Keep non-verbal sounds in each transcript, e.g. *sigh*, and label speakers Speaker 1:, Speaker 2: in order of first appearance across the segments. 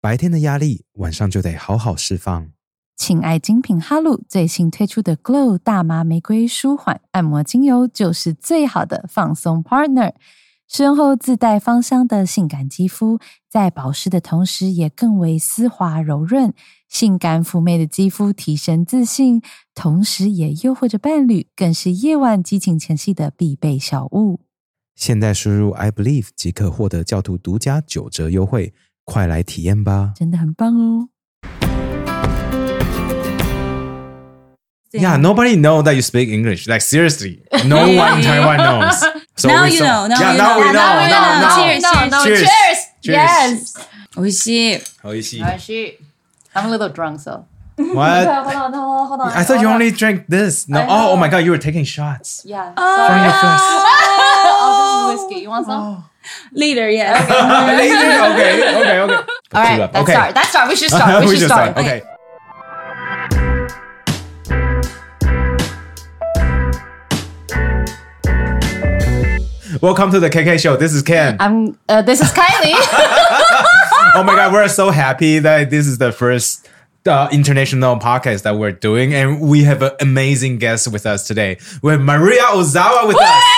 Speaker 1: 白天的压力晚上就得好好释放。
Speaker 2: 亲爱精品哈鲁最新推出的 Glow 大麻玫瑰舒缓按摩精油就是最好的放松 partner。使用后自带芳香的性感肌肤，在保湿的同时也更为丝滑柔润，性感妩媚的肌肤提升自信，同时也诱惑着伴侣，更是夜晚激情前戏的必备小物。
Speaker 1: 现在输入 I believe 即可获得教徒独家九折优惠，快来体验吧！
Speaker 2: 真的很棒哦！
Speaker 1: Yeah, nobody know that you speak English. Like seriously, no one in Taiwan knows. So
Speaker 3: Now
Speaker 1: we
Speaker 3: you
Speaker 1: so-
Speaker 3: know, now
Speaker 1: yeah,
Speaker 3: you
Speaker 1: now
Speaker 3: know.
Speaker 1: we know.
Speaker 3: Now you
Speaker 1: Now,
Speaker 3: know.
Speaker 1: now.
Speaker 3: Cheers,
Speaker 1: cheers, Oh,
Speaker 4: no, Yes.
Speaker 3: 美味しい。
Speaker 1: Oishi.
Speaker 4: Uh, she, I'm a little drunk, so.
Speaker 1: What?
Speaker 4: Hold on, hold on, hold on.
Speaker 1: I thought you only drank this. No.
Speaker 4: I know.
Speaker 1: Oh, oh my God, you were taking shots
Speaker 4: Yeah.
Speaker 1: from
Speaker 4: Sorry.
Speaker 1: your flask.
Speaker 4: Oh, this is whiskey. You want some?
Speaker 3: Later, yes.
Speaker 1: *laughs* Amazing. okay, okay, okay.
Speaker 4: All right. That's
Speaker 1: okay.
Speaker 4: start. That's
Speaker 1: *laughs*
Speaker 4: start. We should start. We, should start.
Speaker 1: Okay. Welcome to the KK Show. This is Ken.
Speaker 2: Ah.
Speaker 4: I'm. Uh, this is *laughs* Kylie.
Speaker 1: oh my god, we're so happy that this is the first uh, international podcast that we're doing, and we have an amazing guest with us today. We have Maria Ozawa with us.
Speaker 3: *laughs*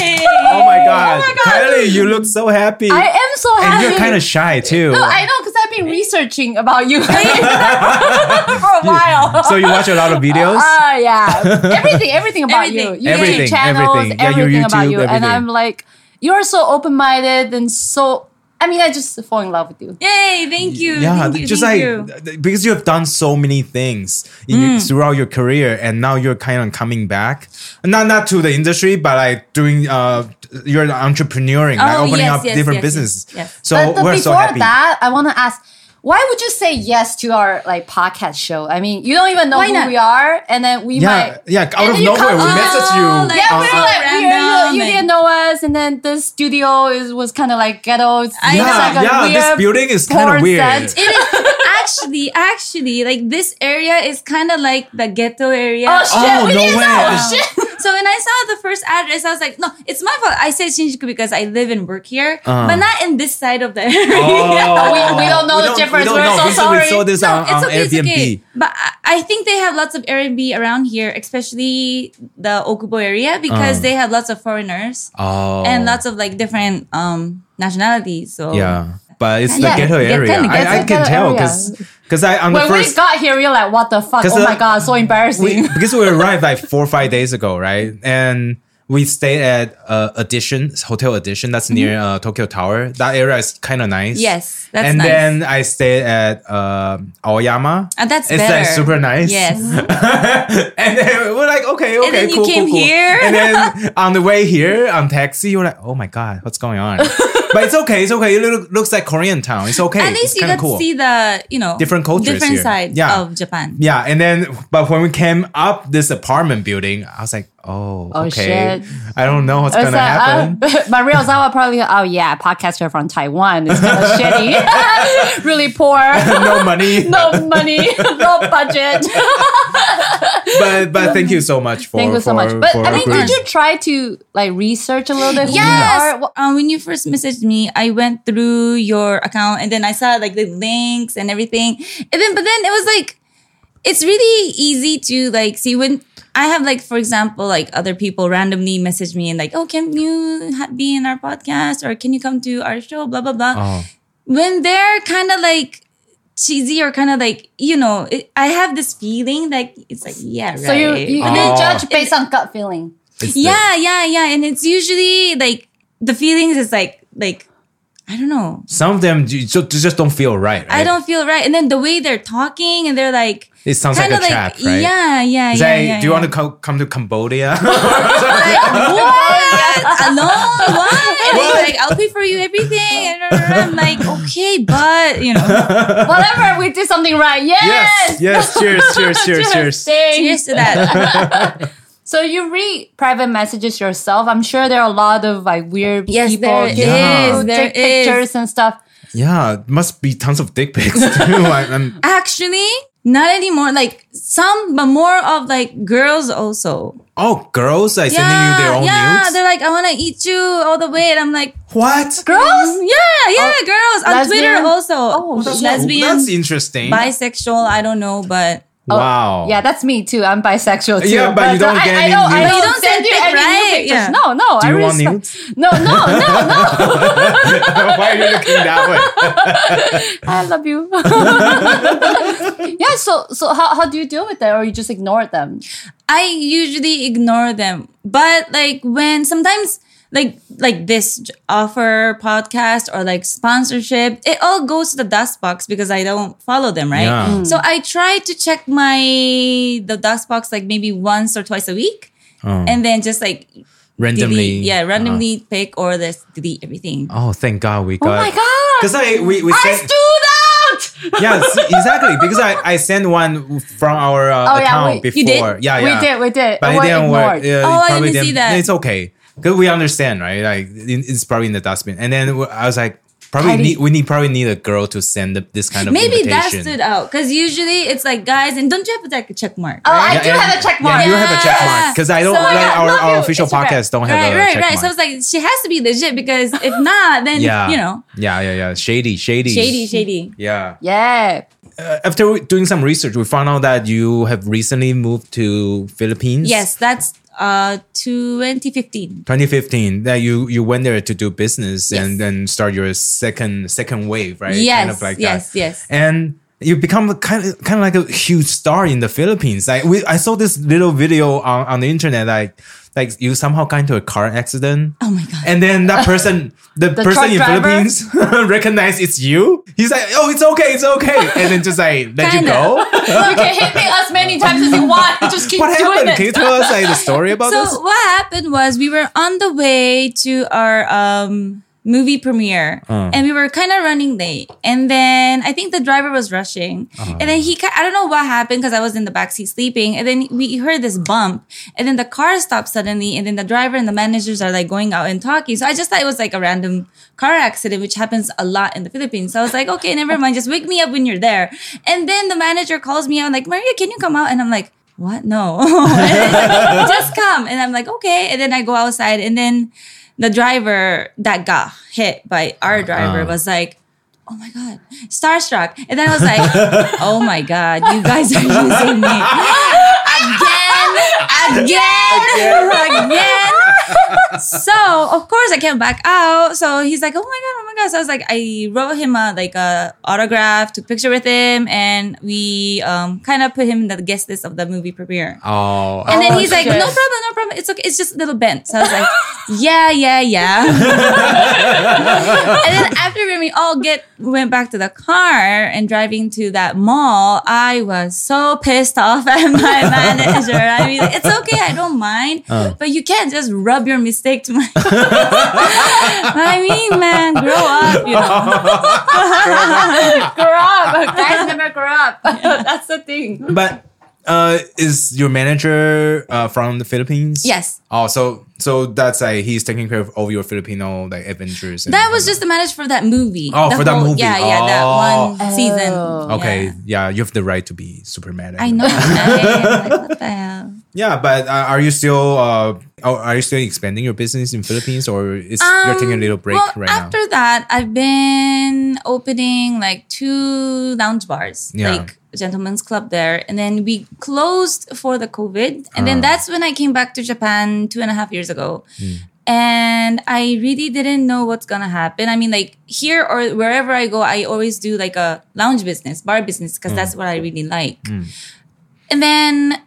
Speaker 3: Hey.
Speaker 1: Oh my god, Kylie, you look so happy,
Speaker 4: I am so happy.
Speaker 1: and you're kind of shy too.
Speaker 4: No, I know because I've been researching about you *laughs* for a while.
Speaker 1: so you watch a lot of videos.
Speaker 2: Uh,
Speaker 1: *laughs*
Speaker 4: Ah, yeah. Everything, everything about
Speaker 3: Everything.
Speaker 4: you. YouTube
Speaker 1: Everything,
Speaker 4: channels,
Speaker 1: everything.
Speaker 4: everything,
Speaker 1: Yeah, your
Speaker 4: about
Speaker 1: YouTube,
Speaker 4: you. And
Speaker 1: everything.
Speaker 4: I'm like, you're so open minded and so. I mean, I just fall in love with you.
Speaker 3: Yay, thank you.
Speaker 1: yeah,
Speaker 3: thank you,
Speaker 1: just
Speaker 3: thank
Speaker 1: like uh,
Speaker 3: you. Mm.
Speaker 1: th- because you have done so many things in, throughout your career, and now you're kind of coming back, not not to the industry, but like doing uh, you're entrepreneuring, like
Speaker 3: Oh,
Speaker 1: opening
Speaker 3: yes,
Speaker 1: up
Speaker 3: yes,
Speaker 1: different
Speaker 3: yes,
Speaker 1: businesses.
Speaker 3: yes, yes.
Speaker 1: So
Speaker 4: but, but
Speaker 1: we're so
Speaker 4: before
Speaker 1: happy.
Speaker 4: that, I want to ask, why would you say yes to our like podcast show? I mean, you don't even know
Speaker 3: Why
Speaker 4: who
Speaker 3: not?
Speaker 4: we are, and then we
Speaker 1: yeah,
Speaker 4: might.
Speaker 1: yeah, out
Speaker 4: and
Speaker 1: of
Speaker 4: then you
Speaker 1: nowhere,
Speaker 4: come
Speaker 1: we
Speaker 4: on,
Speaker 1: message you.
Speaker 3: like,
Speaker 4: Yeah,
Speaker 1: on-
Speaker 4: we
Speaker 3: uh,
Speaker 4: were
Speaker 1: on-
Speaker 4: like, we are,
Speaker 3: random
Speaker 4: you, you
Speaker 3: and-
Speaker 4: didn't know us, and then the studio is was kind of like ghetto. It's
Speaker 3: I
Speaker 4: it's
Speaker 3: know.
Speaker 4: like a
Speaker 1: yeah, yeah, this
Speaker 4: weird
Speaker 1: building is kind of
Speaker 4: porn
Speaker 1: weird.
Speaker 3: *laughs*
Speaker 4: set.
Speaker 3: It is actually, actually, like this area is kind of like the ghetto area.
Speaker 4: Oh shit!
Speaker 1: Oh,
Speaker 4: we
Speaker 1: no
Speaker 4: didn't
Speaker 1: way.
Speaker 4: know.
Speaker 1: Oh,
Speaker 4: Shit.
Speaker 3: *laughs* So when I saw the first address, I was like, no, it's my fault. I said Shinjuku because I live and work here,
Speaker 1: Uh.
Speaker 3: but not in this side of the area. *laughs*
Speaker 1: Oh,
Speaker 4: *laughs* We- we don't know the difference.
Speaker 1: don't
Speaker 4: We're
Speaker 1: know.
Speaker 4: so
Speaker 1: We saw- We
Speaker 4: sorry.
Speaker 1: saw this
Speaker 3: No,
Speaker 1: on,
Speaker 3: it's
Speaker 1: on
Speaker 3: okay, it's
Speaker 1: Airbnb.
Speaker 3: okay. But I- I think they have lots of Airbnb around here, especially the Okubo area, because
Speaker 1: Uh.
Speaker 3: they have lots of foreigners
Speaker 1: Oh,
Speaker 3: and lots of like different um nationalities. So
Speaker 1: yeah. But it's the
Speaker 4: Yeah,
Speaker 1: ghetto
Speaker 3: get-
Speaker 1: area.
Speaker 3: kinda
Speaker 1: I, I
Speaker 4: ghetto
Speaker 1: can tell
Speaker 4: area.
Speaker 1: because because I on the
Speaker 4: When we
Speaker 1: first
Speaker 4: got here, we were like, "What the fuck?
Speaker 1: 'Cause,
Speaker 4: Oh
Speaker 1: uh,
Speaker 4: my god, so embarrassing!"
Speaker 1: we *laughs*
Speaker 3: *laughs*
Speaker 1: because we arrived like four or five days ago, right? And we stayed at uh, Addition Hotel Addition. That's near uh, Tokyo Tower. That area is kind of nice.
Speaker 3: Mm-hmm. Yes, that's
Speaker 1: and
Speaker 3: nice.
Speaker 1: then I stayed at uh, Aoyama. *laughs*
Speaker 3: Ah, that's
Speaker 1: it's like
Speaker 3: better.
Speaker 1: super nice.
Speaker 3: Yes.
Speaker 1: and then we're like, okay, okay,
Speaker 3: then you
Speaker 1: cool, cool,
Speaker 3: came
Speaker 1: cool.
Speaker 3: here.
Speaker 1: And
Speaker 3: *laughs*
Speaker 1: then on the way here on taxi, you're like, oh my god, what's going
Speaker 3: *laughs*
Speaker 1: on? but it's okay, it's okay. It look, looks like Korean town. It's okay.
Speaker 3: At least
Speaker 1: it's
Speaker 3: you
Speaker 1: kinda
Speaker 3: got
Speaker 1: cool.
Speaker 3: to see the you know
Speaker 1: Different cultures
Speaker 3: different
Speaker 1: here.
Speaker 3: side
Speaker 1: Yeah.
Speaker 3: of Japan.
Speaker 1: Yeah, and then but when we came up this apartment building, I was like, oh,
Speaker 4: Oh,
Speaker 1: okay,
Speaker 4: shit.
Speaker 1: I don't know what's
Speaker 4: I
Speaker 1: gonna
Speaker 4: was like,
Speaker 1: happen.
Speaker 4: uh, Maria Ozawa probably, oh yeah, podcaster from Taiwan. It's kind
Speaker 1: *laughs*
Speaker 4: of shitty, *laughs* really poor,
Speaker 1: no money,
Speaker 4: *laughs* no money, no budget.
Speaker 1: but but thank you so much for
Speaker 4: Thank you so
Speaker 1: for-
Speaker 4: much. But
Speaker 1: for
Speaker 4: I mean,
Speaker 1: agreeing.
Speaker 4: did you try to like research a little bit? who we are?
Speaker 3: Yes.
Speaker 4: What-
Speaker 3: Um, when you first messaged me, I went through your account and then I saw like the links and everything. And then, but then it was like, it's really easy to like see when I have like, for example, like other people randomly message me and like, oh, can you ha- be in our podcast or can you come to our show? Blah blah blah.
Speaker 1: Oh.
Speaker 3: When they're kind of like cheesy or kind of like you know, it, I have this feeling like it's like yeah, right.
Speaker 4: So you you,
Speaker 1: Oh.
Speaker 4: you judge based on gut feeling.
Speaker 1: It's the-
Speaker 3: Yeah, yeah, yeah. And it's usually like the feelings is like like I don't know.
Speaker 1: some of them you just, just don't feel right.
Speaker 3: I
Speaker 1: right?
Speaker 3: don't feel right. And then the way they're talking and they're like
Speaker 1: It sounds like
Speaker 3: kinda
Speaker 1: a trap, right?
Speaker 3: Yeah, yeah,
Speaker 1: It's
Speaker 3: yeah,
Speaker 1: like,
Speaker 3: yeah.
Speaker 1: do you want to co- come to Cambodia?
Speaker 4: *laughs*
Speaker 1: *laughs*
Speaker 3: what? Alone? Why? And he's like, I'll pay for you everything. And I'm like, okay, but you know,
Speaker 4: Whatever, we did something right.
Speaker 1: *laughs*
Speaker 4: Yes.
Speaker 1: yes.
Speaker 4: *laughs*
Speaker 1: Cheers, cheers, cheers, cheers.
Speaker 4: Thanks.
Speaker 3: cheers to that.
Speaker 4: So you read private messages yourself. I'm sure there are a lot of like weird
Speaker 3: Yes,
Speaker 4: people
Speaker 3: there
Speaker 4: who
Speaker 1: is,
Speaker 3: there
Speaker 4: take
Speaker 3: is.
Speaker 4: pictures and stuff.
Speaker 1: Yeah, must be tons of dick pics *laughs* too. I, I'm,
Speaker 3: Actually, Not anymore. Like some, but more of like girls also.
Speaker 1: Oh, girls are
Speaker 3: yeah,
Speaker 1: sending you their own
Speaker 3: yeah.
Speaker 1: nudes.
Speaker 3: They're like, I want to eat you all the way, and I'm like, "Mm,
Speaker 1: What?
Speaker 4: Girls?
Speaker 3: yeah, yeah, girls on
Speaker 4: lesbian?
Speaker 3: Twitter also.
Speaker 4: Oh, that's
Speaker 3: lesbian,
Speaker 1: Oh, That's interesting.
Speaker 3: bisexual. I don't know, but
Speaker 1: wow.
Speaker 4: oh, Yeah, that's me too. I'm bisexual too.
Speaker 1: Yeah, but you don't
Speaker 4: I,
Speaker 1: get
Speaker 4: I
Speaker 1: any
Speaker 4: don't, I
Speaker 1: nudes.
Speaker 4: don't
Speaker 3: You don't
Speaker 4: send
Speaker 3: send
Speaker 4: you
Speaker 3: pic,
Speaker 4: any
Speaker 3: right?
Speaker 4: new pictures.
Speaker 3: Yeah.
Speaker 4: No, no.
Speaker 1: Do
Speaker 4: I
Speaker 1: you
Speaker 4: really
Speaker 1: want
Speaker 4: stop-
Speaker 1: nudes? *laughs*
Speaker 4: No, no, no, no.
Speaker 1: Why are you looking that *laughs* way?
Speaker 4: I love you. *laughs* yeah. So, so how, how do you deal with that, or you just ignore them?
Speaker 3: I usually ignore them. But like when sometimes like like this j- offer podcast or like sponsorship, it all goes to the dust box because I don't follow them, right?
Speaker 1: Yeah. Mm.
Speaker 3: So I try to check my the dust box like maybe once or twice a week. And then just like
Speaker 1: Oh, Randomly. Uh-huh.
Speaker 3: delete, yeah, randomly pick or just delete everything.
Speaker 1: Oh, thank God we
Speaker 4: Oh
Speaker 1: got.
Speaker 4: my god!
Speaker 1: Because I we we
Speaker 4: I
Speaker 1: sent
Speaker 4: stood out.
Speaker 1: yes exactly because I I sent one from our uh,
Speaker 4: Oh yeah,
Speaker 1: account
Speaker 4: we,
Speaker 1: before
Speaker 4: you did.
Speaker 1: Yeah,
Speaker 4: we
Speaker 1: yeah.
Speaker 4: did. We did.
Speaker 1: but
Speaker 4: We
Speaker 1: it
Speaker 4: were
Speaker 1: didn't work.
Speaker 4: ignored.
Speaker 1: Yeah, it
Speaker 3: Oh, I
Speaker 1: probably
Speaker 3: didn't see that.
Speaker 1: It's okay because we understand, right? Like it- it's probably in the dustbin. And then w- I was like, probably
Speaker 4: Heidi.
Speaker 1: need, we need probably need a girl to send the, this kind of
Speaker 3: Maybe that
Speaker 1: invitation.
Speaker 3: stood out because usually it's like guys, and don't you have like a check mark?
Speaker 4: Oh,
Speaker 3: right?
Speaker 4: I do have a check mark.
Speaker 1: Yeah, you have a check mark
Speaker 3: Yeah.
Speaker 1: because I don't
Speaker 3: So,
Speaker 1: like
Speaker 3: yeah,
Speaker 1: our,
Speaker 4: love
Speaker 1: our
Speaker 4: you,
Speaker 1: official
Speaker 4: Instagram.
Speaker 1: podcasts don't have a
Speaker 3: right, right,
Speaker 1: check
Speaker 3: right.
Speaker 1: mark.
Speaker 3: So I was like, she has to be legit because
Speaker 1: *laughs*
Speaker 3: if not, then
Speaker 1: yeah,
Speaker 3: you know,
Speaker 1: yeah, yeah, yeah. Shady, shady,
Speaker 3: shady, shady.
Speaker 1: Yeah.
Speaker 4: Yeah.
Speaker 1: After we- doing some research, we found out that you have recently moved to Philippines.
Speaker 3: Yes, that's uh 2015.
Speaker 1: 2015 that you you went there to do business
Speaker 3: Yes.
Speaker 1: and then start your second second wave right
Speaker 3: Yes,
Speaker 1: kind of like
Speaker 3: yes,
Speaker 1: that.
Speaker 3: yes.
Speaker 1: and you become a kind of kind of like a huge star in the Philippines like we I saw this little video on, on the internet like like you somehow got into a car accident
Speaker 3: Oh my god.
Speaker 1: and then that
Speaker 3: *laughs*
Speaker 1: person the,
Speaker 4: truck
Speaker 1: person in
Speaker 4: driver?
Speaker 1: Philippines *laughs* recognized it's you he's like oh it's okay it's okay and then just like let you
Speaker 3: Kinda. *laughs*
Speaker 1: go
Speaker 4: you can hit me as many times as you want. *laughs* You just keep
Speaker 1: what
Speaker 4: doing
Speaker 1: happened
Speaker 4: it.
Speaker 1: can you tell us like the story about
Speaker 3: *laughs* So
Speaker 1: this
Speaker 3: what happened was we were on the way to our um movie premiere
Speaker 1: Uh.
Speaker 3: and we were kind of running late and then i think the driver was rushing
Speaker 1: Uh-huh.
Speaker 3: and then he ki- i don't know what happened because i was in the backseat sleeping and then we heard this bump and then the car stopped suddenly and then the driver and the managers are like going out and talking so i just thought it was like a random car accident which happens a lot in the philippines so i was like okay never mind just wake me up when you're there and then the manager calls me out like maria can you come out and i'm like what? No. *laughs* And he's like, just come. And I'm like, okay. And then I go outside and then the driver that got hit by our driver was like, oh my God, starstruck. And then I was like, oh my God, you guys are using me. Again, again, *laughs* again. So of course I came back out. So he's like, oh my god, oh my god. So I was like, I wrote him a like a autograph, took picture with him, and we um kind of put him in the guest list of the movie premiere.
Speaker 1: oh
Speaker 3: And then
Speaker 4: Oh,
Speaker 3: he's like,
Speaker 4: okay.
Speaker 3: no problem, no problem. It's okay. It's just a little bent. So I was like, *laughs* yeah, yeah, yeah. and then after when we all get went back to the car and driving to that mall, I was so pissed off *laughs* at my manager. I mean, it's okay. I don't mind.
Speaker 1: Uh.
Speaker 3: But you can't just rub your mistake to my. *laughs* I mean, man, grow up, you know.
Speaker 1: *laughs*
Speaker 4: grow up. Guys never grow *laughs* up. That's the thing.
Speaker 1: But uh, is your manager uh, from the Philippines?
Speaker 3: Yes.
Speaker 1: Oh, so so that's like he's taking care of all your Filipino like adventures. and-
Speaker 3: That was just the manager for that movie.
Speaker 1: Oh, for that movie.
Speaker 3: Yeah, yeah, that
Speaker 1: Oh.
Speaker 3: one season.
Speaker 4: Oh.
Speaker 1: Okay,
Speaker 3: Yeah.
Speaker 1: yeah. you have the right to be super mad. At
Speaker 3: I
Speaker 1: him.
Speaker 3: know.
Speaker 1: *laughs*
Speaker 3: right? Like, what the hell?
Speaker 1: Yeah, but uh, are you still uh, are are you still expanding your business in Philippines or is you're taking a little break
Speaker 3: Um, well,
Speaker 1: right
Speaker 3: after
Speaker 1: now?
Speaker 3: that, I've been opening like two lounge bars,
Speaker 1: Yeah.
Speaker 3: like Gentlemen's Club there, and then we closed for the COVID, and
Speaker 1: Ah.
Speaker 3: then that's when I came back to Japan two and a half years ago.
Speaker 1: Hmm.
Speaker 3: And I really didn't know what's gonna happen. I mean, like here or wherever I go, I always do like a lounge business, bar business,
Speaker 1: Hmm.
Speaker 3: because that's what I really like. And then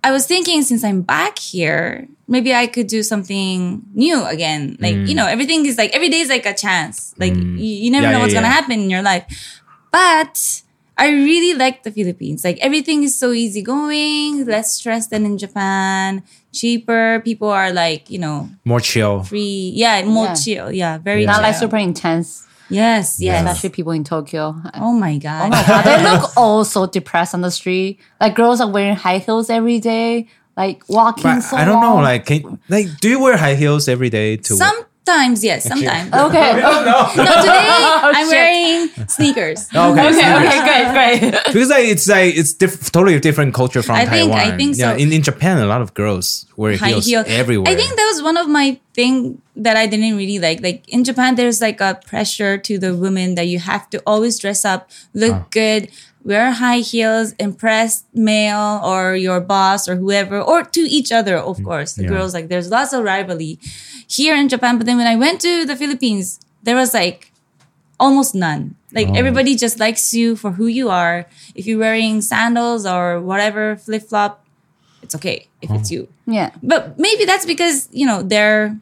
Speaker 3: I was thinking, since I'm back here, maybe I could do something new again. Like, you know, everything is like, every day is like a chance. Like, you, you never
Speaker 1: Mm. Yeah, yeah,
Speaker 3: know what's going to
Speaker 1: yeah.
Speaker 3: happen in your life. But I really like the Philippines. Like, everything is so easygoing, less stress than in Japan, cheaper. People are like, you know,
Speaker 1: More chill.
Speaker 3: free. Yeah, more
Speaker 4: Yeah.
Speaker 3: chill. Yeah, very
Speaker 4: Not
Speaker 3: chill.
Speaker 4: like super intense,
Speaker 3: Yes, yes.
Speaker 4: especially people in *laughs* Tokyo.
Speaker 3: Oh my God.
Speaker 4: Uh, they look all so depressed on the street. Like girls are wearing high heels every day, like walking
Speaker 1: But
Speaker 4: so
Speaker 1: I don't know,
Speaker 4: long.
Speaker 1: like can, like do you wear high heels every day to
Speaker 3: Some *laughs* Sometimes, yes,
Speaker 1: *laughs*
Speaker 3: sometimes. no,
Speaker 4: *laughs* Okay. okay.
Speaker 3: today
Speaker 4: *laughs*
Speaker 3: I'm
Speaker 4: Oh, shit.
Speaker 1: *laughs*
Speaker 3: wearing sneakers.
Speaker 1: Okay.
Speaker 3: *laughs*
Speaker 4: Okay. Great. Great.
Speaker 1: Because like, it's like it's diff- totally different culture from
Speaker 3: I think-
Speaker 1: Taiwan.
Speaker 3: I think
Speaker 1: Yeah,
Speaker 3: so.
Speaker 1: in, in Japan, a lot of girls wear
Speaker 3: high
Speaker 1: heels
Speaker 3: heel
Speaker 1: everywhere.
Speaker 3: I think that was one of my thing that I didn't really like. Like in Japan, there's like a pressure to the women that you have to always dress up, look
Speaker 1: Ah.
Speaker 3: good, wear high heels, impress male or your boss or whoever, or to each other, of course. The
Speaker 1: Mm, yeah.
Speaker 3: girls like there's lots of rivalry here in Japan. But then when I went to the Philippines, there was like almost none. Like
Speaker 1: Oh.
Speaker 3: everybody just likes you for who you are. If you're wearing sandals or whatever flip flop, it's okay if
Speaker 1: Oh.
Speaker 3: it's you
Speaker 4: Yeah.
Speaker 3: but maybe that's because you know they're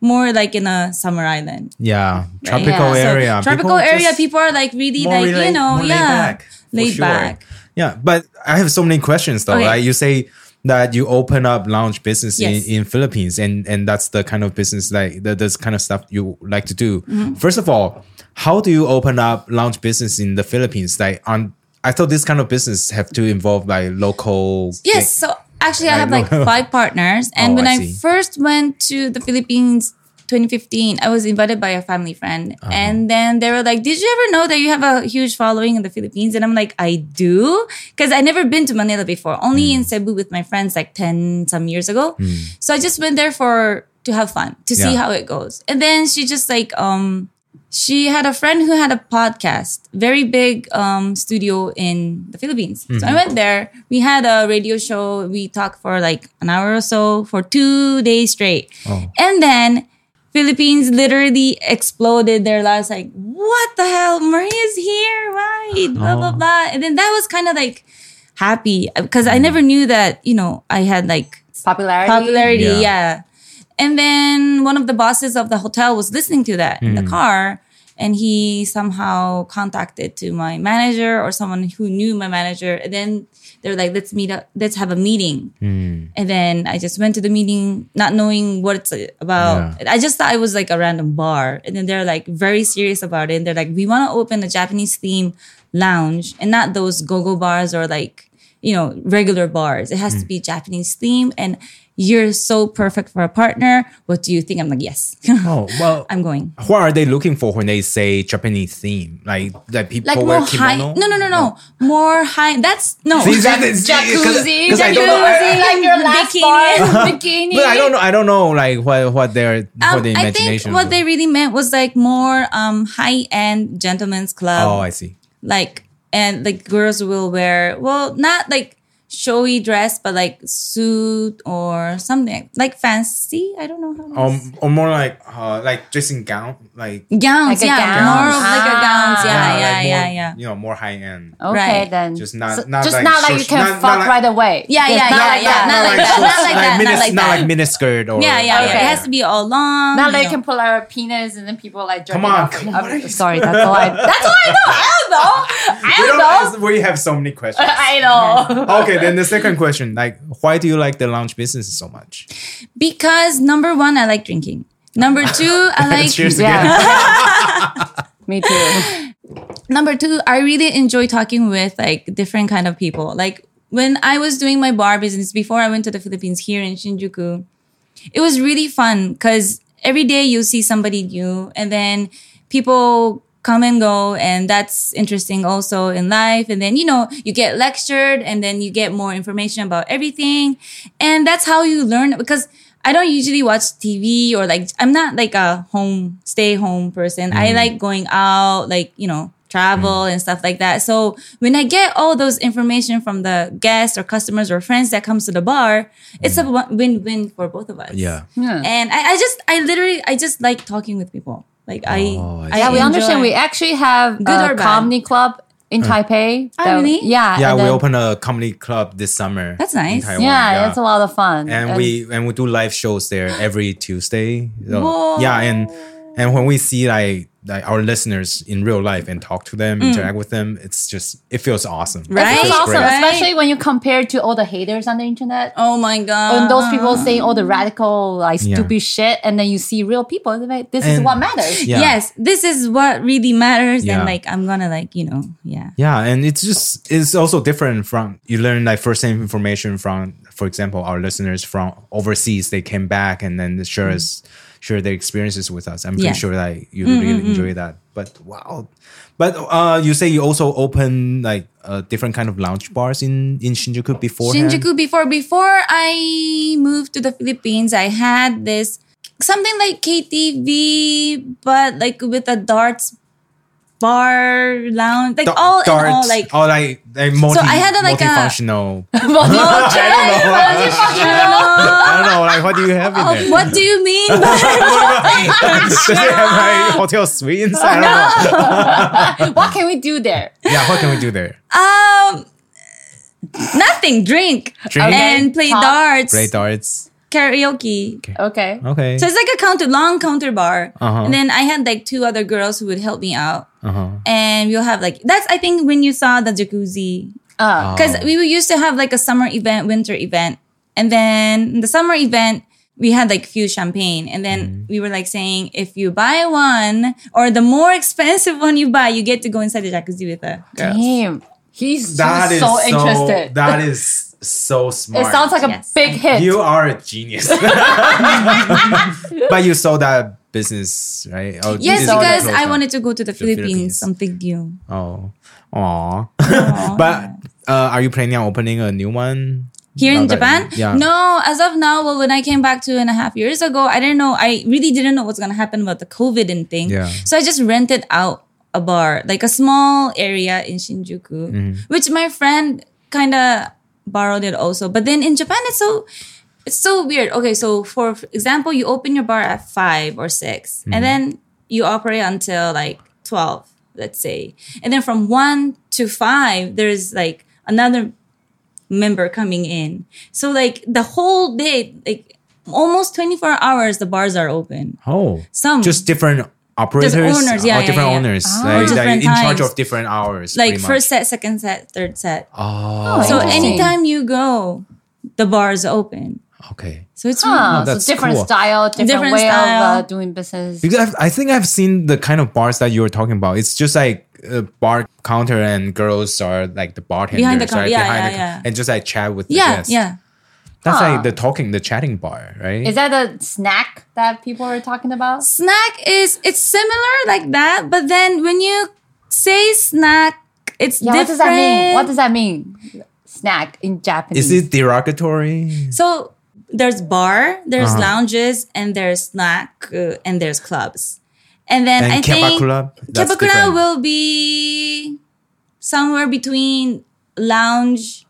Speaker 3: more like in a summer island
Speaker 1: yeah,
Speaker 3: right?
Speaker 1: tropical
Speaker 4: Yeah, so
Speaker 1: area.
Speaker 3: tropical area
Speaker 1: just
Speaker 3: people are like really
Speaker 1: more
Speaker 3: like
Speaker 1: relate-
Speaker 3: you know
Speaker 1: more
Speaker 3: yeah
Speaker 1: for
Speaker 3: laid
Speaker 1: sure.
Speaker 3: back.
Speaker 1: Yeah, but I have so many questions though.
Speaker 3: Okay.
Speaker 1: Like you say that you open up lounge business
Speaker 3: Yes.
Speaker 1: in, in Philippines, and and that's the kind of business like that, that's kind of stuff you like to do.
Speaker 3: Mm-hmm.
Speaker 1: First of all, how do you open up lounge business in the Philippines? Like on, I thought this kind of business have to involve like local.
Speaker 3: yes so actually i
Speaker 1: I
Speaker 3: have like
Speaker 1: know.
Speaker 3: five partners
Speaker 1: *laughs*
Speaker 3: and
Speaker 1: Oh,
Speaker 3: when
Speaker 1: I
Speaker 3: I,
Speaker 1: see.
Speaker 3: first went to the philippines 2015 i was invited by a family friend
Speaker 1: Uh-huh.
Speaker 3: and then they were like did you ever know that you have a huge following in the philippines and i'm like i do because i never been to manila before only
Speaker 1: Mm.
Speaker 3: in cebu with my friends like 10 some years ago so i just went there for to have fun to see
Speaker 1: Yeah.
Speaker 3: how it goes and then she just like um she had a friend who had a podcast, very big um, studio in the Philippines. So I went there. We had a radio show. We talked for like an hour or so for two days straight.
Speaker 1: Oh.
Speaker 3: And then Philippines literally exploded their lives like, what the hell? Maria's here, right? Blah, blah, blah. And then that was kind of like happy because I never knew that, you know, I had like
Speaker 4: Popularity.
Speaker 3: popularity.
Speaker 1: Yeah.
Speaker 3: Yeah. And then one of the bosses of the hotel was listening to that in the car, and he somehow contacted to my manager or someone who knew my manager. And then they're like, "Let's meet up. Let's have a meeting." And then I just went to the meeting, not knowing what it's about. I just thought it was like a random bar. And then they're like very serious about it. And they're like, we want to open a Japanese theme lounge and not those go go bars or like, you know, regular bars. It has to be Japanese theme. And you're so perfect for a partner. What do you think? I'm like, yes, *laughs*
Speaker 1: Oh well.
Speaker 3: I'm going.
Speaker 1: what are they looking for when they say Japanese theme? Like that people
Speaker 3: Like
Speaker 1: wear
Speaker 3: more high.
Speaker 1: kimono?
Speaker 3: No, no, no, no. More high. That's no.
Speaker 1: *laughs* See,
Speaker 3: *laughs*
Speaker 1: exactly. See, 'cause-
Speaker 4: Jacuzzi.
Speaker 1: 'cause I don't know- I-
Speaker 4: Jacuzzi. Like your last
Speaker 3: Bikini.
Speaker 4: bar. Bikini. *laughs*
Speaker 1: *laughs* But I don't know. I don't know. Like what what their what
Speaker 3: Um,
Speaker 1: their
Speaker 3: I
Speaker 1: imagination.
Speaker 3: think what they um, really meant was like more um, high end gentlemen's club.
Speaker 1: Oh, I see.
Speaker 3: like and like girls will wear well not like showy dress but like suit or something like fancy i don't know how to
Speaker 1: Um, or more like uh, like dressing gown, like
Speaker 3: gowns
Speaker 4: Like a
Speaker 3: yeah
Speaker 4: gown.
Speaker 3: more of like a
Speaker 4: Ah.
Speaker 3: gowns yeah
Speaker 1: like
Speaker 3: yeah yeah
Speaker 1: more,
Speaker 3: yeah
Speaker 1: you know, more high end.
Speaker 4: Okay
Speaker 3: Right.
Speaker 4: then.
Speaker 1: Just not-
Speaker 4: So-
Speaker 1: not
Speaker 4: just
Speaker 1: like
Speaker 4: not like you
Speaker 1: social-
Speaker 4: can
Speaker 1: not-
Speaker 4: fuck
Speaker 1: not like-
Speaker 4: right away.
Speaker 3: Yeah,
Speaker 4: Just
Speaker 3: yeah,
Speaker 4: not
Speaker 3: yeah,
Speaker 4: like
Speaker 3: yeah,
Speaker 4: that.
Speaker 3: not like that,
Speaker 1: shorts,
Speaker 3: not like that,
Speaker 1: mini,
Speaker 3: not like
Speaker 1: not
Speaker 3: that.
Speaker 1: like miniskirt or
Speaker 3: yeah, yeah,
Speaker 4: Okay.
Speaker 3: yeah. It has to be all long.
Speaker 4: Not
Speaker 3: you
Speaker 4: like you
Speaker 3: know.
Speaker 4: can pull out a penis and then people like
Speaker 1: Come
Speaker 4: jerking
Speaker 1: on,
Speaker 4: off.
Speaker 1: come
Speaker 4: I'm
Speaker 1: on. *laughs*
Speaker 4: sorry, that's all I. That's all I know. I don't know. I
Speaker 1: We
Speaker 4: don't
Speaker 1: don't
Speaker 4: know.
Speaker 1: ask, we have so many
Speaker 3: *laughs*
Speaker 1: questions.
Speaker 4: *laughs* I know.
Speaker 1: okay, then the second question, like, why do you like the lounge business so much?
Speaker 3: because number one, I like drinking.
Speaker 1: *laughs*
Speaker 3: Number two, I like
Speaker 1: Cheers again.
Speaker 3: *laughs*
Speaker 4: Yeah. *laughs* Me too.
Speaker 3: number two i really enjoy talking with like different kind of people like when i was doing my bar business before i went to the philippines here in shinjuku it was really fun because every day you see somebody new and then people come and go and that's interesting also in life and then you know you get lectured and then you get more information about everything and that's how you learn because i don't usually watch tv or like i'm not like a home stay home person i like going out like you know travel and stuff like that so when i get all those information from the guests or customers or friends that comes to the bar it's a win-win for both of us
Speaker 1: Yeah.
Speaker 3: and I, I just, I literally, I just like talking with people. Like I,
Speaker 1: Oh, I
Speaker 3: I
Speaker 1: see.
Speaker 4: Yeah, we
Speaker 3: enjoy-
Speaker 4: understand. We actually have
Speaker 3: Good
Speaker 4: a
Speaker 3: or bad?
Speaker 4: comedy club in Taipei.
Speaker 3: Oh,
Speaker 4: that-
Speaker 3: really?
Speaker 4: Yeah.
Speaker 1: Yeah,
Speaker 4: and
Speaker 1: we
Speaker 4: then-
Speaker 1: opened a comedy club this summer.
Speaker 3: That's
Speaker 1: in
Speaker 3: nice.
Speaker 1: Taiwan,
Speaker 4: Yeah, it's a lot of fun.
Speaker 1: and we and we do live shows there every Tuesday. So,
Speaker 3: Whoa.
Speaker 1: Yeah, and and when we see like like our listeners in real life and talk to them,
Speaker 4: Mm.
Speaker 1: interact with them, it's just it feels awesome. It
Speaker 3: Right?
Speaker 4: It's
Speaker 1: feels
Speaker 4: awesome,
Speaker 1: great.
Speaker 3: Right?
Speaker 4: especially when you compare to all the haters on the internet.
Speaker 3: oh my god,
Speaker 4: And those people saying all the radical, like
Speaker 1: Yeah.
Speaker 4: stupid shit, and then you see real people. and they're like, This is
Speaker 1: And-
Speaker 4: what matters.
Speaker 1: Yeah.
Speaker 3: Yes, this is what really matters,
Speaker 1: Yeah.
Speaker 3: and like I'm gonna like you know, yeah.
Speaker 1: Yeah, and it's just it's also different from you learn like first hand information from, for example, our listeners from overseas. They came back and then share us share their experiences with us. I'm
Speaker 3: Mm-hmm. Yeah. Mm-hmm,
Speaker 1: pretty sure that you really enjoy that. But wow, but uh, you say you also open like uh, different kind of lounge bars in in Shinjuku before
Speaker 3: Shinjuku before before I moved to the Philippines, I had this something like KTV, but like with a darts bar lounge, like all in all, like
Speaker 1: or Oh, like, like multi,
Speaker 3: I had a, like, a- *laughs*
Speaker 1: multifunctional.
Speaker 4: *laughs*
Speaker 1: *laughs*
Speaker 3: I don't
Speaker 1: I don't know, like what do you have in there?
Speaker 3: know.
Speaker 1: *laughs*
Speaker 3: Oh, What do you mean?
Speaker 1: Does it have like hotel suite inside? I
Speaker 3: *laughs*
Speaker 1: don't know.
Speaker 4: What can we do there?
Speaker 1: Yeah, what can we do there?
Speaker 3: um, nothing. Drink,
Speaker 1: Drink?
Speaker 3: and play
Speaker 4: Talk.
Speaker 3: darts,
Speaker 1: Play darts.
Speaker 3: karaoke.
Speaker 4: Okay.
Speaker 1: Okay.
Speaker 3: So it's like a counter long counter bar.
Speaker 1: Uh-huh.
Speaker 3: And then I had like two other girls who would help me out.
Speaker 1: uh-huh.
Speaker 3: And we'll have like that's I think when you saw the jacuzzi.
Speaker 4: Uh,
Speaker 3: Because
Speaker 1: Oh.
Speaker 3: we would used to have like a summer event, winter event. And then in the summer event, we had like few champagne. And then
Speaker 1: Mm-hmm.
Speaker 3: we were like saying if you buy one or the more *laughs* expensive one you buy, you get to go inside the jacuzzi with a girl.
Speaker 4: Damn. He's
Speaker 1: That is
Speaker 4: just so interested.
Speaker 1: that is so
Speaker 4: it
Speaker 1: smart.
Speaker 4: sounds like a
Speaker 3: Yes.
Speaker 4: big hit.
Speaker 1: you are a
Speaker 3: *laughs*
Speaker 1: genius. but you sold that business, right? Oh,
Speaker 3: Yes,
Speaker 1: you sold that
Speaker 3: because I
Speaker 1: clothes,
Speaker 3: wanted to go to the, Philippines,
Speaker 1: Philippines.
Speaker 3: something new.
Speaker 1: huh? Oh, aw. but uh, are you planning on opening a new one
Speaker 3: here in
Speaker 1: Not that-
Speaker 3: Japan?
Speaker 1: Yeah.
Speaker 3: No, as of now, well, when I came back two and a half years ago, I didn't know. I really didn't know what's gonna happen with the COVID and thing.
Speaker 1: Yeah.
Speaker 3: So I just rented out a bar, like a small area in Shinjuku,
Speaker 1: Mm-hmm.
Speaker 3: which my friend kind of borrowed it also. But then in Japan, it's so it's so weird. Okay, so for example, you open your bar at five or 6
Speaker 1: Mm-hmm.
Speaker 3: and then you operate until like twelve, let's say, and then from one to five, there's like another member coming in. So like the whole day, like almost 24 hours, the bars are open.
Speaker 1: Oh,
Speaker 3: Some
Speaker 1: just different operators,
Speaker 3: owners, yeah,
Speaker 1: or
Speaker 3: yeah,
Speaker 1: different
Speaker 3: yeah.
Speaker 1: owners,
Speaker 4: Ah.
Speaker 1: like, like
Speaker 3: Different
Speaker 1: in charge
Speaker 3: times.
Speaker 1: of different hours,
Speaker 3: like
Speaker 1: pretty much.
Speaker 3: first set, second set, third set.
Speaker 1: Oh,
Speaker 3: So
Speaker 4: Interesting.
Speaker 3: anytime you go, the bar's open.
Speaker 1: okay.
Speaker 3: So it's
Speaker 4: Huh,
Speaker 1: that's
Speaker 4: Uh, so different
Speaker 1: cool.
Speaker 4: style, different,
Speaker 3: Different
Speaker 4: way of uh,
Speaker 3: style.
Speaker 4: doing business.
Speaker 1: Because I've, I think I've seen the kind of bars that you were talking about. It's just like a bar counter and girls are like the bartenders
Speaker 3: Behind the counter,
Speaker 1: right?
Speaker 3: yeah,
Speaker 1: behind
Speaker 3: yeah,
Speaker 1: the
Speaker 3: yeah.
Speaker 1: and just like chat with the
Speaker 3: yeah,
Speaker 1: guests.
Speaker 3: yeah.
Speaker 1: That's
Speaker 4: Huh.
Speaker 1: like the talking, the chatting bar, right?
Speaker 4: Is that a snack that people are talking about?
Speaker 3: Snack is it's similar like that, but then when you say snack, it's
Speaker 4: Yeah, what
Speaker 3: different.
Speaker 4: does that mean? What does that mean? Snack in Japanese.
Speaker 1: Is it derogatory?
Speaker 3: So there's bar, there's
Speaker 1: Uh-huh.
Speaker 3: lounges, and there's snack, uh, and there's clubs. And then
Speaker 1: And
Speaker 3: I think
Speaker 1: kebakura, that's
Speaker 3: kebakura
Speaker 1: different.
Speaker 3: will be somewhere between lounge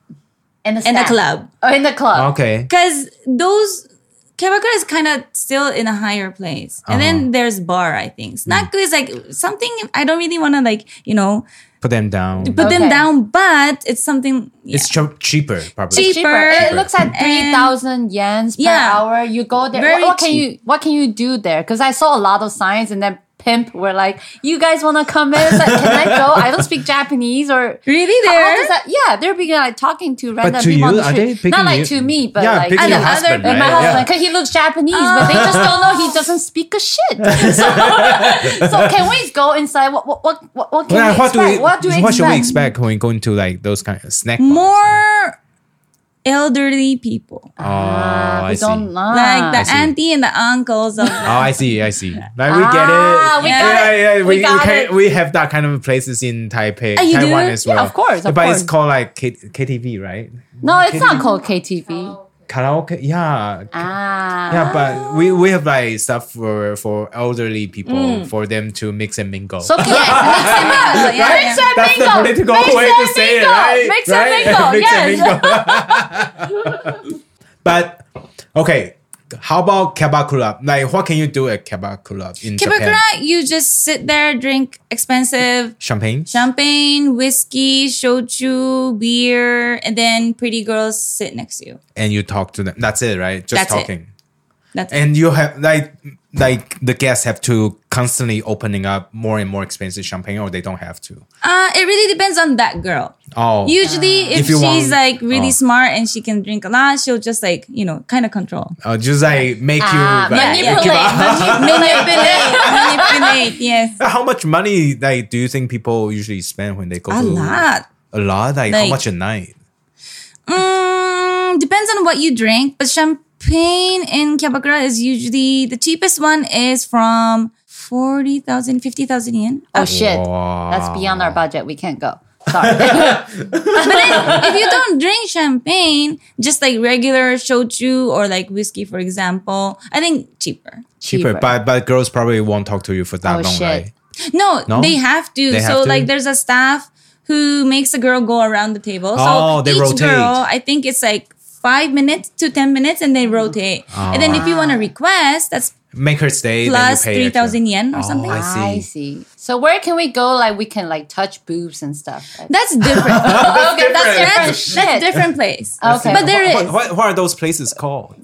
Speaker 4: in the
Speaker 3: and a
Speaker 4: snack.
Speaker 3: club
Speaker 4: Oh, in the club.
Speaker 1: Okay.
Speaker 3: because those kebakura is kind of still in a higher place. And
Speaker 4: Uh-huh.
Speaker 3: then there's bar, I think.
Speaker 4: Hmm.
Speaker 3: Snack is like something I don't really want to like you know
Speaker 1: Put them down.
Speaker 3: put
Speaker 4: Okay.
Speaker 3: them down, but it's something. Yeah.
Speaker 1: It's ch- cheaper, probably.
Speaker 3: Cheap.
Speaker 4: Cheaper. It
Speaker 1: Cheaper.
Speaker 4: looks like three
Speaker 3: And-
Speaker 4: thousand yens per
Speaker 3: Mm-hmm. Yeah.
Speaker 4: hour. You go there.
Speaker 3: Very
Speaker 4: what, what can
Speaker 3: cheap.
Speaker 4: you What can you do there? Because I saw a lot of signs, and then pimp were like, "You guys want to come in? It's like, Can I go? I don't speak Japanese or."
Speaker 3: *laughs* really
Speaker 4: How
Speaker 3: there.
Speaker 4: does that? Yeah, they're being like talking to random
Speaker 1: to
Speaker 4: people.
Speaker 1: you?
Speaker 4: on the
Speaker 1: Are
Speaker 4: street.
Speaker 1: they picking
Speaker 4: Not like
Speaker 1: you-
Speaker 4: to me, but
Speaker 1: yeah,
Speaker 4: like
Speaker 1: picking
Speaker 3: And
Speaker 1: your
Speaker 3: the
Speaker 1: husband,
Speaker 3: other-
Speaker 1: right?
Speaker 4: my
Speaker 1: Yeah.
Speaker 4: husband because he looks Japanese, but they just don't know he doesn't speak a shit. *laughs* So, so can we go inside? What what what what, what can
Speaker 1: Well,
Speaker 4: we
Speaker 1: what do
Speaker 4: expect?
Speaker 1: we,
Speaker 4: what do we
Speaker 1: what should we
Speaker 4: expect?
Speaker 1: expect when we go into like those kind of snack bars?
Speaker 3: more elderly people.
Speaker 1: Oh,
Speaker 4: Ah,
Speaker 1: I
Speaker 4: we
Speaker 1: see.
Speaker 4: don't know.
Speaker 3: like the
Speaker 1: see.
Speaker 3: auntie and the uncles
Speaker 4: *laughs*
Speaker 3: of
Speaker 1: Oh, I see, I see. Like we get
Speaker 4: Ah,
Speaker 1: it.
Speaker 4: we
Speaker 1: yeah,
Speaker 4: got
Speaker 1: yeah,
Speaker 4: it.
Speaker 1: yeah,
Speaker 4: We
Speaker 1: We, we,
Speaker 4: got
Speaker 1: can-
Speaker 4: it. Uh,
Speaker 1: we have that kind of places in Taipei,
Speaker 3: Ah, you
Speaker 1: Taiwan
Speaker 3: do?
Speaker 1: as
Speaker 4: Yeah,
Speaker 1: well.
Speaker 4: of course, of
Speaker 1: but
Speaker 4: course.
Speaker 1: it's called like K- KTV, right?
Speaker 4: no, it's not called KTV.
Speaker 1: Karaoke, yeah,
Speaker 4: Ah, Mm.
Speaker 1: yeah. But we, we have like stuff for for elderly people for them to mix and mingle.
Speaker 4: so can yes, mix and mingle.
Speaker 3: Right?
Speaker 4: Mix and
Speaker 1: That's the
Speaker 4: mingle.
Speaker 1: political
Speaker 4: Mix
Speaker 1: way
Speaker 4: and
Speaker 1: to say
Speaker 4: mingle.
Speaker 1: it, right?
Speaker 4: Mix and
Speaker 1: Right?
Speaker 4: mingle.
Speaker 1: *laughs* Mix and
Speaker 4: yes.
Speaker 1: mingle. but okay, how about kebab club? Like, what can you do at kebab club in Japan?
Speaker 3: Kibakura, you just sit there, drink expensive
Speaker 1: Champagne.
Speaker 3: champagne, whiskey, shochu, beer, and then pretty girls sit next to you.
Speaker 1: and you talk to them. That's it, right? Just
Speaker 3: That's it.
Speaker 1: talking.
Speaker 3: That's it.
Speaker 1: And you have like like the guests have to constantly opening up more and more expensive champagne, or they don't have to.
Speaker 3: Uh, it really depends on that girl.
Speaker 1: Oh,
Speaker 3: Usually, if,
Speaker 1: If you
Speaker 3: she's
Speaker 1: want-
Speaker 3: like really
Speaker 1: oh.
Speaker 3: smart and she can drink a lot, she'll just like you know kind of control,
Speaker 1: uh, just like make
Speaker 4: Ah,
Speaker 1: you like,
Speaker 4: manipulate,
Speaker 1: give up. *laughs*
Speaker 3: manipulate, manipulate. Yes,
Speaker 1: uh, How much money like do you think people usually spend when they go
Speaker 3: a
Speaker 1: to
Speaker 3: lot.
Speaker 1: a lot? Like, how
Speaker 3: Like-
Speaker 1: much a night?
Speaker 3: Mm, depends on what you drink, but champagne pain in Kebabgura is usually the cheapest one is from 40,000, 50,000 yen.
Speaker 4: Oh shit.
Speaker 1: Wow.
Speaker 4: That's beyond our budget. We can't go. Sorry.
Speaker 3: if you don't drink champagne, just like regular shochu or like whiskey, for example, I think cheaper.
Speaker 1: *laughs* cheaper, but but girls probably won't talk to you for that
Speaker 4: Oh,
Speaker 1: long,
Speaker 4: shit.
Speaker 1: right?
Speaker 3: No,
Speaker 1: No?
Speaker 3: they have to.
Speaker 1: They
Speaker 3: so
Speaker 1: have to?
Speaker 3: like there's a staff who makes a girl go around the table.
Speaker 1: Oh,
Speaker 3: so
Speaker 1: they
Speaker 3: each
Speaker 1: rotate.
Speaker 3: girl, I think it's like five minutes to ten minutes and they rotate. And then if you want to request, that's
Speaker 1: Make her stay Ah.
Speaker 3: plus
Speaker 1: then you pay extra.
Speaker 3: three
Speaker 1: Oh,
Speaker 3: thousand yen or something.
Speaker 1: I see.
Speaker 4: I see. So where can we go? Like we can like touch boobs and stuff. right?
Speaker 3: *laughs* That's
Speaker 1: *laughs*
Speaker 3: different.
Speaker 4: okay,
Speaker 1: different.
Speaker 3: that's, that's
Speaker 4: Shit.
Speaker 3: different place.
Speaker 4: Okay.
Speaker 3: But there
Speaker 1: What,
Speaker 3: is.
Speaker 1: what, what are those places called?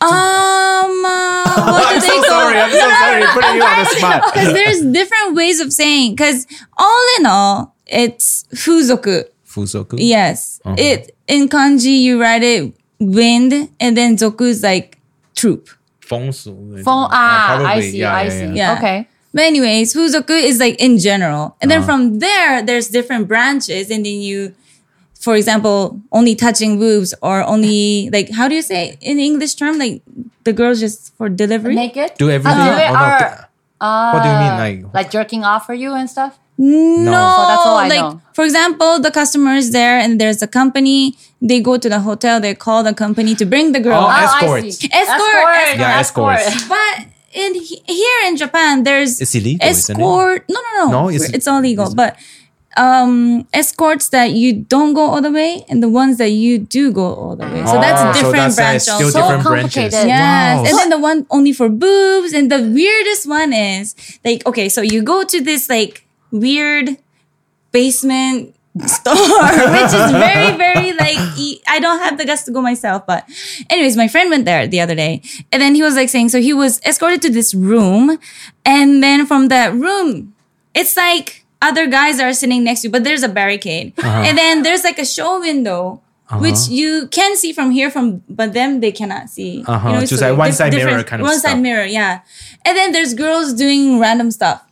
Speaker 3: Um, uh, what
Speaker 1: *laughs*
Speaker 3: do
Speaker 1: I'm
Speaker 3: they
Speaker 1: so
Speaker 3: call-
Speaker 1: sorry. I'm so
Speaker 3: *laughs*
Speaker 1: sorry. Putting you on the spot.
Speaker 3: because there's different ways of saying because all in all it's fuzoku
Speaker 1: Fusoku.
Speaker 3: yes it in kanji you write it wind and then zoku is like troop
Speaker 1: Fengsu.
Speaker 4: Phone. Ah, I
Speaker 1: Probably.
Speaker 4: see.
Speaker 1: Yeah,
Speaker 4: I
Speaker 1: yeah,
Speaker 4: see.
Speaker 1: yeah.
Speaker 3: Yeah.
Speaker 4: Okay.
Speaker 3: but anyways fuzoku is like in general and then from there there's different branches and then you for example only touching boobs or only like how do you say it in english term like the girls just for delivery
Speaker 4: Naked.
Speaker 1: Do everything. Oh,
Speaker 4: Uh, do it
Speaker 1: or not?
Speaker 4: or-
Speaker 1: What do you mean,
Speaker 4: Uh,
Speaker 1: like-
Speaker 4: like jerking off for you and stuff?
Speaker 3: No,
Speaker 1: So
Speaker 4: that's all I
Speaker 3: Oh, like
Speaker 4: know.
Speaker 3: for example, the customer is there and there's a company. They go to the hotel. They call the company to bring the girl.
Speaker 1: Oh,
Speaker 4: Ah, I
Speaker 1: escorts.
Speaker 4: see.
Speaker 3: Escort,
Speaker 4: Escort.
Speaker 1: Yeah, escorts.
Speaker 3: but in he- here in Japan, there's
Speaker 1: It's illegal, isn't it?
Speaker 3: escort. No, no, no.
Speaker 1: No, it's-
Speaker 3: it's, all legal. but um, escorts that you don't go all the way and the ones that you do go all the way. So that's
Speaker 1: Oh, so
Speaker 3: different
Speaker 1: that's, uh,
Speaker 3: branch.
Speaker 1: still
Speaker 3: also.
Speaker 4: So
Speaker 1: different
Speaker 4: complicated.
Speaker 1: branches.
Speaker 3: Yes.
Speaker 1: Wow.
Speaker 3: And then the one only for boobs. And the weirdest one is like, okay, so you go to this like weird basement *laughs* store, which is very, very like, e- I don't have the guts to go myself. But, anyways, my friend went there the other day. And then he was like saying, so he was escorted to this room. And then from that room, it's like, other guys are sitting next to you, but there's a barricade.
Speaker 1: Uh-huh.
Speaker 3: And then there's like a show window, which you can see from here, from but them they cannot see.
Speaker 1: Uh-huh,
Speaker 3: You
Speaker 1: just
Speaker 3: it's
Speaker 1: like one side
Speaker 3: different-
Speaker 1: mirror kind of
Speaker 3: One
Speaker 1: stuff.
Speaker 3: side mirror, yeah. And then there's girls doing random stuff,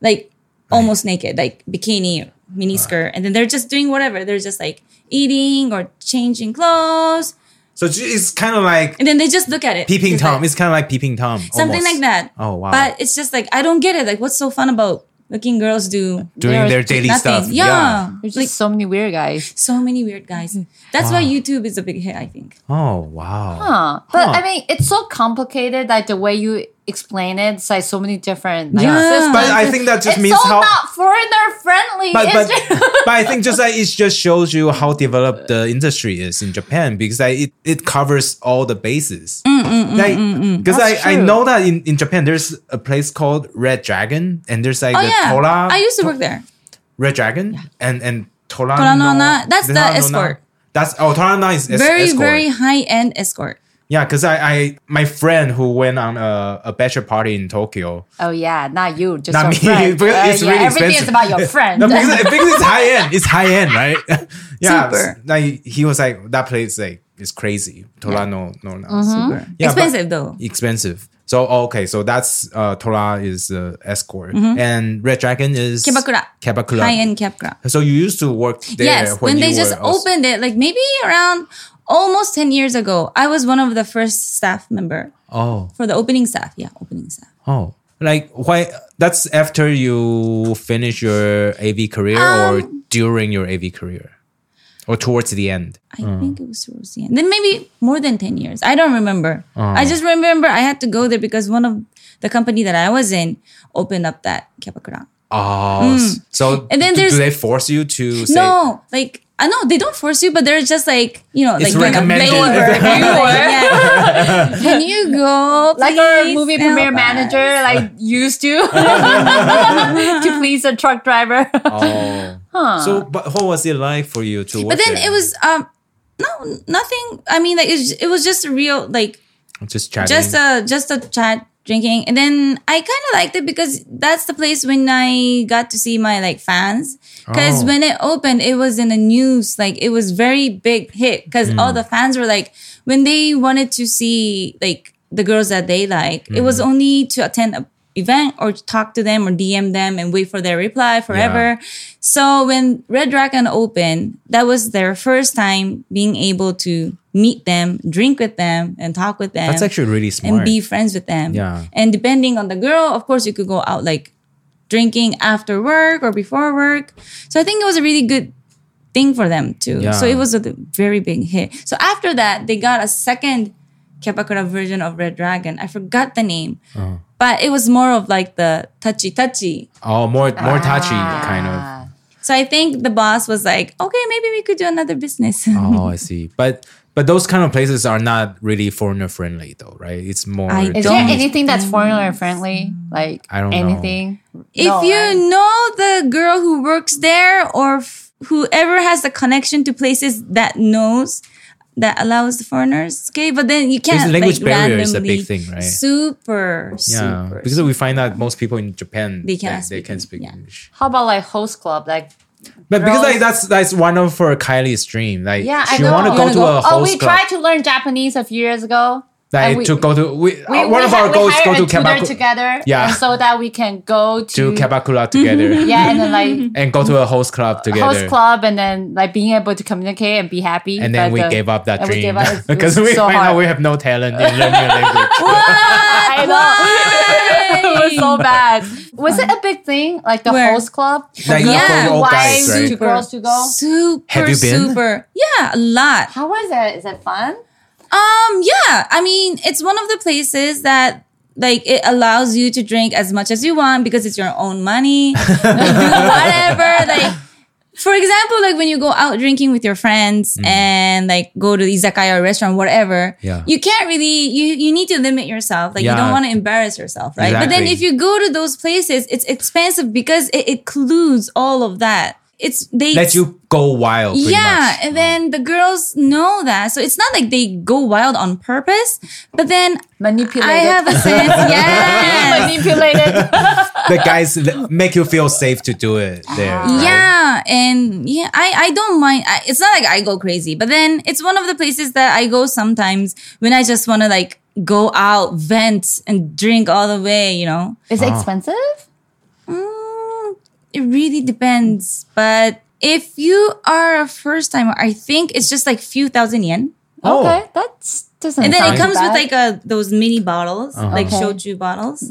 Speaker 3: like almost naked, like bikini, mini
Speaker 1: Uh-huh.
Speaker 3: skirt, and then they're just doing whatever. They're just like eating or changing clothes,
Speaker 1: So it's kind of like
Speaker 3: and then they just look at it.
Speaker 1: peeping
Speaker 3: It's like-
Speaker 1: tom. It's kind of like peeping tom.
Speaker 3: something
Speaker 1: almost.
Speaker 3: like that.
Speaker 1: Oh wow.
Speaker 3: But it's just like I don't get it. Like, what's so fun about looking girls do
Speaker 1: Doing
Speaker 4: There's
Speaker 1: their daily
Speaker 3: nothing?
Speaker 1: stuff.
Speaker 3: yeah.
Speaker 4: There's just so many weird guys.
Speaker 3: so many weird guys. That's why YouTube is a big hit, I think.
Speaker 1: Oh wow.
Speaker 4: Huh. But
Speaker 1: Huh.
Speaker 4: I mean, it's so complicated. Like the way you explain it, it's like so many different. Like,
Speaker 3: Yeah.
Speaker 4: systems.
Speaker 1: But I think that just
Speaker 4: it's
Speaker 1: means
Speaker 4: so
Speaker 1: how-
Speaker 4: not foreigner friendly.
Speaker 1: but but,
Speaker 3: *laughs*
Speaker 4: It's just-
Speaker 1: but I think just like it just shows you how developed the industry is in Japan because like it, it covers all the bases.
Speaker 3: Mm,
Speaker 1: Like because
Speaker 4: That's
Speaker 1: I, I
Speaker 4: true.
Speaker 1: know that in, in Japan there's a place called Red Dragon and there's like
Speaker 3: Oh
Speaker 1: the
Speaker 3: yeah,
Speaker 1: Tola
Speaker 3: I used to work there.
Speaker 1: Red Dragon and and Tola
Speaker 3: Toranona, that's the escort.
Speaker 1: That's oh Toranona is es-
Speaker 3: very
Speaker 1: escort.
Speaker 3: very high end escort.
Speaker 1: yeah because I, I my friend who went on a, a bachelor party in Tokyo
Speaker 4: oh yeah, not you. Just
Speaker 1: Not
Speaker 4: your
Speaker 1: me, *laughs*
Speaker 4: friend.
Speaker 1: because
Speaker 4: Uh,
Speaker 1: it's
Speaker 4: yeah,
Speaker 1: really
Speaker 4: everything
Speaker 1: expensive.
Speaker 4: is
Speaker 1: *laughs*
Speaker 4: about your friend.
Speaker 1: No, because, because it's high end. It's high end, right? *laughs* yeah.
Speaker 3: Super.
Speaker 1: Like he was like that place like is crazy. Tola no no no.
Speaker 4: Mm-hmm.
Speaker 1: Super. Yeah, but-
Speaker 3: Expensive though.
Speaker 1: Expensive. So oh, okay, so that's uh Tola is uh, escort
Speaker 4: Mm-hmm.
Speaker 1: and Red Dragon is
Speaker 3: Kebakura.
Speaker 1: Kebakura.
Speaker 3: High end Kebakura.
Speaker 1: So you used to work there
Speaker 3: Yes, when,
Speaker 1: you
Speaker 3: they just
Speaker 1: were also-
Speaker 3: opened it, like maybe around almost ten years ago, I was one of the first staff member
Speaker 1: Oh
Speaker 3: for the opening staff. Yeah, opening staff.
Speaker 1: oh. Like why? That's after you finish your AV career or
Speaker 4: Um,
Speaker 1: during your AV career, or towards the end.
Speaker 3: I think it was towards the end. Then maybe more than 10 years. I don't remember.
Speaker 1: Oh.
Speaker 3: I just remember I had to go there because one of the company that I was in opened up that Kebakura.
Speaker 1: Oh, s- so
Speaker 3: And then
Speaker 1: do,
Speaker 3: there's-
Speaker 1: do they force you to say
Speaker 3: No, like I know they don't force you, but they're just like you know,
Speaker 1: It's
Speaker 3: like doing a
Speaker 1: recommended. *laughs*
Speaker 3: favor.
Speaker 1: Favor. *laughs*
Speaker 3: Yeah. Can you go
Speaker 4: *laughs* like
Speaker 3: please?
Speaker 4: our movie
Speaker 3: Help
Speaker 4: premiere
Speaker 3: us.
Speaker 4: manager, like used
Speaker 1: *laughs*
Speaker 4: to *laughs* to please a truck driver.
Speaker 1: Oh. So, but what was it like for you to work?
Speaker 3: But then
Speaker 1: there?
Speaker 3: it was um no nothing. I mean, like it was, it was just a real like
Speaker 1: just chatting.
Speaker 3: just uh, a just a chat drinking and then i kind of liked it because that's the place when i got to see my like fans because
Speaker 1: Oh.
Speaker 3: when it opened it was in the news like it was very big hit because
Speaker 1: Hmm.
Speaker 3: all the fans were like
Speaker 1: Hmm.
Speaker 3: when they wanted to see like the girls that they like it was only to attend a event or talk to them or DM them and wait for their reply forever. So when Red Dragon opened, that was their first time being able to meet them, drink with them, and talk with them.
Speaker 1: That's actually really
Speaker 3: and
Speaker 1: smart.
Speaker 3: be friends with them.
Speaker 1: Yeah.
Speaker 3: And depending on the girl, of course, you could go out like drinking after work or before work. So I think it was a really good thing for them too.
Speaker 1: Yeah.
Speaker 3: So it was a very big hit. So after that, they got a second Kepakura version of Red Dragon. I forgot the name,
Speaker 1: Uh-huh.
Speaker 3: but it was more of like the touchy touchy.
Speaker 1: oh, more more touchy kind of.
Speaker 3: So I think the boss was like, okay, maybe we could do another business.
Speaker 1: Oh, I see. But but those kind of places are not really foreigner friendly though, right? It's more
Speaker 3: I
Speaker 4: *laughs* Is
Speaker 3: Don't
Speaker 4: there
Speaker 3: use
Speaker 4: anything that's foreigner friendly? Like
Speaker 1: I don't know.
Speaker 4: anything?
Speaker 3: If
Speaker 4: No,
Speaker 3: you
Speaker 4: right?
Speaker 3: know the girl who works there or f- whoever has the connection to places that knows that allows the foreigners, okay, but then you can't
Speaker 1: language
Speaker 3: like,
Speaker 1: barrier is a
Speaker 3: randomly-
Speaker 1: big thing, right?
Speaker 3: Super,
Speaker 1: yeah,
Speaker 3: super.
Speaker 1: because we find that most people in Japan
Speaker 3: They cannot
Speaker 1: they,
Speaker 3: speak
Speaker 1: can
Speaker 3: English,
Speaker 1: speak
Speaker 3: yeah.
Speaker 1: English.
Speaker 4: How about like host club? Like
Speaker 1: But because like
Speaker 4: Girls-
Speaker 1: that's that's one of her Kylie's dream. Like
Speaker 4: yeah,
Speaker 1: she
Speaker 4: I know.
Speaker 1: want to
Speaker 4: You
Speaker 1: go to a
Speaker 4: wanna oh,
Speaker 1: host
Speaker 4: we
Speaker 1: club. Uh,
Speaker 4: tried to learn Japanese a few years ago.
Speaker 1: Like
Speaker 4: and we-
Speaker 1: to go to we,
Speaker 4: We,
Speaker 1: uh, one
Speaker 4: we
Speaker 1: of
Speaker 4: hi-
Speaker 1: our
Speaker 4: we
Speaker 1: goals
Speaker 4: hired
Speaker 1: go
Speaker 4: a
Speaker 1: to
Speaker 4: tutor
Speaker 1: Kebaku
Speaker 4: together.
Speaker 1: Yeah.
Speaker 4: and so that we can go
Speaker 1: to
Speaker 4: to,
Speaker 1: Kebakura together.
Speaker 4: Mm-hmm. yeah, and then like
Speaker 1: And go to a host club *laughs* together.
Speaker 4: host club, and then like being able to communicate and be happy.
Speaker 1: And then
Speaker 4: But
Speaker 1: we
Speaker 4: the-
Speaker 1: gave up that
Speaker 4: and we
Speaker 1: dream
Speaker 4: gave up.
Speaker 1: *laughs*
Speaker 4: It
Speaker 1: because
Speaker 4: was
Speaker 1: we
Speaker 4: so
Speaker 1: find out
Speaker 4: hard.
Speaker 1: we have no talent in learning a
Speaker 4: *laughs*
Speaker 1: language.
Speaker 4: I know. it was so bad. Was it a big thing? Like the
Speaker 3: Where?
Speaker 4: host club?
Speaker 1: Like
Speaker 4: Girls
Speaker 3: yeah.
Speaker 4: to
Speaker 1: old guys,
Speaker 4: wives,
Speaker 1: right?
Speaker 4: to girls to go.
Speaker 3: super,
Speaker 1: Have you been?
Speaker 3: super. Yeah, a lot.
Speaker 4: How was it? Is it fun?
Speaker 3: Um, yeah. I mean, it's one of the places that like it allows you to drink as much as you want because it's your own
Speaker 1: *laughs*
Speaker 3: money. You do whatever. Like for example, like when you go out drinking with your friends and like go to the izakaya or restaurant, whatever,
Speaker 1: Mm-hmm. Yeah.
Speaker 3: you can't really you you need to limit yourself. Like you
Speaker 1: Yeah.
Speaker 3: don't want to embarrass yourself, right? But then
Speaker 1: Exactly.
Speaker 3: if you go to those places, it's expensive because it includes all of that. It's they
Speaker 1: Let you go wild. pretty
Speaker 3: yeah,
Speaker 1: much.
Speaker 3: and then the girls know that. So it's not like they go wild on purpose, but then
Speaker 4: Manipulated.
Speaker 3: I have *laughs* a sense, *laughs* yes.
Speaker 4: manipulated.
Speaker 1: the guys l- make you feel safe to do it
Speaker 4: Ah.
Speaker 1: there. right?
Speaker 3: Yeah, and yeah, I, I don't mind. I, it's not like I go crazy, but then it's one of the places that I go sometimes when I just want to like go out, vent, and drink all the way, you know?
Speaker 4: Is it expensive?
Speaker 3: Mm, it really depends. But if you are a first timer, I think it's just like few thousand yen.
Speaker 1: Oh.
Speaker 4: Okay, that's doesn't.
Speaker 3: And then
Speaker 4: sound
Speaker 3: it comes
Speaker 4: bad.
Speaker 3: with like a those mini bottles,
Speaker 1: Uh-huh.
Speaker 3: like
Speaker 4: Okay.
Speaker 3: shochu bottles.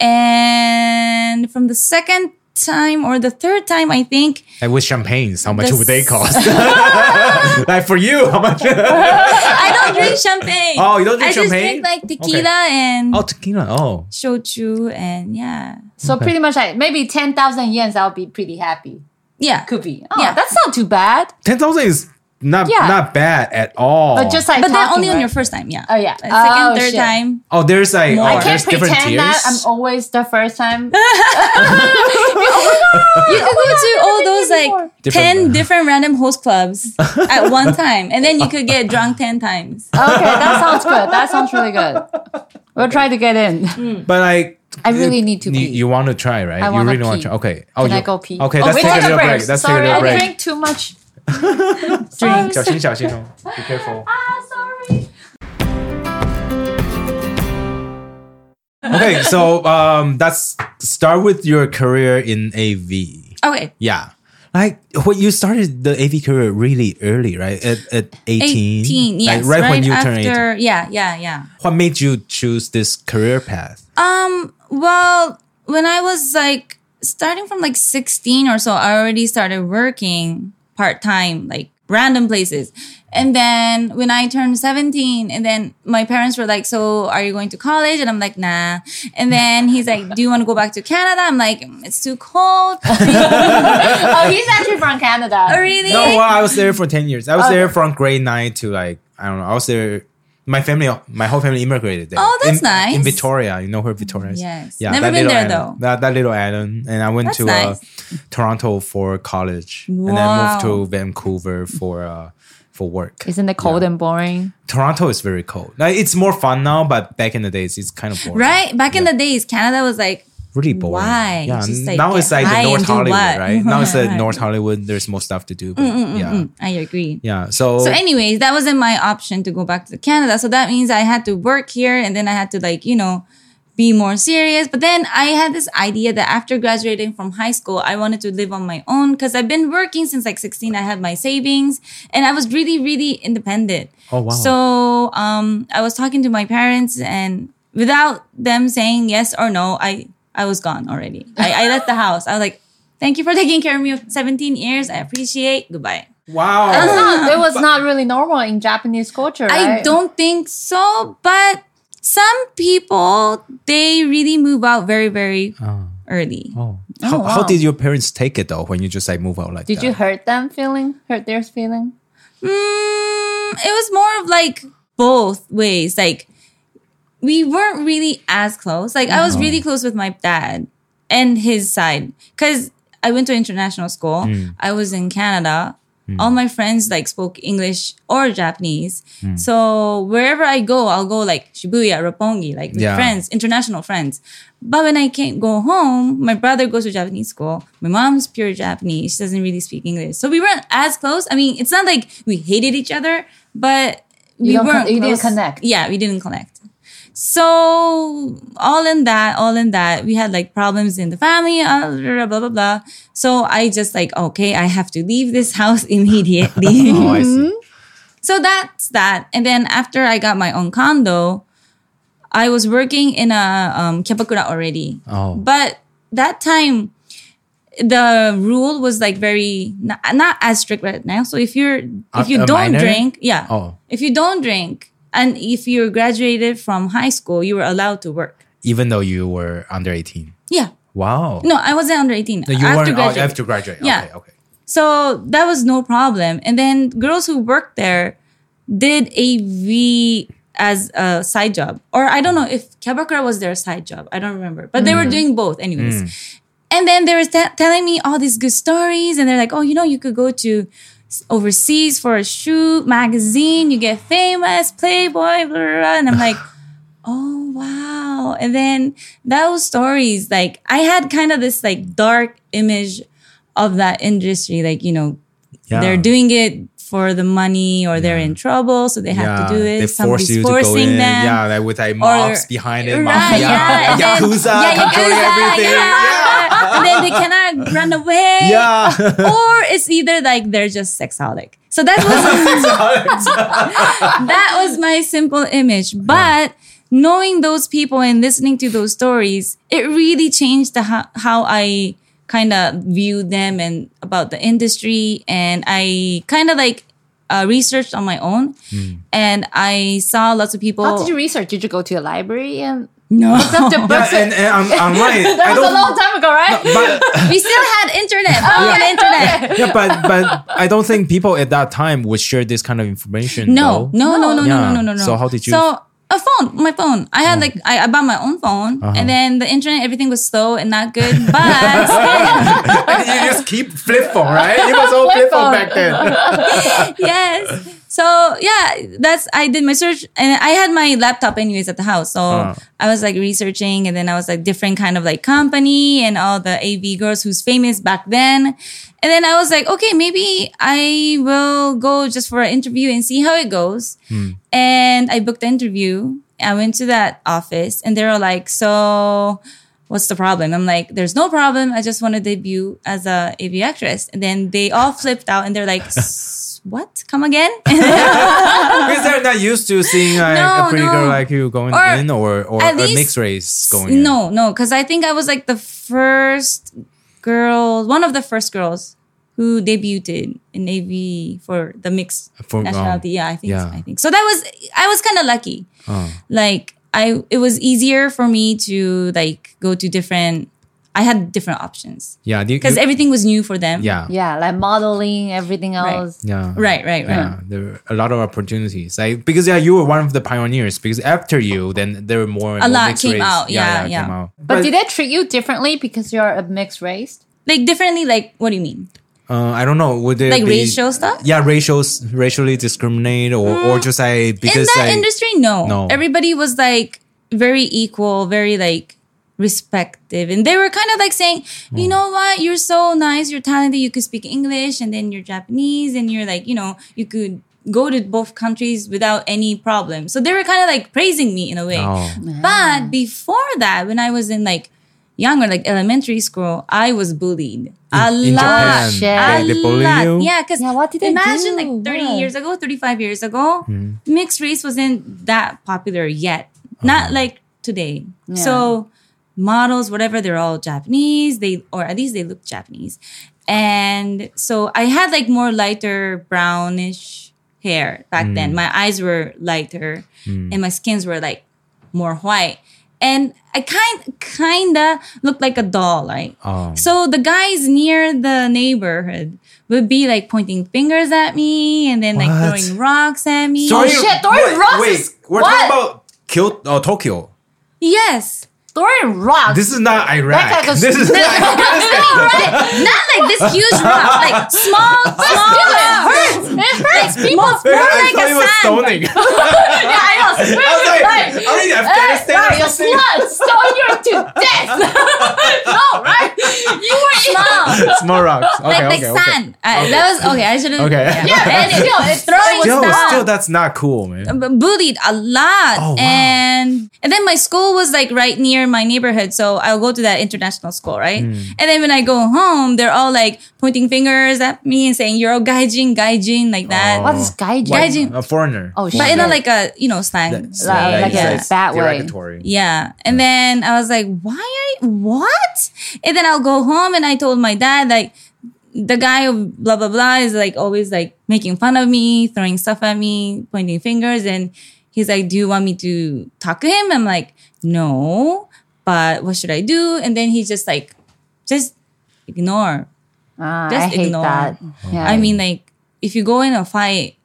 Speaker 3: And from the second time or the third time, I think
Speaker 1: Like with champagnes, how much
Speaker 3: The
Speaker 1: would they
Speaker 3: s-
Speaker 1: cost?
Speaker 4: *laughs*
Speaker 1: *laughs* like for you, how much?
Speaker 3: I don't
Speaker 1: *laughs*
Speaker 3: drink champagne.
Speaker 1: Oh, you don't drink
Speaker 3: I just
Speaker 1: champagne?
Speaker 3: drink like tequila
Speaker 1: Okay.
Speaker 3: and
Speaker 1: oh, tequila. Oh,
Speaker 3: shochu, and yeah,
Speaker 4: so pretty much like maybe ten thousand yens. I'll be pretty happy.
Speaker 3: yeah.
Speaker 4: Could be. Oh,
Speaker 3: Yeah.
Speaker 4: that's not too bad.
Speaker 1: ten thousand is not
Speaker 4: Yeah.
Speaker 1: not bad at all.
Speaker 4: But just like,
Speaker 3: But then
Speaker 4: talking,
Speaker 3: only on
Speaker 4: right?
Speaker 3: your first time, yeah.
Speaker 4: Oh, yeah.
Speaker 3: Like, second,
Speaker 4: Oh,
Speaker 3: third
Speaker 4: shit.
Speaker 3: time.
Speaker 1: oh, there's like
Speaker 3: More.
Speaker 1: oh,
Speaker 3: I
Speaker 4: I
Speaker 1: there's
Speaker 4: can't
Speaker 1: different
Speaker 4: pretend
Speaker 1: tiers.
Speaker 4: that I'm always the first time.
Speaker 3: *laughs* You could go *laughs* to all those like
Speaker 4: before.
Speaker 1: Different-
Speaker 3: ten different random
Speaker 1: *laughs*
Speaker 3: host clubs at one time, and then you could get drunk ten times.
Speaker 4: Okay, that sounds good. That sounds really good. We'll try to get in.
Speaker 3: Mm.
Speaker 1: but like.
Speaker 4: I really need to
Speaker 1: You,
Speaker 4: pee.
Speaker 1: you want to try, right?
Speaker 4: I
Speaker 1: you
Speaker 4: wanna
Speaker 1: really want
Speaker 4: pee.
Speaker 1: to try. Okay. Oh,
Speaker 4: Can
Speaker 1: you,
Speaker 4: I go pee?
Speaker 1: Okay,
Speaker 4: Oh,
Speaker 1: let's
Speaker 4: we
Speaker 1: take a
Speaker 4: take a
Speaker 1: little break.
Speaker 4: break.
Speaker 1: Let's
Speaker 4: Sorry,
Speaker 1: take a
Speaker 4: I
Speaker 1: little break.
Speaker 4: drink
Speaker 1: *laughs*
Speaker 4: too much.
Speaker 1: Drink. 小心小心哦 Be careful.
Speaker 4: *laughs* Ah, sorry.
Speaker 1: Okay, so um, that's start with your career in AV.
Speaker 3: Okay.
Speaker 1: Yeah. Like when you started the AV career really early, right? At, at 18?
Speaker 3: 18 yes
Speaker 1: Like, right, when you turned 18.
Speaker 3: after, yeah yeah yeah
Speaker 1: What made you choose this career path?
Speaker 3: um well when i was like starting from like 16 or so i already started working part-time like random places and then when i turned 17 and then my parents were like so are you going to college and i'm like nah and then he's like do you want to go back to canada i'm like "Mm, it's
Speaker 1: *laughs*
Speaker 3: too cold
Speaker 4: Oh, he's actually from Canada.
Speaker 3: really
Speaker 1: No, well, I was there for 10 years. I was
Speaker 4: Okay.
Speaker 1: there from grade 9 to like, I don't know, I was there. My family, my whole family immigrated there.
Speaker 3: Oh, that's
Speaker 1: in,
Speaker 3: nice. Mm,
Speaker 1: In Victoria, you know where Victoria is?
Speaker 3: Yes.
Speaker 1: Yeah,
Speaker 3: Never
Speaker 1: that
Speaker 3: been
Speaker 1: little
Speaker 3: there,
Speaker 1: island-
Speaker 3: though.
Speaker 1: That, that little island. And I went
Speaker 3: That's
Speaker 1: to
Speaker 3: nice.
Speaker 1: uh, Toronto for college and
Speaker 3: Wow.
Speaker 1: then moved to Vancouver for uh, for work.
Speaker 4: *laughs* Isn't it cold and boring?
Speaker 1: Toronto is very cold. Like, it's more fun now, but back in the days, it's kind of boring.
Speaker 3: right back in the days canada was like
Speaker 1: really boring.
Speaker 3: Why?
Speaker 1: Yeah,
Speaker 3: Just, like,
Speaker 1: now
Speaker 3: get
Speaker 1: it's like
Speaker 3: high
Speaker 1: the
Speaker 3: and
Speaker 1: North
Speaker 3: do
Speaker 1: Hollywood,
Speaker 3: what? Mm,
Speaker 1: right? Now it's the
Speaker 3: *laughs* Right.
Speaker 1: North Hollywood. There's more stuff to do. But yeah,
Speaker 3: i agree
Speaker 1: yeah. So,
Speaker 3: So, anyways, that wasn't my option to go back to Canada. So that means I had to work here, and then I had to like you know be more serious. But then I had this idea that after graduating from high school, I wanted to live on my own because I've been working since like 16. I had my savings and I was really, really independent.
Speaker 1: Oh, wow.
Speaker 3: So um, I was talking to my parents and without them saying yes or no, I, I was gone already. I, I left the house. I was like, thank you for taking care of me for 17 years. I appreciate. Goodbye.
Speaker 1: Wow.
Speaker 3: Uh-huh.
Speaker 4: it was not really normal in Japanese culture.
Speaker 3: I
Speaker 4: right?
Speaker 3: don't think so, but some people they really move out very, very early.
Speaker 1: Oh. How,
Speaker 4: wow.
Speaker 1: how did your parents take it though when you just like move out like
Speaker 4: Did
Speaker 1: that?
Speaker 4: you hurt them feeling? Hurt their feeling?
Speaker 3: Mm, it was more of like both ways. Like we weren't really as close. Like I was really close with my dad and his side because I went to international school. I was in Canada. All my friends like spoke English or Japanese. So wherever I go, I'll go like Shibuya, Roppongi, like with
Speaker 1: Yeah.
Speaker 3: friends, international friends. But when I can't go home, my brother goes to Japanese school. My mom's pure Japanese. She doesn't really speak English. So we weren't as close. I mean, it's not like we hated each other, but we
Speaker 4: don't con-
Speaker 3: weren't
Speaker 4: you didn't
Speaker 3: close.
Speaker 4: connect.
Speaker 3: Yeah, we didn't connect. So all in that, all in that, we had like problems in the family, uh, blah blah blah. blah. So I just like okay, I have to leave this house *laughs*
Speaker 1: *laughs*
Speaker 3: immediately.
Speaker 1: Oh, I
Speaker 3: Hmm?
Speaker 1: see.
Speaker 3: so that's that. And then after I got my own condo, I was working in a um, Kyabakura already.
Speaker 1: Oh.
Speaker 3: But that time, the rule was like very not, not as strict right now. So if you're
Speaker 1: A-
Speaker 3: if you
Speaker 1: a
Speaker 3: don't
Speaker 1: minor?
Speaker 3: drink, yeah,
Speaker 1: Oh.
Speaker 3: if you don't drink and if you graduated from high school, you were allowed to work.
Speaker 1: Even though you were under 18.
Speaker 3: Yeah,
Speaker 1: Wow.
Speaker 3: no, I wasn't under eighteen.
Speaker 1: No, you
Speaker 3: after
Speaker 1: weren't. Oh,
Speaker 3: graduating.
Speaker 1: after graduate.
Speaker 3: Yeah.
Speaker 1: Okay, okay.
Speaker 3: So that was no problem. And then girls who worked there did AV as a side job. Or I don't know if Kyabakura was their side job. I don't remember. But they were doing both, anyways. And then they were te- telling me all these good stories. And they're like, oh, you know, you could go to s- overseas for a shoot, magazine, you get famous, Playboy, blah, blah, blah. And I'm like, oh, wow. And then those stories, like, I had kind of this like dark image of that industry. Like, you know,
Speaker 1: Yeah.
Speaker 3: they're doing it for the money or they're in trouble, so they have to do it.
Speaker 1: They force
Speaker 3: Somebody's
Speaker 1: you to
Speaker 3: forcing
Speaker 1: go in.
Speaker 3: them.
Speaker 1: Yeah, like with like mobs behind it,
Speaker 3: Right,
Speaker 1: mafia,
Speaker 3: yeah, and then-
Speaker 1: *laughs* yakuza
Speaker 3: yeah,
Speaker 1: controlling
Speaker 3: yakuza,
Speaker 1: everything.
Speaker 3: yeah. And then they cannot run away.
Speaker 1: Yeah. *laughs*
Speaker 3: *laughs* Or it's either like they're just sexaholic. So that was *laughs* that was my simple image. But knowing those people and listening to those stories, it really changed the how, how I kind of viewed them and about the industry. And I kind of like uh, researched on my own, and I saw lots of people.
Speaker 4: How did you research? Did you go to a library *laughs* and
Speaker 3: no,
Speaker 4: the books?
Speaker 1: Yeah, and, and I'm, I'm
Speaker 3: *laughs*
Speaker 1: right. I
Speaker 4: that was a
Speaker 1: don't,
Speaker 4: long time ago,
Speaker 1: *laughs*
Speaker 4: right?
Speaker 1: but,
Speaker 3: we still had internet. Oh, yeah, internet.
Speaker 1: yeah, but but I don't think people at that time would share this kind of information.
Speaker 3: No,
Speaker 1: though.
Speaker 3: no, no, no,
Speaker 1: Yeah.
Speaker 3: no, no, no, no.
Speaker 1: So how did you- Oh.
Speaker 3: So a phone, my phone. I had like I, I bought my own phone,
Speaker 1: Uh-huh.
Speaker 3: and then the internet, everything was slow and not good. But
Speaker 1: *laughs*
Speaker 3: *laughs*
Speaker 1: you just keep flip phone, right? It was all flip phone back then.
Speaker 3: yes. So yeah, that's I did my search and I had my laptop anyways at the house. So
Speaker 1: Ah.
Speaker 3: I was like researching and then I was like different kind of like company and all the AV girls who's famous back then. And then I was like, okay, maybe I will go just for an interview and see how it goes.
Speaker 1: Hmm.
Speaker 3: And I booked the interview. I went to that office and they were like, so what's the problem? I'm like, there's no problem. I just want to debut as a AV actress. And then they all flipped out and they're like, "S- what? Come again? *laughs*
Speaker 1: Because they're not used to seeing like
Speaker 3: No,
Speaker 1: a pretty
Speaker 3: no.
Speaker 1: girl like you going
Speaker 3: Or
Speaker 1: in or or
Speaker 3: at
Speaker 1: a
Speaker 3: least-
Speaker 1: mixed race going in.
Speaker 3: no, no. Cause I think I was like the first girl, one of the first girls who debuted in AV for the mixed
Speaker 1: For, um,
Speaker 3: nationality. yeah, I think,
Speaker 1: yeah.
Speaker 3: I think. So that was, I was kind of lucky.
Speaker 1: Oh.
Speaker 3: like I it was easier for me to like go to different I had different options
Speaker 1: Yeah, do you-
Speaker 3: because
Speaker 1: you-
Speaker 3: everything was new for them.
Speaker 1: yeah.
Speaker 4: yeah, like modeling, everything
Speaker 3: Right.
Speaker 4: else.
Speaker 1: Yeah.
Speaker 3: Right, right, right.
Speaker 1: Yeah, there were a lot of opportunities. Like because yeah, you were one of the pioneers. Because after you, then there were more. and
Speaker 3: A
Speaker 1: more
Speaker 3: lot
Speaker 1: mixed
Speaker 3: came
Speaker 1: race.
Speaker 3: out. Yeah, yeah.
Speaker 1: came out.
Speaker 4: But, did they treat you differently because you're a mixed race?
Speaker 3: Like differently, like what do you mean?
Speaker 1: uh, I don't know. Would there
Speaker 3: Like
Speaker 1: be-
Speaker 3: racial stuff?
Speaker 1: Yeah, racials racially discriminate or or just like because
Speaker 3: In that
Speaker 1: like,
Speaker 3: industry, no.
Speaker 1: No.
Speaker 3: Everybody was like very equal, very like respective. And they were kind of like saying,
Speaker 1: Hmm.
Speaker 3: you know what, you're so nice, you're talented, you could speak English, and then you're Japanese, and you're like, you know, you could go to both countries without any problem. So they were kind of like praising me in a way.
Speaker 1: Oh.
Speaker 3: But before that, when I was in like younger, like elementary school, I was bullied a
Speaker 1: in
Speaker 3: lot.
Speaker 1: Japan,
Speaker 3: A
Speaker 1: they, they bully
Speaker 3: lot.
Speaker 1: you.
Speaker 3: Yeah, because
Speaker 4: Yeah, what did they
Speaker 3: imagine
Speaker 4: do? Mm-hmm.
Speaker 3: like 30
Speaker 4: What?
Speaker 3: years ago, 35 years ago, mixed race wasn't that popular yet.
Speaker 4: Uh-huh.
Speaker 3: Not like today. So models, whatever, they're all Japanese. They or at least they look Japanese. And so I had like more lighter brownish hair back
Speaker 4: Mm.
Speaker 3: then. My eyes were lighter and my skins were like more white. And I kind kinda looked like a doll, right?
Speaker 1: Oh.
Speaker 3: So the guys near the neighborhood would be like pointing fingers at me and then like
Speaker 1: What?
Speaker 3: throwing rocks at me.
Speaker 1: Sorry,
Speaker 4: shit, Dory
Speaker 1: wait,
Speaker 4: Ross
Speaker 1: Wait,
Speaker 4: is-
Speaker 1: we're
Speaker 4: what?
Speaker 1: talking about Kyoto, uh, Tokyo.
Speaker 3: Yes.
Speaker 4: Dorian rocks. *laughs*
Speaker 1: This *laughs* is not Iraq.
Speaker 4: That's like a-
Speaker 3: *laughs*
Speaker 1: this is *laughs*
Speaker 3: Not like this huge rock, like small, small rock.
Speaker 4: hurts. It hurts. People
Speaker 1: Man,
Speaker 4: hurt.
Speaker 1: I
Speaker 3: like
Speaker 1: thought
Speaker 3: a
Speaker 1: it was
Speaker 3: sand.
Speaker 1: stoning.
Speaker 4: Yeah, I know.
Speaker 1: I was like,
Speaker 4: Right.
Speaker 1: I mean, Afghanistan or
Speaker 4: Right, a
Speaker 1: something.
Speaker 4: slut stone you to death. *laughs* no, right? You *laughs* were
Speaker 3: Small.
Speaker 1: *laughs* Small rocks. Okay,
Speaker 3: Like,
Speaker 1: okay,
Speaker 3: like
Speaker 1: okay.
Speaker 3: sand. Uh, that was okay. I should have.
Speaker 1: Okay.
Speaker 3: Yeah.
Speaker 1: *laughs*
Speaker 3: Um,
Speaker 4: Yeah, and still, it's
Speaker 3: Throwing
Speaker 4: throwing
Speaker 1: Yo,
Speaker 3: Stop.
Speaker 1: still, that's not cool, man.
Speaker 3: b- bullied a lot
Speaker 1: Oh, wow.
Speaker 3: and and then my school was like right near my neighborhood so i'll go to that international school right
Speaker 1: Hmm.
Speaker 3: and then when i go home they're all like pointing fingers at me and saying you're all gaijin gaijin like that
Speaker 1: Oh.
Speaker 4: What is gaijin?
Speaker 1: Like,
Speaker 3: Gaijin.
Speaker 1: A foreigner.
Speaker 4: Oh, shit.
Speaker 3: but in a
Speaker 4: Yeah.
Speaker 3: like a you know slang
Speaker 1: That's-
Speaker 4: Like-
Speaker 1: yeah,
Speaker 4: like
Speaker 1: it's-
Speaker 3: a
Speaker 1: it's
Speaker 4: bad way.
Speaker 1: derogatory.
Speaker 3: yeah. And then I was like, why are you, what? And then I'll go home and I told my dad, like, the guy of blah, blah, blah is like always like making fun of me, throwing stuff at me, pointing fingers. And he's like, do you want me to talk to him? I'm like, no, but what should I do? And then he's just like, just ignore.
Speaker 4: Ah, I
Speaker 3: Just
Speaker 4: hate
Speaker 3: ignore.
Speaker 4: that. Yeah.
Speaker 3: I mean, like, if you go in a fight,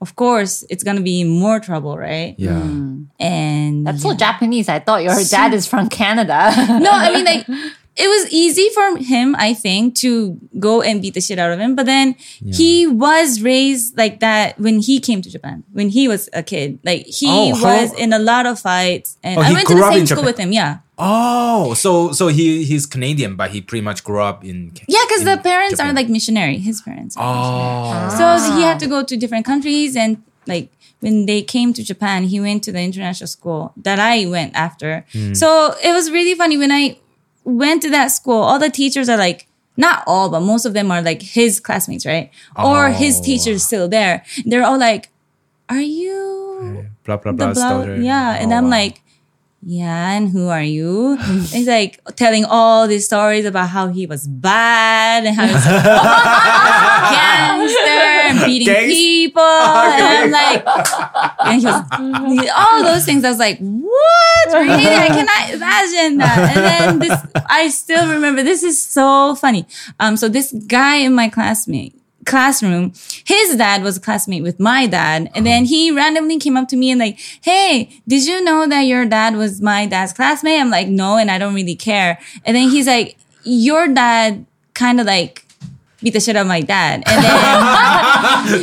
Speaker 3: of course, it's going to be more trouble, right?
Speaker 1: Yeah.
Speaker 3: Mm. And
Speaker 4: that's so Japanese. I thought your dad is from Canada.
Speaker 3: No, I mean like it was easy for him, I think, to go and beat the shit out of him. But then he was raised like that when he came to Japan, when he was a kid. Like he
Speaker 1: Oh, how-
Speaker 3: was in a lot of fights, and
Speaker 1: Oh,
Speaker 3: I
Speaker 1: he
Speaker 3: went to
Speaker 1: grew
Speaker 3: the
Speaker 1: up
Speaker 3: same
Speaker 1: in
Speaker 3: school
Speaker 1: Japan.
Speaker 3: with him. Yeah,
Speaker 1: Oh, so so he he's Canadian, but he pretty much grew up in. Ca-
Speaker 3: yeah, because the parents
Speaker 1: Japan.
Speaker 3: are like missionary. His parents. are
Speaker 1: Oh.
Speaker 3: So he had to go to different countries and like when they came to Japan, he went to the international school that I went after.
Speaker 1: Hmm.
Speaker 3: So it was really funny when I went to that school, all the teachers are like not all, but most of them are like his classmates, right? Or his
Speaker 1: Oh.
Speaker 3: teachers still there. They're all like, Are you
Speaker 1: Blah blah
Speaker 3: the
Speaker 1: blah.
Speaker 3: blah?
Speaker 1: story.
Speaker 3: Yeah. And
Speaker 1: Hmm. Oh,
Speaker 3: I'm
Speaker 1: wow. *laughs*
Speaker 3: like, yeah, and who are you? *laughs* And He's like telling all these stories about how he was bad and how he was a gangster and beating
Speaker 1: Gangs-
Speaker 3: people. And I'm like, and he was all those things. I was like, what? Really? I cannot imagine that. And then this, I still remember. This is so funny. Um, so this guy in my classmate classroom, his dad was a classmate with my dad, and then he randomly came up to me and like, hey, did you know that your dad was my dad's classmate? I'm like, no, and I don't really care. And then he's like, your dad kind of like beat the shit out of my dad, and then.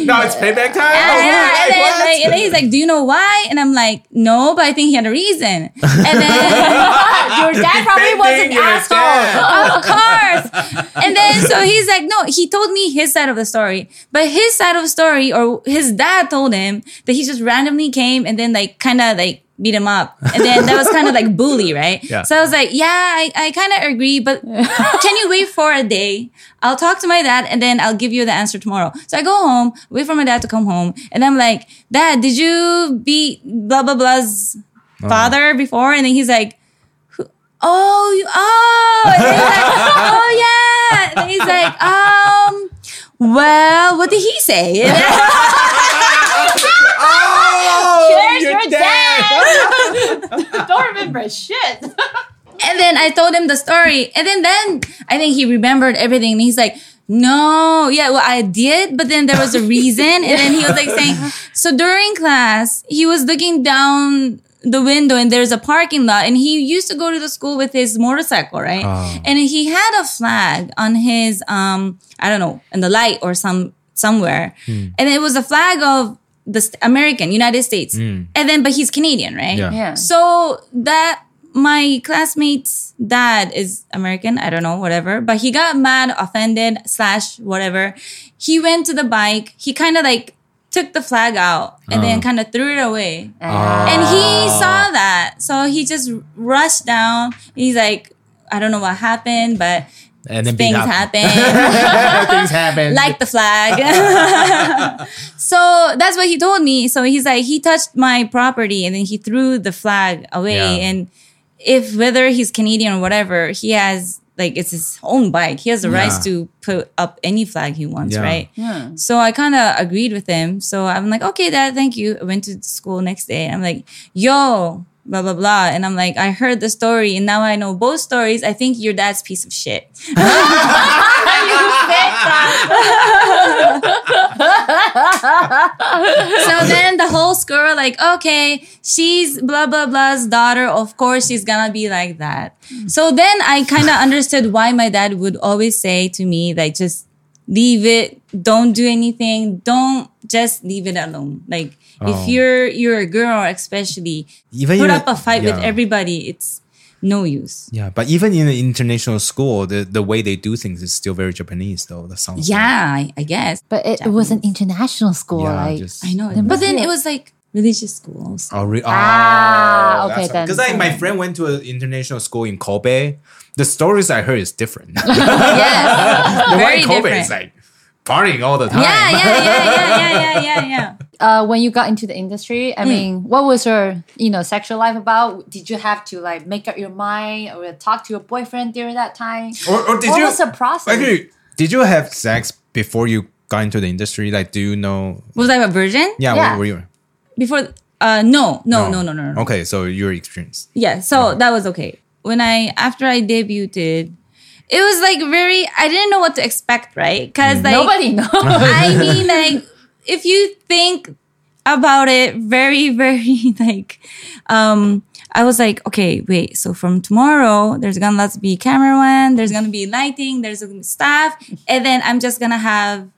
Speaker 1: now it's payback time.
Speaker 3: Yeah,
Speaker 1: Oh,
Speaker 3: yeah.
Speaker 1: right,
Speaker 3: And, then,
Speaker 1: what?
Speaker 3: like, and then he's like, "Do you know why?" And I'm like, "No, but I think he had a reason." And then,
Speaker 4: your *laughs* dad probably was an
Speaker 1: Defending your
Speaker 4: asshole.
Speaker 1: dad.
Speaker 3: of course. And then, so he's like, "No, he told me his side of the story, but his side of the story, or his dad told him that he just randomly came and then like kind of like." Beat him up, and then that was kind of like bully, right?
Speaker 1: Yeah.
Speaker 3: So I was like, "Yeah, I, I kind of agree, but can you wait for a day? I'll talk to my dad and then I'll give you the answer tomorrow. So I go home, wait for my dad to come home, and I'm like, Dad, did you beat blah blah blah's father before? And then he's like, "Who- Oh, you, oh, and then he's like, oh yeah. And then he's like, *laughs* um, well, what did he say? *laughs* And then-
Speaker 1: *laughs*
Speaker 3: *laughs*
Speaker 1: Oh,
Speaker 4: There's
Speaker 1: you're
Speaker 4: your dad. Don't remember shit.
Speaker 3: And then I told him the story. And then then I think he remembered everything. And he's like, no, yeah, well, I did, but then there was a reason. And then he was like saying, so during class, he was looking down the window and there's a parking lot and he used to go to the school with his motorcycle, right?
Speaker 1: Oh.
Speaker 3: And he had a flag on his, um, I don't know, in the light or some, somewhere.
Speaker 1: Hmm.
Speaker 3: And it was a flag of the st- American, United States. And then, but he's Canadian, right?
Speaker 1: Hmm. Yeah.
Speaker 4: Yeah.
Speaker 3: So that my classmate's dad is American, I don't know, whatever, but he got mad, offended, slash, whatever. He went to the bike. He kind of like took the flag out and then kind of threw it away.
Speaker 1: Ah.
Speaker 3: And he saw that. So he just rushed down. He's like, I don't know what happened, but
Speaker 1: and then beat
Speaker 3: things
Speaker 1: up. *laughs*
Speaker 3: happened.
Speaker 1: things happen.
Speaker 3: *laughs* like the flag. *laughs* so that's what he told me. So he's like, he touched my property and then he threw the flag away.
Speaker 1: Yeah.
Speaker 3: And if whether he's Canadian or whatever, he has like it's his own bike. He has the rights
Speaker 1: Yeah.
Speaker 3: to put up any flag he wants,
Speaker 1: Yeah.
Speaker 3: right? So I kind of agreed with him. So I'm like, okay, dad, thank you. I went to school next day. I'm like, yo, blah blah blah, and I'm like, I heard the story, and now I know both stories. I think your dad's piece of shit.
Speaker 1: *laughs*
Speaker 3: so then the whole school like, okay, she's blah blah blah's daughter. Of course, she's gonna be like that. So then I kind
Speaker 1: *laughs*
Speaker 3: of understood why my dad would always say to me like, just leave it, don't do anything, don't just leave it alone. Like
Speaker 1: Oh.
Speaker 3: if you're you're a girl, especially,
Speaker 1: Even
Speaker 3: put
Speaker 1: in
Speaker 3: up a fight with
Speaker 1: yeah.
Speaker 3: everybody. It's no use.
Speaker 1: Yeah, but even in an international school, the, the way they do things is still very Japanese, though. That sounds
Speaker 3: Yeah, I, I guess.
Speaker 2: But it, it was an international school,
Speaker 1: Yeah,
Speaker 2: like
Speaker 1: just-
Speaker 3: I know.
Speaker 2: There
Speaker 3: But
Speaker 2: must
Speaker 3: then
Speaker 2: be a-
Speaker 3: it was like religious schools.
Speaker 1: Oh, re- oh,
Speaker 2: Ah, okay, then.
Speaker 1: Because like my friend went to an international school in Kobe. The stories I heard is different. the one
Speaker 3: *laughs*
Speaker 1: *laughs*
Speaker 3: yes. Very
Speaker 1: in Kobe
Speaker 3: different.
Speaker 1: is like partying all the time.
Speaker 3: yeah, yeah, yeah, yeah, yeah, yeah, yeah,
Speaker 1: *laughs*
Speaker 3: yeah.
Speaker 2: uh, when you got into the industry,
Speaker 1: Hmm.
Speaker 2: I mean, what was your you know sexual life about? Did you have to like make up your mind or talk to your boyfriend during that time?
Speaker 1: Or, or did
Speaker 2: what
Speaker 1: you?
Speaker 2: was the process?
Speaker 1: Actually, did you have sex before you got into the industry? Like, do you know?
Speaker 3: Was I a virgin?
Speaker 1: Yeah,
Speaker 2: Yeah.
Speaker 1: What were you?
Speaker 3: Before uh no, no, no, no, no, no. no.
Speaker 1: Okay, so your experience.
Speaker 3: Yeah, so that was okay. When I after I debuted, it was like very I didn't know what to expect, right? Cuz like
Speaker 1: *laughs*
Speaker 2: Nobody knows.
Speaker 3: *laughs* I mean like if you think about it very *laughs* very like um I was like, okay, wait. So from tomorrow, there's gonna to be cameraman, there's gonna be lighting, there's gonna be staff, and then I'm just gonna have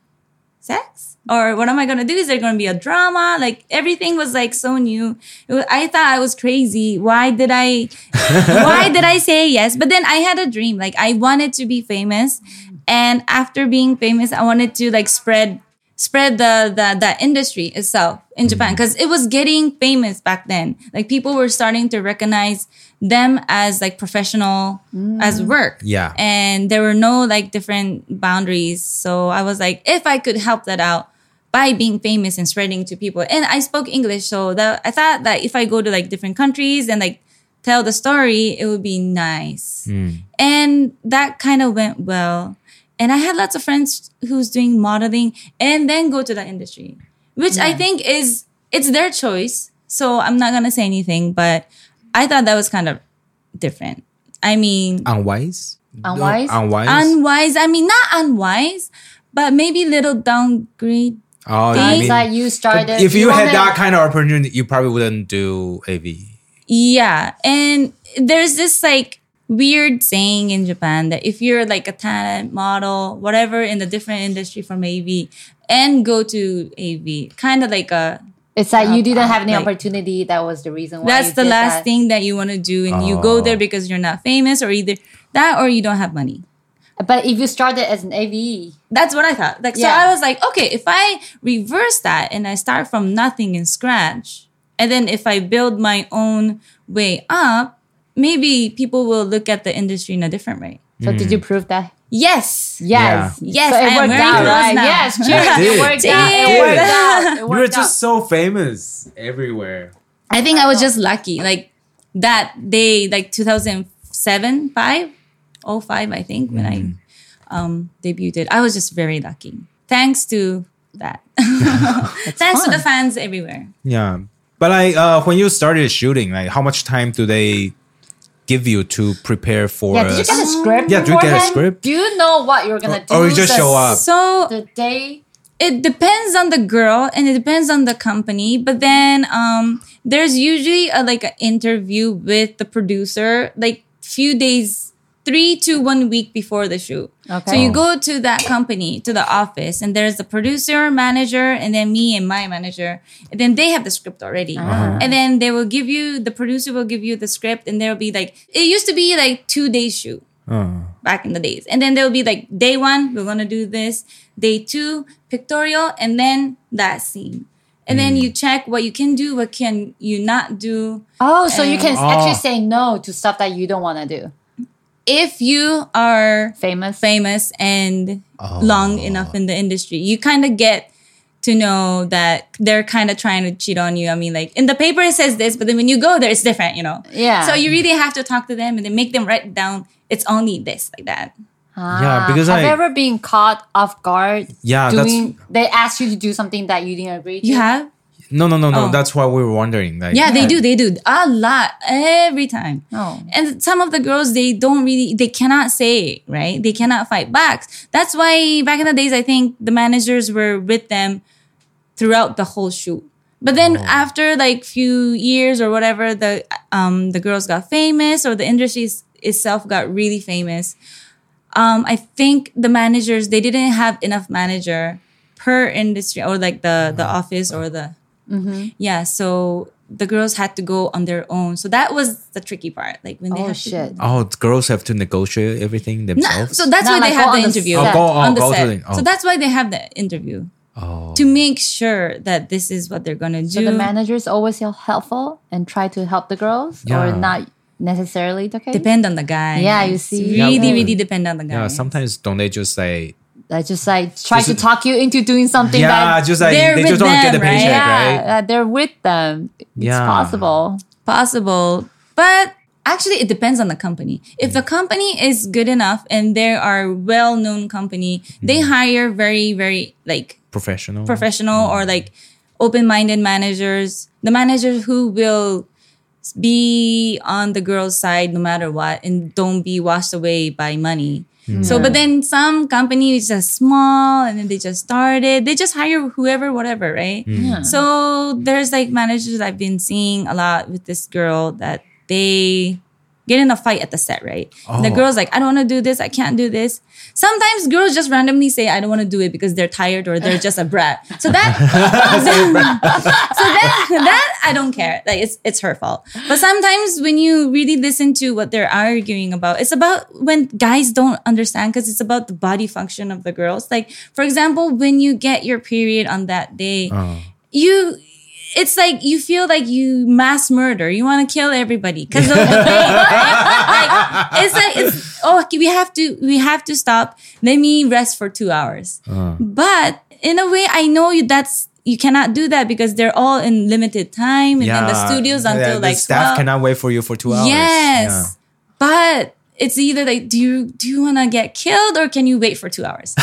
Speaker 3: sex or what am i going to do is there going to be a drama like everything was like so new It wa- i thought i was crazy why did i why did i say yes but then i had a dream like i wanted to be famous and after being famous i wanted to like spread spread the the, the industry itself in japan because it was getting famous back then like people were starting to recognize them as like professional as work
Speaker 1: Yeah.
Speaker 3: and there were no like different boundaries. So I was like, if I could help that out by being famous and spreading to people, and I spoke English, so that I thought that if I go to like different countries and like tell the story, it would be nice. And that kind of went well. And I had lots of friends who's doing modeling and then go to the industry, which I think is it's their choice. So I'm not gonna say anything, but I thought that was kind of different. I mean,
Speaker 1: Unwise.
Speaker 2: Unwise?
Speaker 1: Unwise.
Speaker 3: unwise. I mean, not unwise, but maybe little downgrade.
Speaker 1: oh,
Speaker 3: I
Speaker 1: you mean,
Speaker 2: that you started.
Speaker 1: if you had
Speaker 2: wanted-
Speaker 1: that kind of opportunity, you probably wouldn't do AV.
Speaker 3: Yeah, and there's this like weird saying in Japan that if you're like a talent model, whatever in the different industry from AV, and go to AV, kind of like a
Speaker 2: it's that you didn't have any
Speaker 3: Like-
Speaker 2: opportunity. That was the reason. why
Speaker 3: that's
Speaker 2: you
Speaker 3: the
Speaker 2: did
Speaker 3: last
Speaker 2: that.
Speaker 3: thing that you want to do, and you go there
Speaker 1: Oh.
Speaker 3: because you're not famous, or either that or you don't have money.
Speaker 2: But if you started as an AVE,
Speaker 3: That's what I thought. Like,
Speaker 2: Yeah.
Speaker 3: so I was like, okay, if I reverse that and I start from nothing in scratch, and then if I build my own way up, maybe people will look at the industry in a different way.
Speaker 2: so did
Speaker 1: Hmm.
Speaker 2: you prove that?
Speaker 3: Yes.
Speaker 2: Yes,
Speaker 3: Yes,
Speaker 2: So
Speaker 3: I
Speaker 2: it
Speaker 3: am
Speaker 2: worked
Speaker 3: wearing
Speaker 2: out,
Speaker 3: clothes
Speaker 2: right?
Speaker 3: now. *laughs*
Speaker 2: Yes, cheers.
Speaker 1: Did.
Speaker 2: It worked out. It
Speaker 3: Did.
Speaker 2: worked
Speaker 3: *laughs*
Speaker 2: out. It
Speaker 1: You were
Speaker 2: worked out.
Speaker 1: just so famous everywhere.
Speaker 3: I think I was just lucky. Like that day, like 2007, 5, 05, Oh, I think, when I um, debuted, I was just very lucky. Thanks to that. *laughs* Thanks
Speaker 2: fun.
Speaker 3: to the fans everywhere.
Speaker 1: Yeah. But like uh, when you started shooting, like how much time do they give you to prepare for
Speaker 2: Yeah, did you
Speaker 1: a-
Speaker 2: get a script?
Speaker 1: Yeah, did you get a
Speaker 2: beforehand?
Speaker 1: script?
Speaker 2: Do you know what you're gonna do?
Speaker 1: Or- or you just
Speaker 2: the-
Speaker 1: show up?
Speaker 3: So
Speaker 2: the day.
Speaker 3: it depends on the girl and it depends on the company but then um there's usually a, like an interview with the producer like few days three to one week before the shoot
Speaker 2: Okay.
Speaker 3: so you
Speaker 1: Oh.
Speaker 3: go to that company to the office and there's the producer manager and then me and my manager and then they have the script already and then they will give you the producer will give you the script and there will be like it used to be like two days shoot
Speaker 1: Oh.
Speaker 3: back in the days. And then there will be like day one, we're gonna do this. Day two, pictorial, and then that scene. And then you check what you can do, what can you not do.
Speaker 4: Oh, so you can
Speaker 1: Oh.
Speaker 4: actually say no to stuff that you don't want to do.
Speaker 3: If you are
Speaker 4: Famous.
Speaker 3: famous and long enough in the industry. You kind of get to know that they're kind of trying to cheat on you. I mean, like in the paper it says this, but then when you go there, it's different, you know.
Speaker 4: Yeah.
Speaker 3: So you really have to talk to them and then make them write down. It's only this, like that.
Speaker 1: Yeah, because
Speaker 4: Uh, have
Speaker 1: I-
Speaker 4: you ever been caught off guard?
Speaker 1: Yeah, that's-
Speaker 4: doing they asked you to do something that you didn't agree to.
Speaker 3: You have.
Speaker 1: No, no, no, no.
Speaker 3: Oh.
Speaker 1: That's what we were wondering. Like,
Speaker 3: Yeah, they do. They do a lot every time.
Speaker 4: Oh.
Speaker 3: And some of the girls, they don't really, they cannot say, right? They cannot fight back. That's why back in the days, I think the managers were with them throughout the whole shoot. But then after like few years or whatever, the um the girls got famous or the industry is- itself got really famous. Um, I think the managers they didn't have enough manager per industry or like the
Speaker 1: Mm-hmm.
Speaker 3: the office or the
Speaker 4: Mm-hmm.
Speaker 3: yeah. So the girls had to go on their own. So that was the tricky part. Like when they
Speaker 4: Oh
Speaker 3: have to-
Speaker 4: shit.
Speaker 1: Oh, the girls have to negotiate everything
Speaker 3: No,
Speaker 1: themselves.
Speaker 3: so that's
Speaker 4: Not
Speaker 3: why
Speaker 4: like
Speaker 3: they
Speaker 4: go
Speaker 3: have
Speaker 4: on
Speaker 3: the
Speaker 4: the
Speaker 3: interview
Speaker 1: set. Oh, go on,
Speaker 3: on the
Speaker 1: go to
Speaker 3: set.
Speaker 1: the- oh.
Speaker 3: So that's why they have the interview
Speaker 1: oh.
Speaker 3: to make sure that this is what they're gonna do.
Speaker 4: So the managers always feel helpful and try to help the girls,
Speaker 1: Yeah.
Speaker 4: or not necessarily the case.
Speaker 3: depend on the guy.
Speaker 4: Yeah, you
Speaker 3: It's
Speaker 4: see.
Speaker 1: Yeah,
Speaker 3: really,
Speaker 1: well-
Speaker 3: really depend on the guy.
Speaker 1: yeah, sometimes don't they just like
Speaker 4: They just like try
Speaker 1: Just-
Speaker 4: to talk you into doing something
Speaker 1: yeah,
Speaker 4: that
Speaker 1: just like
Speaker 3: they're
Speaker 1: they just
Speaker 3: with
Speaker 1: don't get the
Speaker 3: them, right?
Speaker 1: paycheck,
Speaker 4: yeah,
Speaker 1: right?
Speaker 4: that they're with them. It's
Speaker 1: Yeah.
Speaker 4: possible.
Speaker 3: possible, but actually, it depends on the company. If the company is good enough and they are well-known company, they hire very, very like
Speaker 1: Professional.
Speaker 3: professional or like open-minded managers the managers who will be on the girl's side no matter what and don't be washed away by money so but then some company is just small and then they just started they just hire whoever whatever right so there's like managers i've been seeing a lot with this girl that they get in a fight at the set right and the
Speaker 1: Oh.
Speaker 3: girl's like i don't want to do this i can't do this sometimes girls just randomly say i don't want to do it because they're tired or they're just a brat so that *laughs* so then that I don't care. Like it's it's her fault. But sometimes when you really listen to what they're arguing about, it's about when guys don't understand because it's about the body function of the girls. Like for example, when you get your period on that day,
Speaker 1: Uh-huh. Oh.
Speaker 3: you it's like you feel like you mass murder. You want to kill everybody because of the
Speaker 1: *laughs*
Speaker 3: pain. right? like, it's like it's oh okay, we have to we have to stop. Let me rest for two hours.
Speaker 1: Uh-huh.
Speaker 3: But in a way, I know you that's you cannot do that because they're all in limited time and then the studios
Speaker 1: Yeah,
Speaker 3: until
Speaker 1: the
Speaker 3: like
Speaker 1: staff
Speaker 3: 12.
Speaker 1: cannot wait for you for two hours. Yeah.
Speaker 3: Yes, but. It's either like, do you do you want to get killed or can you wait for two hours? *laughs*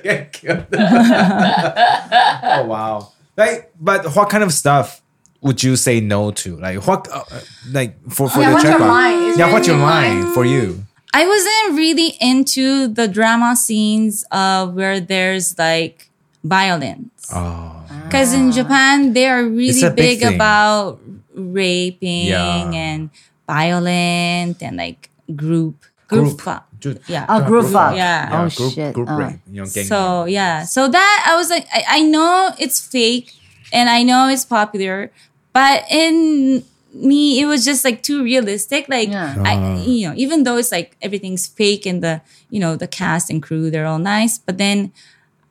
Speaker 1: get killed. oh wow! Like, but what kind of stuff would you say no to? Like, what, uh, uh, like for
Speaker 3: Oh,
Speaker 1: for
Speaker 4: Yeah,
Speaker 1: the
Speaker 4: what's your
Speaker 1: checkup?
Speaker 4: line? It's
Speaker 1: yeah, what's your
Speaker 4: really
Speaker 1: line for you?
Speaker 3: I wasn't really into the drama scenes of where there's like violence
Speaker 1: Oh,
Speaker 3: because in Japan they are really
Speaker 1: It's a big
Speaker 3: big,
Speaker 1: thing.
Speaker 3: about raping
Speaker 1: Yeah.
Speaker 3: and violent and like group
Speaker 1: Group.
Speaker 3: fa-
Speaker 1: ju-
Speaker 3: yeah.
Speaker 4: A Oh, group fuck.
Speaker 3: Yeah.
Speaker 1: yeah,
Speaker 4: Oh
Speaker 1: group,
Speaker 4: shit.
Speaker 1: Group
Speaker 4: Oh.
Speaker 1: ring, you know, gang
Speaker 3: So yeah, so that I was like, I, I know it's fake, and I know it's popular, but in me, it was just like too realistic. Like
Speaker 4: Yeah.
Speaker 3: I, you know, even though it's like everything's fake and the you know the cast and crew they're all nice, but then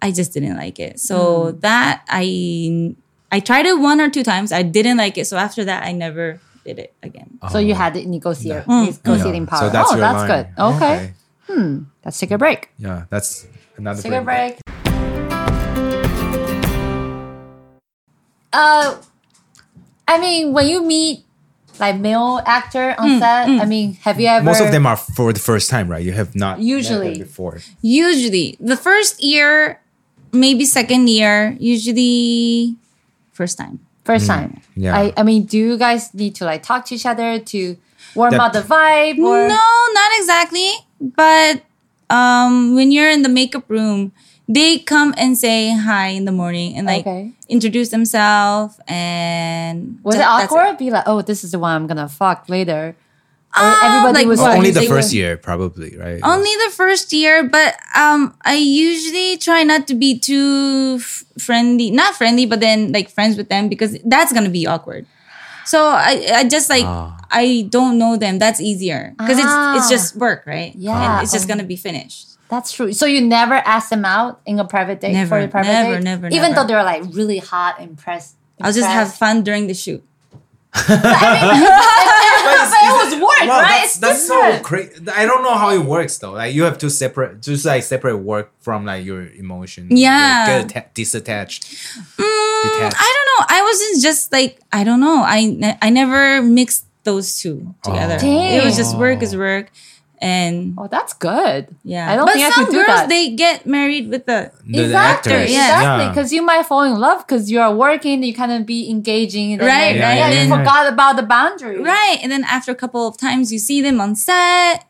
Speaker 3: I just didn't like it. So that I I tried it one or two times. I didn't like it. So after that, I never did it again.
Speaker 4: So you had it negotiate, negotiating power.
Speaker 1: Oh. So that's
Speaker 4: oh,
Speaker 1: your
Speaker 4: that's
Speaker 1: line.
Speaker 4: good. Okay. let's take a break.
Speaker 1: Yeah, that's another.
Speaker 4: Take a break. Uh, I mean, when you meet like male actor on
Speaker 3: Mm,
Speaker 4: set, I mean, have you ever?
Speaker 1: Most of them are for the first time, right? You have not met them
Speaker 4: Usually.
Speaker 1: before.
Speaker 3: Usually, the first year, maybe second year, usually first time.
Speaker 4: first time.
Speaker 1: mm, yeah.
Speaker 4: I, I mean, do you guys need to like talk to each other to warm
Speaker 1: That-
Speaker 4: up the vibe? Or
Speaker 3: No, not exactly. But um, when you're in the makeup room, they come and say hi in the morning and like
Speaker 4: Okay.
Speaker 3: introduce themselves and
Speaker 4: was it
Speaker 3: that- that's
Speaker 4: awkward? Be like, oh, this is the one I'm gonna fuck later. Or
Speaker 3: Um,
Speaker 4: everybody
Speaker 3: like
Speaker 4: was
Speaker 3: what?
Speaker 4: like,
Speaker 1: Only the
Speaker 3: They
Speaker 1: first
Speaker 3: were-
Speaker 1: year, probably, right?
Speaker 3: Only the first year, but um, I usually try not to be too f- friendly, not friendly, but then like friends with them because that's gonna be awkward. So I, I just like I don't know them. That's easier because it's it's just work, right?
Speaker 4: Ah. Yeah.
Speaker 3: and it's just gonna be finished.
Speaker 4: That's true. So you never asked them out in a private date for
Speaker 3: Never,
Speaker 4: a private
Speaker 3: never,
Speaker 4: date,
Speaker 3: never,
Speaker 4: even
Speaker 3: never.
Speaker 4: though they were like really hot, impressed.
Speaker 3: I'll just have
Speaker 4: impressed.
Speaker 3: fun during the shoot.
Speaker 4: But it was work,
Speaker 1: Wow,
Speaker 4: right?
Speaker 1: that's,
Speaker 4: it's
Speaker 1: that's so
Speaker 4: different.
Speaker 1: crazy. I don't know how it works though. Like you have to separate, just like separate work from like your emotion.
Speaker 3: Yeah.
Speaker 1: like, get atta- disattached.
Speaker 4: Mm,
Speaker 1: Detached.
Speaker 3: I don't know. I wasn't just like I don't know. I ne- I never mixed those two together.
Speaker 4: Dang.
Speaker 3: It was just work is work, and
Speaker 4: Oh, that's good.
Speaker 3: yeah.
Speaker 4: I don't
Speaker 3: but
Speaker 4: think I
Speaker 3: some
Speaker 4: could do
Speaker 3: girls
Speaker 4: that.
Speaker 3: they get married with the
Speaker 1: The- the
Speaker 4: exactly,
Speaker 1: actors,
Speaker 3: yeah.
Speaker 4: exactly. Because you might fall in love because you are working, you kind of be engaging, and then
Speaker 3: Right,
Speaker 4: you-
Speaker 3: right,
Speaker 4: Yeah,
Speaker 1: yeah,
Speaker 4: you
Speaker 1: yeah.
Speaker 4: forgot about the boundary,
Speaker 3: right, and then after a couple of times you see them on set.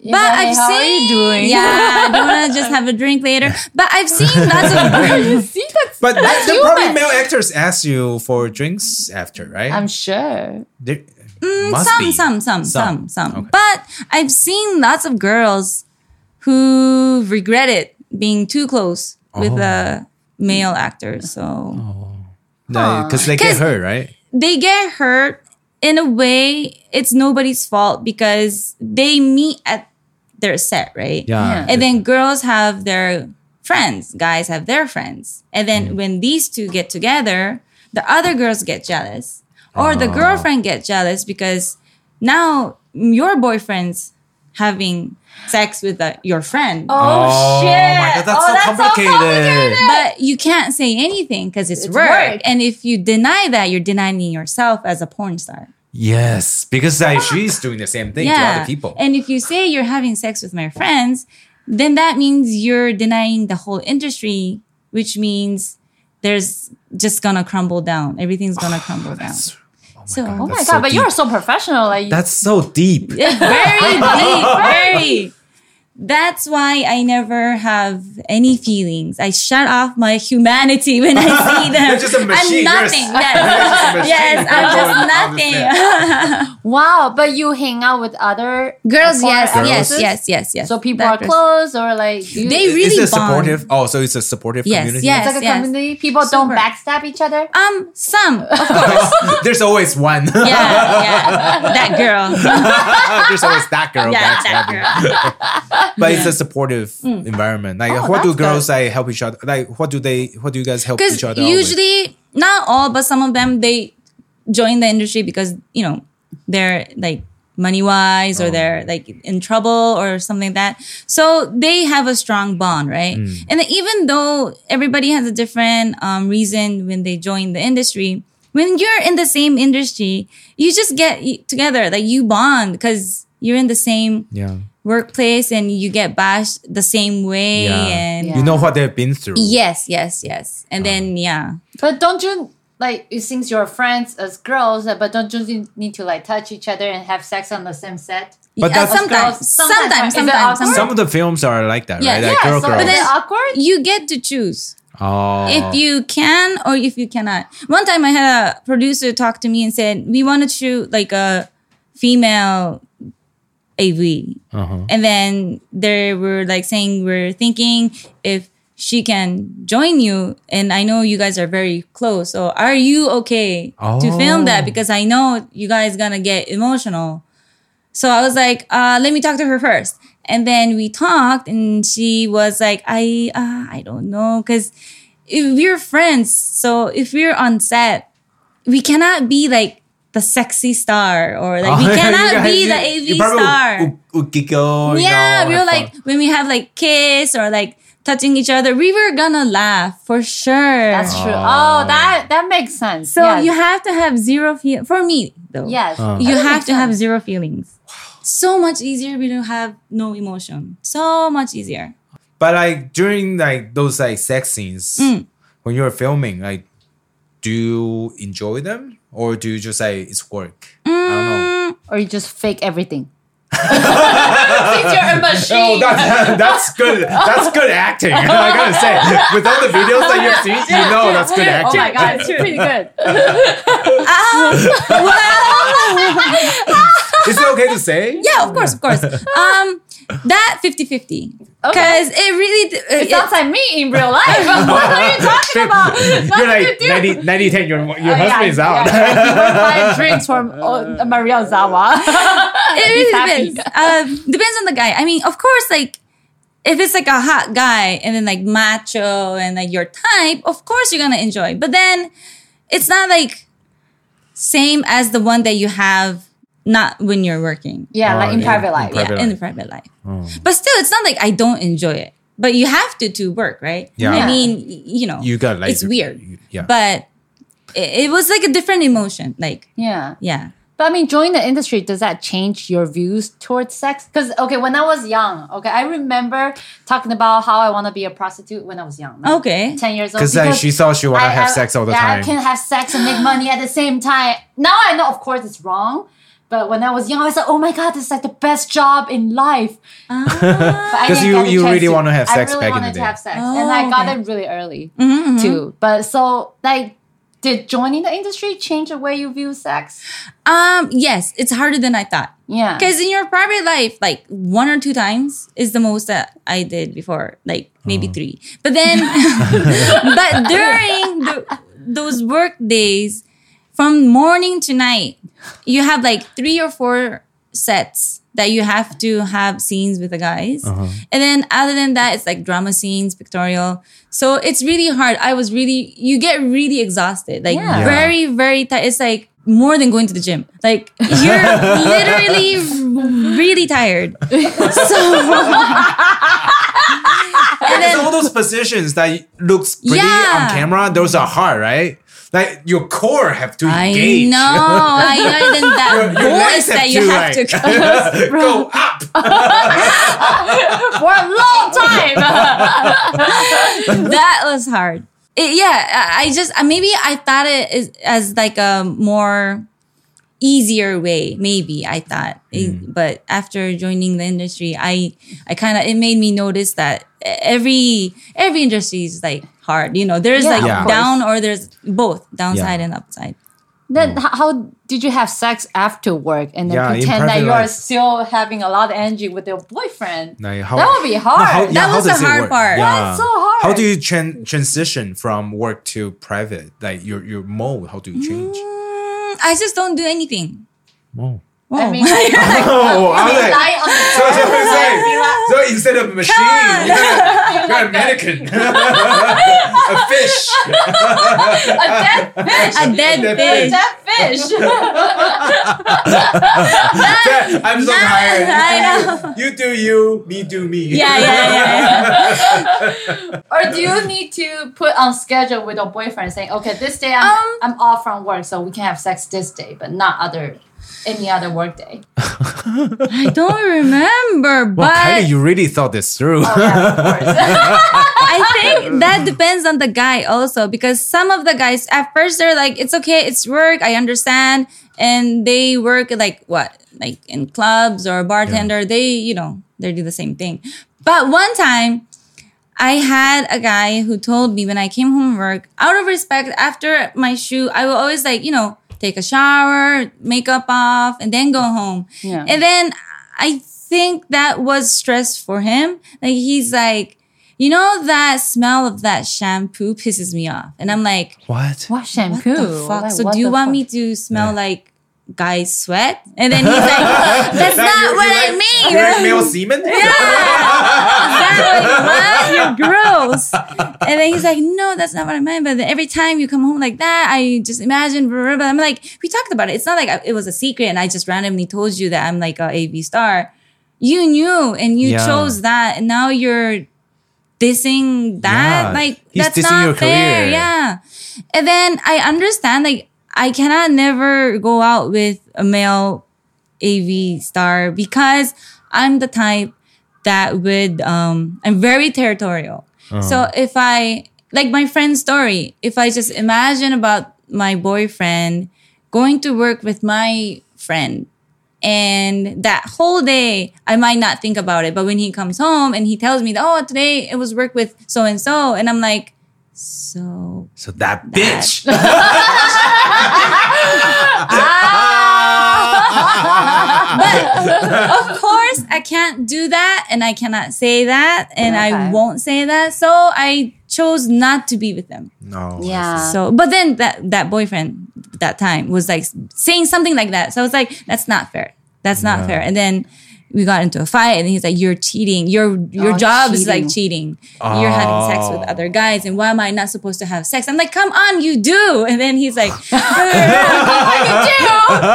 Speaker 4: You
Speaker 3: But
Speaker 4: know,
Speaker 3: I've
Speaker 4: hey, how
Speaker 3: seen,
Speaker 4: are you doing?
Speaker 3: yeah, I don't
Speaker 4: *laughs*
Speaker 3: want to just have a drink later. But I've seen lots of
Speaker 4: you see that's
Speaker 1: But
Speaker 4: That's
Speaker 1: the
Speaker 4: human.
Speaker 1: probably male actors ask you for drinks after, right?
Speaker 4: I'm sure.
Speaker 1: there,
Speaker 3: Mm,
Speaker 1: must
Speaker 3: some,
Speaker 1: be.
Speaker 3: some, some,
Speaker 1: Some.
Speaker 3: some, some,
Speaker 1: Okay.
Speaker 3: But I've seen lots of girls who regretted being too close with the male actor. So
Speaker 1: because they get
Speaker 3: 'Cause-
Speaker 1: hurt, right?
Speaker 3: they get hurt in a way. It's nobody's fault because they meet at their set, right?
Speaker 1: Yeah,
Speaker 3: And then girls have their friends, guys have their friends. And then when these two get together, the other girls get jealous or the girlfriend get jealous because now your boyfriend's having sex with the, your friend.
Speaker 4: Oh,
Speaker 1: Oh,
Speaker 4: shit!
Speaker 1: my God, that's
Speaker 4: oh,
Speaker 1: so
Speaker 4: that's
Speaker 1: complicated.
Speaker 4: so complicated.
Speaker 3: But you can't say anything because it's,
Speaker 4: It's
Speaker 3: work.
Speaker 4: work.
Speaker 3: And if you deny that, you're denying yourself as a porn star.
Speaker 1: yes, because like she's doing the same thing to other people.
Speaker 3: And if you say you're having sex with my friends, then that means you're denying the whole industry, which means there's just gonna crumble down. Everything's
Speaker 1: *sighs*
Speaker 3: gonna crumble down. so
Speaker 4: Oh my god!
Speaker 1: That's so
Speaker 4: but
Speaker 1: deep.
Speaker 4: you are so professional. Like you-
Speaker 1: That's so
Speaker 3: *laughs*
Speaker 1: deep.
Speaker 3: it's very
Speaker 1: *laughs*
Speaker 3: deep, very. That's why I never have any feelings. I shut off my humanity
Speaker 1: *laughs*
Speaker 3: when I see them.
Speaker 1: You're just a machine. You're
Speaker 3: I'm
Speaker 1: a-
Speaker 3: nothing.
Speaker 1: *laughs* you're
Speaker 3: Yes,
Speaker 1: machine.
Speaker 3: yes
Speaker 1: You're going
Speaker 3: I'm
Speaker 1: out of
Speaker 3: just
Speaker 1: there.
Speaker 3: nothing. *laughs*
Speaker 4: wow. But you hang out with other
Speaker 3: Girls,
Speaker 4: foreign
Speaker 3: yes, yes,
Speaker 4: actresses?
Speaker 3: yes, yes, yes.
Speaker 4: So people
Speaker 3: That
Speaker 4: are
Speaker 3: person.
Speaker 4: close or like do you-
Speaker 3: They
Speaker 4: it's
Speaker 3: really
Speaker 1: Is it
Speaker 3: bond.
Speaker 1: supportive? Oh, so it's a supportive
Speaker 3: Yes,
Speaker 1: community.
Speaker 3: yes.
Speaker 4: like a community. People don't
Speaker 3: Super.
Speaker 4: backstab each other.
Speaker 3: Um, some.
Speaker 1: *laughs* There's always one.
Speaker 3: yeah, yeah. That girl.
Speaker 1: *laughs* There's always that girl.
Speaker 3: Yeah, that Mm.
Speaker 1: backstabbing. but it's a supportive environment. Like,
Speaker 4: Oh,
Speaker 1: what do
Speaker 4: that's good.
Speaker 1: girls like help each other? Like, what do they? What do you guys help
Speaker 3: Because
Speaker 1: each other? with?
Speaker 3: usually, not all, but some of them, they join the industry because, you know, they're like money wise
Speaker 1: Oh.
Speaker 3: or they're like in trouble or something like that. So they have a strong bond, right?
Speaker 1: Hmm.
Speaker 3: And even though everybody has a different um, reason when they join the industry, when you're in the same industry, you just get y- together, like you bond because you're in the same
Speaker 1: yeah.
Speaker 3: workplace and you get bashed the same way
Speaker 1: Yeah.
Speaker 3: and
Speaker 4: Yeah.
Speaker 1: You know what they've been through.
Speaker 3: yes yes yes and then yeah
Speaker 4: But don't you like you- since you're friends as girls, uh, but don't you need to like touch each other and have sex on the same set?
Speaker 1: But
Speaker 3: Uh,
Speaker 1: that's-
Speaker 3: sometimes
Speaker 4: Girls, sometimes,
Speaker 3: sometimes sometimes
Speaker 4: is it
Speaker 3: sometimes,
Speaker 4: awkward?
Speaker 1: Some of the films are like that,
Speaker 3: Yeah,
Speaker 1: right? Like girl,
Speaker 4: so
Speaker 1: girl.
Speaker 4: is it
Speaker 3: then-
Speaker 4: awkward?
Speaker 3: you get to choose
Speaker 1: oh,
Speaker 3: if you can or if you cannot one time i had a producer talk to me and said we want to shoot like a female av
Speaker 1: uh-huh.
Speaker 3: and then they were like saying we're thinking if she can join you and i know you guys are very close so are you okay to film that
Speaker 1: Oh.
Speaker 3: because i know you guys gonna get emotional so i was like uh, let me talk to her first and then we talked and she was like i uh, i don't know because if we're friends so if we're on set we cannot be like the sexy star or like we
Speaker 1: *laughs* You
Speaker 3: cannot
Speaker 1: guys-
Speaker 3: be
Speaker 1: you-
Speaker 3: the
Speaker 1: you
Speaker 3: av
Speaker 1: probably
Speaker 3: star
Speaker 1: Would, would, would
Speaker 4: Oh,
Speaker 1: giggle, you
Speaker 3: yeah,
Speaker 1: know,
Speaker 3: we were
Speaker 1: have
Speaker 3: like
Speaker 1: fun.
Speaker 3: when we have like kiss or like touching each other, we were gonna laugh for sure.
Speaker 4: That's true.
Speaker 1: Oh.
Speaker 4: Oh, that that makes sense.
Speaker 3: so
Speaker 4: yes.
Speaker 3: you have to have zero feel for me though.
Speaker 4: yes,
Speaker 1: Oh.
Speaker 3: you
Speaker 4: That
Speaker 3: have
Speaker 4: makes
Speaker 3: to have
Speaker 4: sense.
Speaker 3: zero feelings. So much easier when you have no emotion. So much easier. *laughs*
Speaker 1: But like during like those like sex scenes
Speaker 4: Mm.
Speaker 1: when you're filming, like do you enjoy them or do you just say it's work? I don't know.
Speaker 4: or you just fake everything.
Speaker 3: *laughs*
Speaker 4: since you're a machine.
Speaker 1: Oh, that's that's good. That's good acting. *laughs* I gotta say, with all the videos that you've seen, you know that's good
Speaker 4: oh
Speaker 1: acting.
Speaker 4: my
Speaker 3: *laughs*
Speaker 4: god, it's pretty good.
Speaker 3: Ah, wow.
Speaker 1: *laughs* Is it okay to say?
Speaker 3: Yeah, of course, of
Speaker 4: *laughs*
Speaker 3: course. Um, that 50-50. Because it really... uh,
Speaker 4: It's
Speaker 3: it-
Speaker 4: outside me in real life. *laughs* what are you talking about?
Speaker 1: You're
Speaker 4: Nothing to
Speaker 1: like
Speaker 4: do.
Speaker 1: 90, 90 10, your, your
Speaker 4: Oh, yeah,
Speaker 1: husband is out. *laughs*
Speaker 4: Yeah, yeah. He was buying drinks from uh, Maria Ozawa.
Speaker 3: it
Speaker 4: He's happy.
Speaker 3: really depends. Um, depends on the guy. I mean, of course, like if it's like a hot guy and then like macho and like your type, of course you're gonna enjoy. But then it's not like same as the one that you have not when you're working.
Speaker 4: *laughs* Yeah, like
Speaker 1: Oh,
Speaker 4: in
Speaker 1: yeah.
Speaker 4: private life.
Speaker 1: Private
Speaker 3: yeah, in the
Speaker 1: life.
Speaker 3: private life. Oh. But still, it's not like I don't enjoy it. But you have to to work, right?
Speaker 1: Yeah.
Speaker 3: I mean, y- you know,
Speaker 1: You got like
Speaker 3: it's weird,
Speaker 1: you- yeah.
Speaker 3: but it, it was like a different emotion. Like,
Speaker 4: Yeah.
Speaker 3: yeah.
Speaker 4: But I mean, join the industry, does that change your views towards sex? Because, okay, when I was young, okay, I remember talking about how I want to be a prostitute when I was young. like
Speaker 3: Okay.
Speaker 4: 10 years old.
Speaker 1: Because then uh, she thought she want to
Speaker 4: I-
Speaker 1: have
Speaker 4: I-
Speaker 1: sex all the
Speaker 4: yeah,
Speaker 1: time.
Speaker 4: I can have sex and make money at the same time. Now I know, of course, it's wrong. But when I was young, I was like, "Oh my god, this is like the best job in life." *laughs* Because
Speaker 1: 'Cause you- you really wanna have sex
Speaker 4: I really
Speaker 1: back in
Speaker 4: wanted
Speaker 1: the
Speaker 4: to
Speaker 1: day.
Speaker 4: have sex,
Speaker 3: Oh,
Speaker 4: and I got
Speaker 3: okay.
Speaker 4: it really early too. But so, like, did joining the industry change the way you view sex?
Speaker 3: Um, yes, it's harder than I thought.
Speaker 4: Yeah,
Speaker 3: Because in your private life, like one or two times is the most that I did before, like maybe three. But then, *laughs* but during the, those work days, from morning to night, you have like three or four sets that you have to have scenes with the guys.
Speaker 1: Uh-huh.
Speaker 3: And then other than that, it's like drama scenes, pictorial. So it's really hard. I was really, you get really exhausted, like
Speaker 4: Yeah. Yeah.
Speaker 3: very, very tired. It's like, more than going to the gym. Like you're
Speaker 1: *laughs*
Speaker 3: literally really tired. So *laughs*
Speaker 1: And all those positions that looks pretty
Speaker 3: Yeah.
Speaker 1: on camera, those are hard, right? Like your core have to
Speaker 3: I
Speaker 1: engage.
Speaker 3: know, I know.
Speaker 1: *laughs*
Speaker 3: Then that
Speaker 1: Your- your legs
Speaker 3: voice that you
Speaker 1: *laughs* like,
Speaker 3: have to.
Speaker 1: go up.
Speaker 4: for a
Speaker 1: *laughs*
Speaker 4: long time.
Speaker 3: that was hard. It- yeah, I I just uh, maybe I thought it is, as like a more easier way. Maybe I thought, It- but after joining the industry, I I kind of it made me notice that every every industry is like hard. You know, there's
Speaker 4: Yeah,
Speaker 3: like
Speaker 1: of course.
Speaker 3: down or there's both downside and upside.
Speaker 4: then, h- how did you have sex after work and then
Speaker 1: Yeah, in
Speaker 4: pretend that
Speaker 1: private
Speaker 4: you are
Speaker 1: life.
Speaker 4: still having a lot of energy with your boyfriend?
Speaker 1: Like, how-
Speaker 4: that would be hard.
Speaker 1: No, how- yeah,
Speaker 3: That
Speaker 1: how
Speaker 3: was the
Speaker 1: does it
Speaker 3: hard
Speaker 1: work?
Speaker 3: part.
Speaker 1: Yeah.
Speaker 4: That's so hard.
Speaker 1: How do you tran- transition from work to private? Like your your mode, how do you change?
Speaker 3: Mm, I just don't do anything.
Speaker 1: Mode.
Speaker 4: I
Speaker 3: Oh.
Speaker 4: *laughs* mean, like,
Speaker 1: *laughs* Oh, I'm like,
Speaker 4: lie on the
Speaker 1: *laughs* so, so,
Speaker 4: bed,
Speaker 1: it's like-
Speaker 4: be like-
Speaker 1: so instead of a machine,
Speaker 3: on.
Speaker 1: you're, a- you're
Speaker 3: *laughs*
Speaker 1: a mannequin, *laughs* a fish.
Speaker 4: a dead fish.
Speaker 3: A dead
Speaker 1: dead
Speaker 4: A
Speaker 3: fish.
Speaker 4: dead fish. *laughs*
Speaker 1: I'm so
Speaker 3: I know.
Speaker 1: tired. You do you, me do me. *laughs*
Speaker 3: Yeah, yeah, yeah. yeah.
Speaker 4: or do you need to put on schedule with your boyfriend saying, okay, this day I'm,
Speaker 3: Um,
Speaker 4: I'm off from work, so we can have sex this day, but not other any other work day? *laughs*
Speaker 3: I don't remember, but
Speaker 1: Well, Kylie, you really thought this
Speaker 3: *laughs*
Speaker 1: through.
Speaker 4: *laughs*
Speaker 3: I think that depends on the guy also because some of the guys at first they're like, it's okay, it's work, I understand. And they work like what? Like in clubs or bartender, they, you know, they do the same thing. But one time I had a guy who told me when I came home from work, out of respect, after my shoot, I will always like, you know, take a shower, makeup off, and then go home.
Speaker 4: Yeah.
Speaker 3: And then I think that was stress for him. Like he's like, you know, that smell of that shampoo pisses me off. And I'm like,
Speaker 1: *laughs* what?
Speaker 4: What
Speaker 3: what
Speaker 4: shampoo?
Speaker 3: the fuck?
Speaker 4: Like,
Speaker 3: so
Speaker 4: what
Speaker 3: do you
Speaker 4: the
Speaker 3: want
Speaker 4: fuck?
Speaker 3: me to smell like guys' sweat? And then he's like, that's not what I mean.
Speaker 1: You're male
Speaker 3: *laughs*
Speaker 1: semen? *laughs*
Speaker 3: that way, what? You're gross. And then he's like, no, that's not what I meant. But then every time you come home like that, I just imagine. Blah, blah, blah. I'm like, we talked about it. It's not like I- it was a secret, and I just randomly told you that I'm like a AV star. You knew, and you
Speaker 1: Yeah.
Speaker 3: chose that, and now you're dissing that.
Speaker 1: Yeah.
Speaker 3: Like
Speaker 1: He's
Speaker 3: that's
Speaker 1: dissing
Speaker 3: not
Speaker 1: your
Speaker 3: fair.
Speaker 1: career.
Speaker 3: Yeah. And then I understand. Like I cannot never go out with a male AV star because I'm the type that would um I'm very territorial.
Speaker 1: Uh-huh.
Speaker 3: So if I like my friend's story, if I just imagine about my boyfriend going to work with my friend and that whole day I might not think about it, but when he comes home and he tells me that oh today it was work with so and so and I'm like so
Speaker 1: So that
Speaker 3: *laughs*
Speaker 1: bitch. *laughs*
Speaker 3: but of course, I can't do that, and I cannot say that, and
Speaker 4: Okay.
Speaker 3: I won't say that. So I chose not to be with them.
Speaker 1: No. I see.
Speaker 4: Yeah.
Speaker 3: So, but then that that boyfriend that time was like saying something like that. So I was like, that's not fair. That's not
Speaker 1: Yeah.
Speaker 3: fair. And then we got into a fight, and he's like, "You're cheating. Your your
Speaker 4: Oh,
Speaker 3: job is
Speaker 4: cheating.
Speaker 3: like cheating. You're having sex with
Speaker 1: Oh.
Speaker 3: other guys, and why am I not supposed to have sex?" I'm like, "Come on, you do." And then he's
Speaker 1: *laughs*
Speaker 3: like, "I
Speaker 4: do.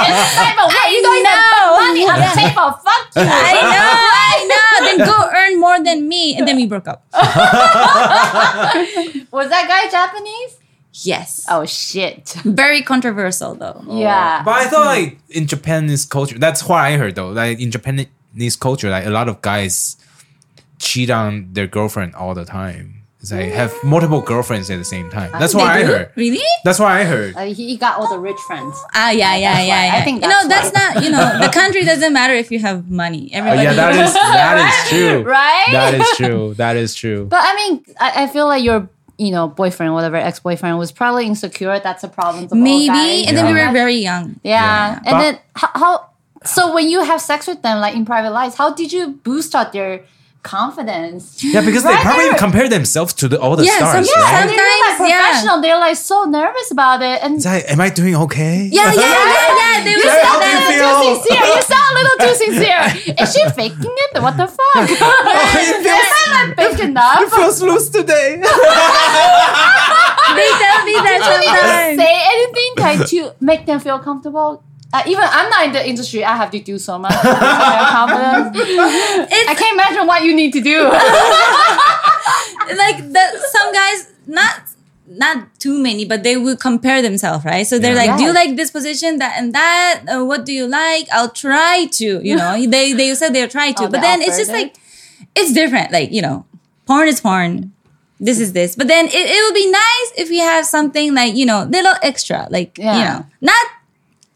Speaker 4: It's like, but wait, you guys
Speaker 3: know.
Speaker 4: have money on the table. Fuck you.
Speaker 3: know, I know." Then go earn more than me, and then we broke up.
Speaker 4: Was that guy Japanese?
Speaker 3: Yes,
Speaker 4: Oh shit. Oh.
Speaker 3: very controversial though.
Speaker 4: Yeah.
Speaker 1: But I thought like in Japanese culture, that's what I heard though. Like in Japanese culture, like a lot of guys cheat on their girlfriend all the time. It's like have multiple girlfriends at the same time. That's what I
Speaker 3: They do?
Speaker 1: heard.
Speaker 3: Really?
Speaker 1: That's what I heard.
Speaker 4: Uh, he he got all the rich friends.
Speaker 3: Ah, yeah, yeah,
Speaker 4: That's
Speaker 3: yeah,
Speaker 4: why.
Speaker 3: yeah.
Speaker 4: I think
Speaker 3: you know
Speaker 4: that's
Speaker 3: that's not you know the country doesn't matter if you have money.
Speaker 1: Oh,
Speaker 3: Everybody,
Speaker 1: yeah, that is that is true.
Speaker 4: Right?
Speaker 1: That is true. That is true.
Speaker 4: But I mean, I, I feel like your you know boyfriend, whatever ex boyfriend, was probably insecure. That's a problem. To all
Speaker 3: maybe.
Speaker 4: guys.
Speaker 3: And then we
Speaker 1: Yeah.
Speaker 3: were very young.
Speaker 4: yeah.
Speaker 1: Yeah.
Speaker 4: And
Speaker 1: But-
Speaker 4: then how, how? So when you have sex with them, like in private lives, how did you boost up their confidence? *laughs*
Speaker 1: Yeah, because they
Speaker 4: Right
Speaker 1: probably
Speaker 4: there.
Speaker 1: compare themselves to the, all the
Speaker 3: Yeah,
Speaker 1: stars,
Speaker 3: some- yeah,
Speaker 1: right?
Speaker 4: And they're like
Speaker 3: Sometimes, yeah.
Speaker 4: professional. They're like so nervous about it, and
Speaker 1: It's like, am I doing okay? *laughs*
Speaker 3: Yeah, yeah, yeah, yeah. They
Speaker 1: Yeah,
Speaker 3: were
Speaker 1: how
Speaker 3: so
Speaker 1: do you
Speaker 3: bad.
Speaker 1: feel?
Speaker 4: too sincere. You sound a little
Speaker 1: *laughs*
Speaker 4: too sincere. Is she faking it? What the fuck? *laughs*
Speaker 1: Oh, it feels-
Speaker 4: Is that like fake enough?
Speaker 1: feels loose
Speaker 4: *laughs*
Speaker 1: today.
Speaker 3: They tell me that
Speaker 1: *laughs*
Speaker 4: Did you
Speaker 3: sometimes.
Speaker 4: say anything like to make them feel comfortable? Uh, even I'm not in the industry. I have to do so much. to boost up their confidence.
Speaker 1: *laughs*
Speaker 4: I
Speaker 3: It's
Speaker 4: can't imagine what you need to do.
Speaker 3: like the, some guys not not too many, but they will compare themselves, right? So they're
Speaker 1: Yeah.
Speaker 3: like, "Do you
Speaker 4: Yes.
Speaker 3: like this position, that and that? Uh, what do you like? I'll try to." You
Speaker 1: *laughs*
Speaker 3: know, they they said they'll try to,
Speaker 4: Oh,
Speaker 3: but
Speaker 4: they
Speaker 3: then it's just
Speaker 4: offered it?
Speaker 3: like it's different. Like you know, porn is porn. This is this, but then it, it will be nice if we have something like you know, little extra, like you
Speaker 4: Yeah.
Speaker 3: know, not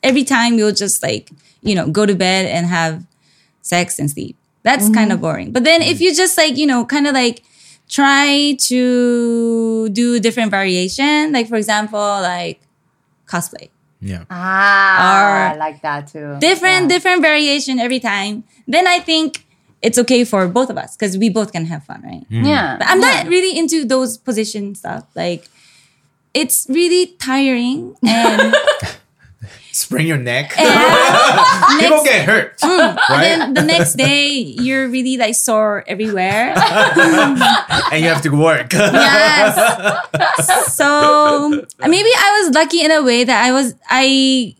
Speaker 3: every time you'll just like you know go to bed and have sex and sleep. That's
Speaker 4: Mm-hmm.
Speaker 3: kind of boring. But then if you just like, you know, kind of like try to do different variation, like for example, like cosplay.
Speaker 1: yeah.
Speaker 4: Ah,
Speaker 3: Or-
Speaker 4: I like that too.
Speaker 3: Different different variation every time. Then I think it's okay for both of us cuz we both can have fun, right?
Speaker 1: Mm.
Speaker 4: Yeah,
Speaker 3: But I'm not really into those position stuff. Like it's really tiring and,
Speaker 1: Sprain your neck.
Speaker 3: and
Speaker 1: *laughs* People
Speaker 3: next-
Speaker 1: get hurt.
Speaker 4: Mm,
Speaker 1: right?
Speaker 3: then the next day you're really like sore everywhere.
Speaker 1: And you have to
Speaker 4: *laughs*
Speaker 1: work. *laughs*
Speaker 3: yes. So maybe I was lucky in a way that I was I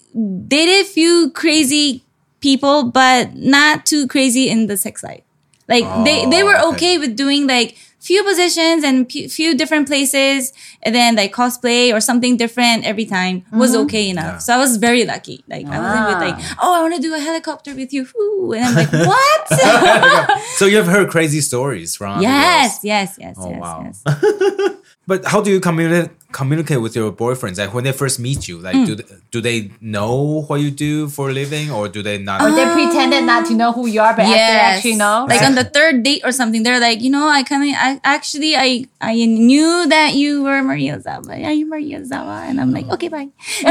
Speaker 3: dated few crazy people, but not too crazy in the sex life. Like they they were
Speaker 1: Oh, okay.
Speaker 3: okay with doing like few positions and p- few different places, and then like cosplay or something different every time was okay enough.
Speaker 1: Mm-hmm. Yeah. Ah.
Speaker 3: So I was very lucky. Like I wasn't with like oh I want to do a helicopter with you, Ooh, and I'm like what?
Speaker 1: *laughs* so you have heard crazy stories from other
Speaker 3: yes, yes, yes,
Speaker 1: girls. Oh
Speaker 3: yes,
Speaker 1: wow.
Speaker 3: yes.
Speaker 1: *laughs* but how do you communicate communicate with your boyfriends? Like when they first meet you, like do th- do they know what you do for a living or do they not?
Speaker 4: They pretended not to know who you are, but act- they actually know.
Speaker 3: Like on the third date or something, they're like, you know, I kind of, I actually, I, I knew that you were Maria Ozawa. Are you Maria Ozawa? And I'm like, okay, bye.
Speaker 1: so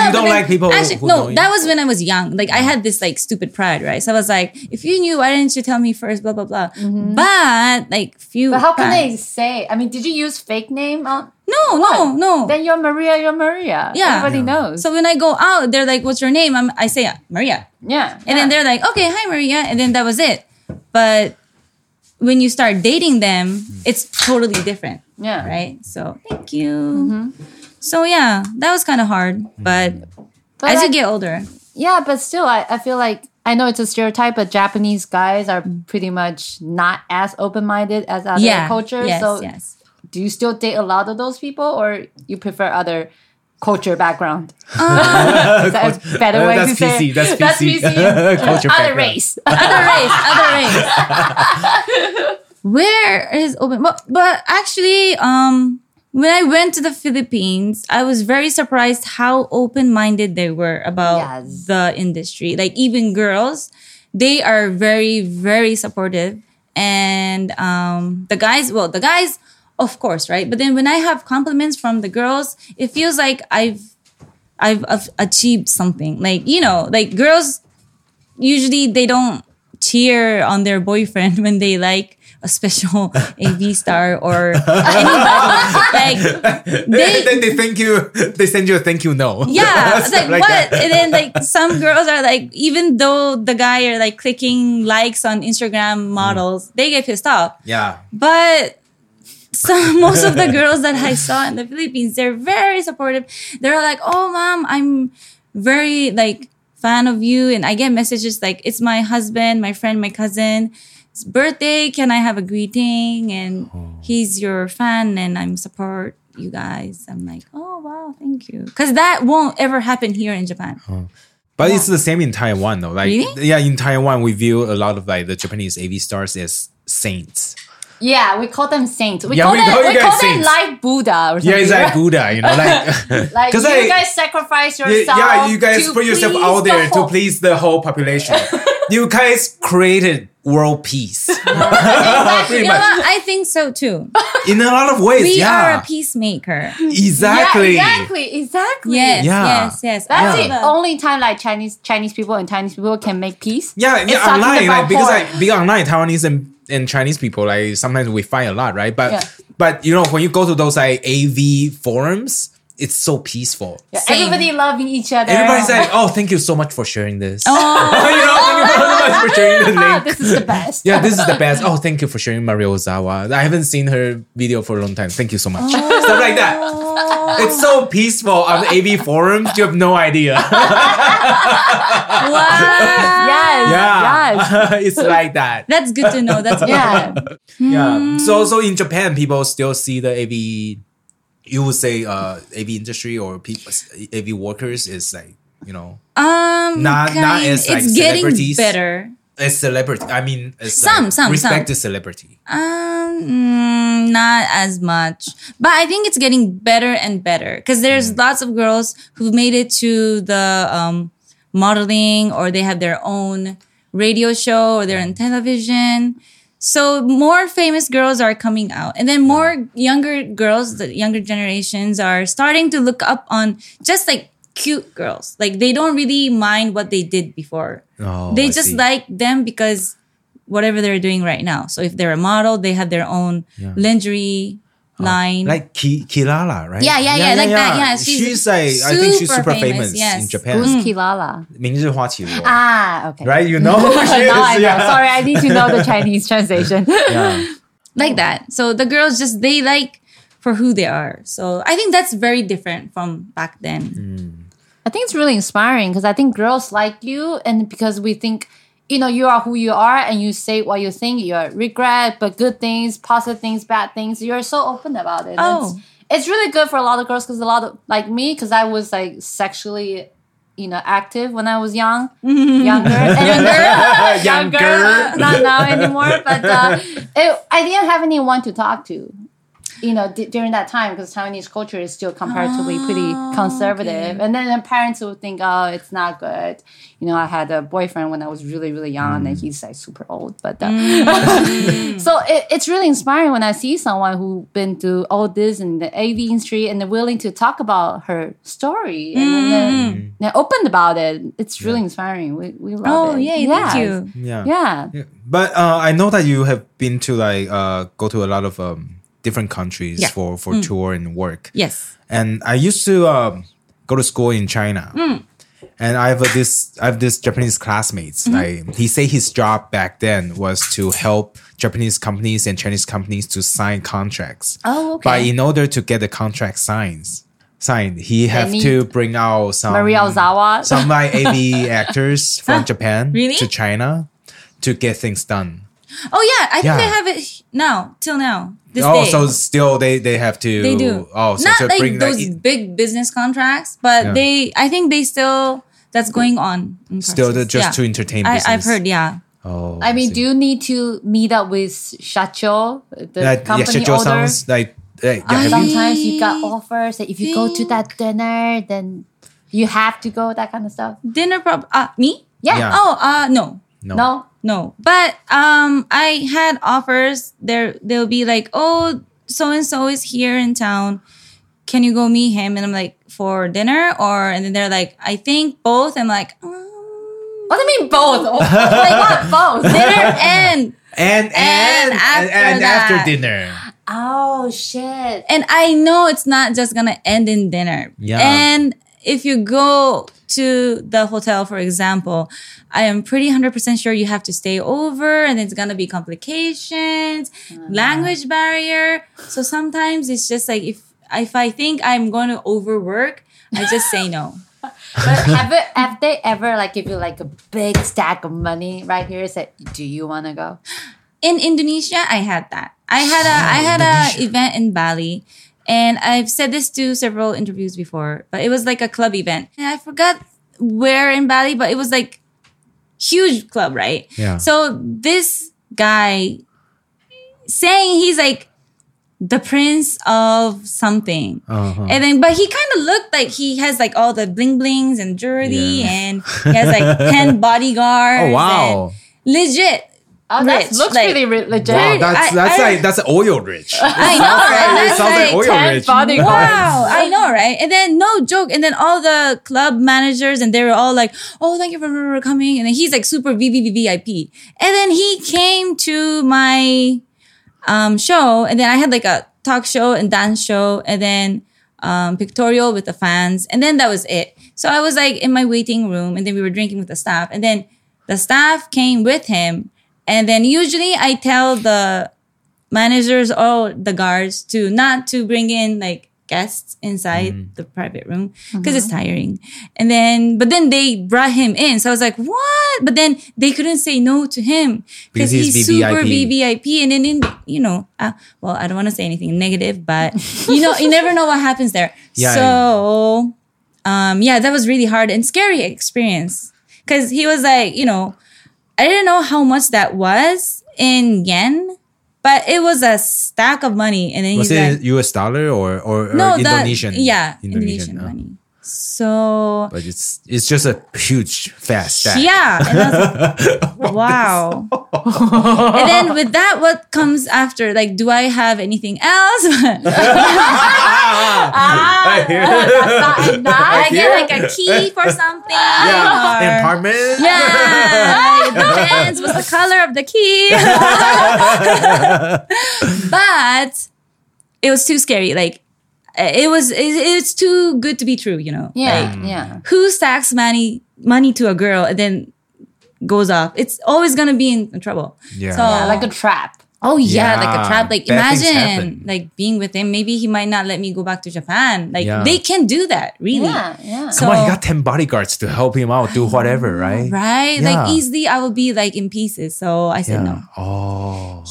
Speaker 1: you don't like people
Speaker 3: Actually,
Speaker 1: who
Speaker 3: no,
Speaker 1: know
Speaker 3: that was when I was young. Like I had this like stupid pride, right? So I was like, if you knew, why didn't you tell me first? Blah blah blah. But like few.
Speaker 4: Mm-hmm. but how can
Speaker 3: times-
Speaker 4: they say? I mean, did you use fake name? On,
Speaker 3: No, no, no.
Speaker 4: Then you're Maria. You're Maria.
Speaker 3: Yeah.
Speaker 4: everybody knows.
Speaker 3: so when I go out, they're like, "What's your name?" I'm, I say Maria.
Speaker 4: yeah,
Speaker 3: And then they're like, okay, hi Maria. And then that was it. But when you start dating them, it's totally different,
Speaker 4: yeah,
Speaker 3: right? So thank you.
Speaker 4: Mm-hmm.
Speaker 3: So yeah, that was kind of hard. But
Speaker 4: But
Speaker 3: as
Speaker 4: I-
Speaker 3: you get older,
Speaker 4: Yeah, but still, I, I feel like I know it's a stereotype, but Japanese guys are pretty much not as open minded as other
Speaker 3: yeah,
Speaker 4: cultures.
Speaker 3: yes,
Speaker 4: so,
Speaker 3: yes.
Speaker 4: do you still date a lot of those people, or you prefer other culture background?
Speaker 3: Uh,
Speaker 4: *laughs* Is that a better way
Speaker 1: Uh, That's
Speaker 4: to say
Speaker 1: PC,
Speaker 4: it?
Speaker 1: that's
Speaker 4: That's
Speaker 1: PC. *laughs*
Speaker 4: PC.
Speaker 1: Culture background.
Speaker 4: other race.
Speaker 3: Other race, other race. *laughs* Where is open? But, but actually, um, when I went to the Philippines, I was very surprised how open-minded they were about
Speaker 4: Yes.
Speaker 3: the industry. Like even girls, they are very, very supportive. And um, the guys, well, the guys, of course, right? But then when I have compliments from the girls, it feels like I've I've, I've achieved something. Like you know, like girls usually they don't cheer on their boyfriend *laughs* when they like a special *laughs* AV star or anybody.
Speaker 1: *laughs*
Speaker 3: like
Speaker 1: They, then they thank you. *laughs* They send you a thank you no.
Speaker 3: yeah, I was
Speaker 1: *laughs*
Speaker 3: like,
Speaker 1: Stuff
Speaker 3: what?
Speaker 1: that.
Speaker 3: And then like some girls are like, even though the guy are like clicking likes on Instagram models, they get pissed off.
Speaker 1: *laughs* Yeah.
Speaker 3: But some *laughs* most of the girls that I saw in the Philippines, they're very supportive. They're like, "Oh, mom, I'm very like fan of you," and I get messages like, "It's my husband, my friend, my cousin." His birthday, can I have a greeting? And he's your fan, and I'm support you guys. I'm like, oh wow, thank you, because that won't ever happen here in Japan.
Speaker 1: But it's the same in Taiwan though. Like
Speaker 3: Really?
Speaker 1: yeah, in Taiwan we view a lot of like the Japanese AV stars as saints.
Speaker 4: Yeah, we call them saints. We
Speaker 1: Yeah, we
Speaker 4: call them
Speaker 1: call you
Speaker 4: we call
Speaker 1: guys
Speaker 4: them
Speaker 1: saints.
Speaker 4: like Buddha or something.
Speaker 1: Yeah, it's like
Speaker 4: right?
Speaker 1: Buddha, you know, like
Speaker 4: *laughs*
Speaker 1: *laughs*
Speaker 4: Like you
Speaker 1: 'Cause I-
Speaker 4: guys sacrifice
Speaker 1: yeah,
Speaker 4: yourself.
Speaker 1: yeah, you guys
Speaker 4: to
Speaker 1: put yourself
Speaker 4: please
Speaker 1: out
Speaker 4: the
Speaker 1: there to
Speaker 4: whole-
Speaker 1: please the whole
Speaker 4: *laughs*
Speaker 1: population. you guys created world peace
Speaker 3: You
Speaker 4: Exactly. You
Speaker 3: know
Speaker 4: know
Speaker 3: what? I think so too.
Speaker 1: in a lot of ways.
Speaker 3: We
Speaker 1: yeah,
Speaker 3: are a peacemaker.
Speaker 1: exactly.
Speaker 4: Yeah, exactly. Exactly.
Speaker 3: Yes,
Speaker 1: Yeah.
Speaker 3: yes, yes.
Speaker 4: That's
Speaker 1: Yeah.
Speaker 4: the only time like Chinese Chinese people and Chinese people can make peace.
Speaker 1: Yeah,
Speaker 4: It's
Speaker 1: yeah,
Speaker 4: talking
Speaker 1: online,
Speaker 4: about
Speaker 1: like because
Speaker 4: porn.
Speaker 1: like being online, Taiwanese and, and Chinese people, like sometimes we fight a lot, right? But
Speaker 4: Yeah.
Speaker 1: but you know, when you go to those like AV forums, it's so peaceful.
Speaker 4: Yeah,
Speaker 3: Same.
Speaker 4: everybody loving each other.
Speaker 1: Everybody's like, oh, thank you so much for sharing this.
Speaker 3: Oh.
Speaker 1: *laughs* you know, thank you so much for sharing the
Speaker 4: *laughs* ah,
Speaker 1: link.
Speaker 4: this is the best.
Speaker 1: *laughs* Yeah, this is the best. Oh, thank you for sharing Maria Ozawa. I haven't seen her video for a long time. Thank you so much.
Speaker 3: Oh.
Speaker 1: Stuff like that. It's so peaceful on the AV forums. You have no
Speaker 3: *laughs*
Speaker 1: idea.
Speaker 3: Wow.
Speaker 4: Yes.
Speaker 1: yeah,
Speaker 4: Yes.
Speaker 1: *laughs* it's like that.
Speaker 3: That's good to know. That's good.
Speaker 4: Yeah.
Speaker 1: Yeah.
Speaker 3: Mm.
Speaker 1: So so in Japan, people still see the AV. You would say uh, AV industry or people AV workers is like you know
Speaker 3: Um,
Speaker 1: Not- not
Speaker 3: kind-
Speaker 1: as, like,
Speaker 3: it's getting
Speaker 1: celebrities.
Speaker 3: better.
Speaker 1: a celebrity. I mean, as
Speaker 3: Some,
Speaker 1: like,
Speaker 3: some,
Speaker 1: respected celebrity.
Speaker 3: Um, mm, not as much, but I think it's getting better and better because there's lots of girls who've made it to the um, modeling or they have their own radio show or they're on television. So more famous girls are coming out, and then more younger girls, the younger generations are starting to look up on just like cute girls. Like they don't really mind what they did before.
Speaker 1: Oh,
Speaker 3: they
Speaker 1: I
Speaker 3: just
Speaker 1: see.
Speaker 3: like them because whatever they're doing right now. So if they're a model, they have their own
Speaker 1: Yeah. Oh,
Speaker 3: lingerie line.
Speaker 1: like Ki- Kilala, right?
Speaker 3: Yeah, yeah, yeah, like that, yeah, she's
Speaker 1: like I think she's
Speaker 3: super
Speaker 1: super famous,
Speaker 3: famous, yes.
Speaker 1: in
Speaker 4: Who's
Speaker 1: Japan.
Speaker 4: Kilala?
Speaker 1: 明日花起舞,
Speaker 4: Ah, okay.
Speaker 1: right?
Speaker 3: *laughs*
Speaker 1: You know
Speaker 3: Oh
Speaker 1: who she is.
Speaker 4: now I
Speaker 1: *laughs*
Speaker 4: know.
Speaker 1: yeah.
Speaker 4: Sorry, I need to know the
Speaker 1: *laughs*
Speaker 4: Chinese translation.
Speaker 3: *laughs*
Speaker 1: Yeah.
Speaker 3: like that. So the girls just they like for who they are. So I think that's very different from back
Speaker 1: Mm.
Speaker 3: then.
Speaker 4: I think it's really inspiring because I think girls like you, and because we think, you know, you are who you are, and you say what you think. You are regret, but good things, positive things, bad things. You're so open about it.
Speaker 3: Oh.
Speaker 4: It's, it's really good for a lot of girls because a lot of like me, because I was like sexually, you know, active when I was young, younger, and younger,
Speaker 1: Younger.
Speaker 4: younger, not
Speaker 3: *laughs*
Speaker 4: now anymore. But uh, it, I didn't have anyone to talk to. You know, d- during that time, because Taiwanese culture is still comparatively pretty
Speaker 3: Ah,
Speaker 4: conservative, and then the parents would think, "Oh, it's not good." You know, I had a boyfriend when I was really, really young,
Speaker 3: Mm.
Speaker 4: and he's like super old. But uh, *laughs* so it, it's really inspiring when I see someone who been through all this in the AV industry and they're willing to talk about her story and then
Speaker 3: Mm.
Speaker 4: they're- they're, open about it. It's really inspiring. We, we love
Speaker 3: Oh
Speaker 4: it.
Speaker 3: yay,
Speaker 4: Yes.
Speaker 3: thank you.
Speaker 1: Yeah.
Speaker 4: Yeah.
Speaker 1: Yeah. But uh, I know that you have been to like uh, go to a lot of um, different countries
Speaker 3: Yeah. Mm.
Speaker 1: for for tour and work.
Speaker 3: Yes.
Speaker 1: And I used to um, go to school in China.
Speaker 3: Hmm.
Speaker 1: And I have a, this I have this Japanese classmates.
Speaker 3: Mm-hmm.
Speaker 1: Like he say his job back then was to help Japanese companies and Chinese companies to sign contracts.
Speaker 3: Oh, okay.
Speaker 1: But in order to get the contract signs signed, he have
Speaker 4: need
Speaker 1: to bring out some
Speaker 4: Maria Ozawa.
Speaker 1: some
Speaker 3: *laughs*
Speaker 1: like AV actors from Japan
Speaker 3: Really?
Speaker 1: to China to get things done.
Speaker 3: Oh yeah, I think
Speaker 1: Yeah.
Speaker 3: they have it now till now. This
Speaker 1: oh,
Speaker 3: day.
Speaker 1: so still they they have to.
Speaker 3: they do.
Speaker 1: Oh, so
Speaker 3: Not
Speaker 1: to
Speaker 3: like
Speaker 1: bring
Speaker 3: those
Speaker 1: that in-
Speaker 3: big business contracts, but
Speaker 1: Yeah.
Speaker 3: they I think they still that's going on. in
Speaker 1: still the,
Speaker 3: process.
Speaker 1: just
Speaker 3: Yeah.
Speaker 1: to entertain.
Speaker 3: I,
Speaker 1: Business.
Speaker 3: I've heard, yeah.
Speaker 1: Oh,
Speaker 4: I mean,
Speaker 1: see.
Speaker 4: do you need to meet up with Shacho, the
Speaker 1: That- yeah,
Speaker 4: company
Speaker 1: Shenzhou
Speaker 4: owner?
Speaker 1: sounds like. like yeah, have you-
Speaker 4: Sometimes you got offers that if you go to that dinner, then you have to go, that kind of stuff.
Speaker 3: Dinner prob uh me?
Speaker 4: Yeah.
Speaker 1: Yeah.
Speaker 3: Oh, uh no.
Speaker 1: no.
Speaker 4: No?
Speaker 3: No. But um I had offers there they'll be like, "Oh, so and so is here in town. Can you go
Speaker 4: *laughs*
Speaker 3: meet him?" And I'm like, "For dinner or?" And then they're like, "I think both." I'm like, um,
Speaker 4: What do you mean both? Oh my god, both.
Speaker 3: Dinner and
Speaker 1: and and and
Speaker 3: after
Speaker 1: after, and,
Speaker 3: that.
Speaker 1: after dinner.
Speaker 4: oh shit.
Speaker 3: and I know it's not just gonna end in dinner.
Speaker 1: Yeah.
Speaker 3: And if you go to the hotel, for example, I am pretty hundred percent sure you have to stay over, and it's gonna be complications, language barrier. So sometimes it's just like if if I think I'm going to overwork, I just say no.
Speaker 4: But have, it, have they ever like give you like a big stack of money right here? Said, do you want to go?
Speaker 3: in Indonesia, I had that. I had a I
Speaker 1: Oh,
Speaker 3: had a event in Bali, and I've said this to several interviews before, but it was like a club event, and I forgot where in Bali, but it was like huge club, right?
Speaker 1: Yeah.
Speaker 3: So this guy saying he's like the prince of something.
Speaker 1: Uh-huh.
Speaker 3: And then, but he kind of looked like he has like all the bling blings and jewelry,
Speaker 1: Yeah.
Speaker 3: and he has
Speaker 1: *laughs*
Speaker 3: like 10
Speaker 1: oh
Speaker 3: bodyguards. and
Speaker 1: wow.
Speaker 3: legit.
Speaker 4: Oh, that
Speaker 3: Rich,
Speaker 4: looks
Speaker 3: like-
Speaker 4: pretty re- legit.
Speaker 1: Wow, that's
Speaker 3: I-
Speaker 1: that's
Speaker 3: I-
Speaker 1: like that's oil rich.
Speaker 3: I know, right?
Speaker 1: it
Speaker 3: That's
Speaker 1: sounds like,
Speaker 3: like
Speaker 1: oil
Speaker 4: Ten
Speaker 1: rich.
Speaker 4: bodyguards. *laughs*
Speaker 3: Wow, I know, right? And then no joke. And then all the club managers and they were all like, "Oh, thank you for coming." And then he's like super VVVVIP. And then he came to my um, show, and then I had like a talk show and dance show, and then um, pictorial with the fans, and then that was it. So I was like in my waiting room, and then we were drinking with the staff, and then the staff came with him, and then usually I tell the managers or the guards to not to bring in like guests inside the private room because it's tiring. And then, but then they brought him in, so I was like, what? But then they couldn't say no to him
Speaker 1: Because
Speaker 3: because
Speaker 1: he's
Speaker 3: he's, super
Speaker 1: VVIP.
Speaker 3: VVIP. VIP and then in you know uh, well I don't want to say anything negative but you know you never know what happens *laughs* there
Speaker 1: Yeah,
Speaker 3: so um yeah that was really hard and scary experience because he was like you know I didn't know how much that was in yen but it was a stack of money and then
Speaker 1: Was
Speaker 3: he's
Speaker 1: it
Speaker 3: like
Speaker 1: U.S. dollar or or, or
Speaker 3: that-
Speaker 1: Indonesian?
Speaker 3: yeah
Speaker 1: Indonesian.
Speaker 3: Indonesian,
Speaker 1: uh,
Speaker 3: money so
Speaker 1: But it's it's just a huge fast stack. *laughs*
Speaker 3: Yeah. And I was like, wow. and then with that, what comes after? Like, do I have anything else? *laughs*
Speaker 1: *laughs*
Speaker 3: Ah,
Speaker 4: That's not
Speaker 3: I
Speaker 4: enough.
Speaker 3: get like a key
Speaker 1: *laughs*
Speaker 3: for something.
Speaker 1: Yeah,
Speaker 3: or-
Speaker 1: and apartment.
Speaker 3: yeah, it depends. What's the color of the
Speaker 1: *laughs*
Speaker 3: key? but it was too scary. Like it was. It, it's too good to be true. You know.
Speaker 4: Yeah,
Speaker 1: Mm.
Speaker 4: yeah.
Speaker 3: who stacks money money to a girl and then goes off it's always gonna be in trouble
Speaker 1: Yeah.
Speaker 3: so
Speaker 1: Yeah,
Speaker 4: Yeah, like a trap.
Speaker 3: oh yeah, like
Speaker 1: Yeah,
Speaker 3: a trap like
Speaker 1: bad things happen.
Speaker 3: imagine like being with him maybe he might not let me go back to japan like
Speaker 1: Yeah.
Speaker 3: they can do that really
Speaker 4: Yeah, yeah.
Speaker 1: Come on,
Speaker 3: So-
Speaker 1: he got ten bodyguards to help him out, do whatever, right?
Speaker 3: right like
Speaker 1: Yeah.
Speaker 3: easily i will be like in pieces so i said
Speaker 1: Yeah.
Speaker 3: no
Speaker 1: Oh,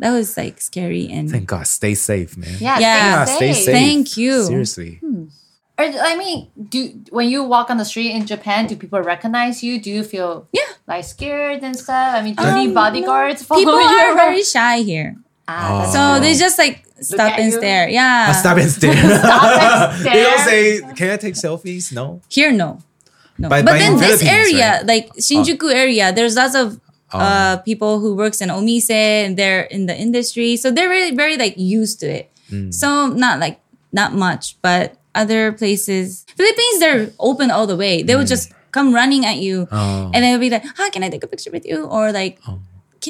Speaker 3: that was like scary and
Speaker 1: thank God. Stay safe, man.
Speaker 4: Yeah,
Speaker 3: Yeah,
Speaker 4: stay,
Speaker 1: stay
Speaker 4: safe.
Speaker 1: safe.
Speaker 3: Thank you.
Speaker 1: Seriously.
Speaker 4: Or, I mean, do when you walk on the street in Japan, do people recognize you? Do you feel
Speaker 3: Yeah.
Speaker 4: like scared and stuff? I mean, do you
Speaker 3: Um,
Speaker 4: need bodyguards? follow *laughs*
Speaker 3: people
Speaker 4: you
Speaker 3: are
Speaker 4: around?
Speaker 3: very shy here
Speaker 4: Ah, that's
Speaker 3: so
Speaker 1: Oh.
Speaker 3: they just like stop
Speaker 4: at
Speaker 3: and
Speaker 4: you.
Speaker 3: stare yeah
Speaker 1: Uh, stop and stare.
Speaker 4: Stop and
Speaker 1: *laughs* they don't say,
Speaker 4: stare.
Speaker 1: "Can I take selfies?" No.
Speaker 3: Here, no. No.
Speaker 1: By-
Speaker 3: but
Speaker 1: by
Speaker 3: then
Speaker 1: in
Speaker 3: this
Speaker 1: Philippines,
Speaker 3: area,
Speaker 1: right? Oh.
Speaker 3: like Shinjuku area, there's lots of uh, people who works in omise and they're in the industry. So they're really very like used to it.
Speaker 1: Hmm.
Speaker 3: So not like not much, but other places Philippines they're open all the way. They would just come running at you
Speaker 1: Hmm. Oh.
Speaker 3: and they'll be like, Hi, can I take a picture with you? Or like can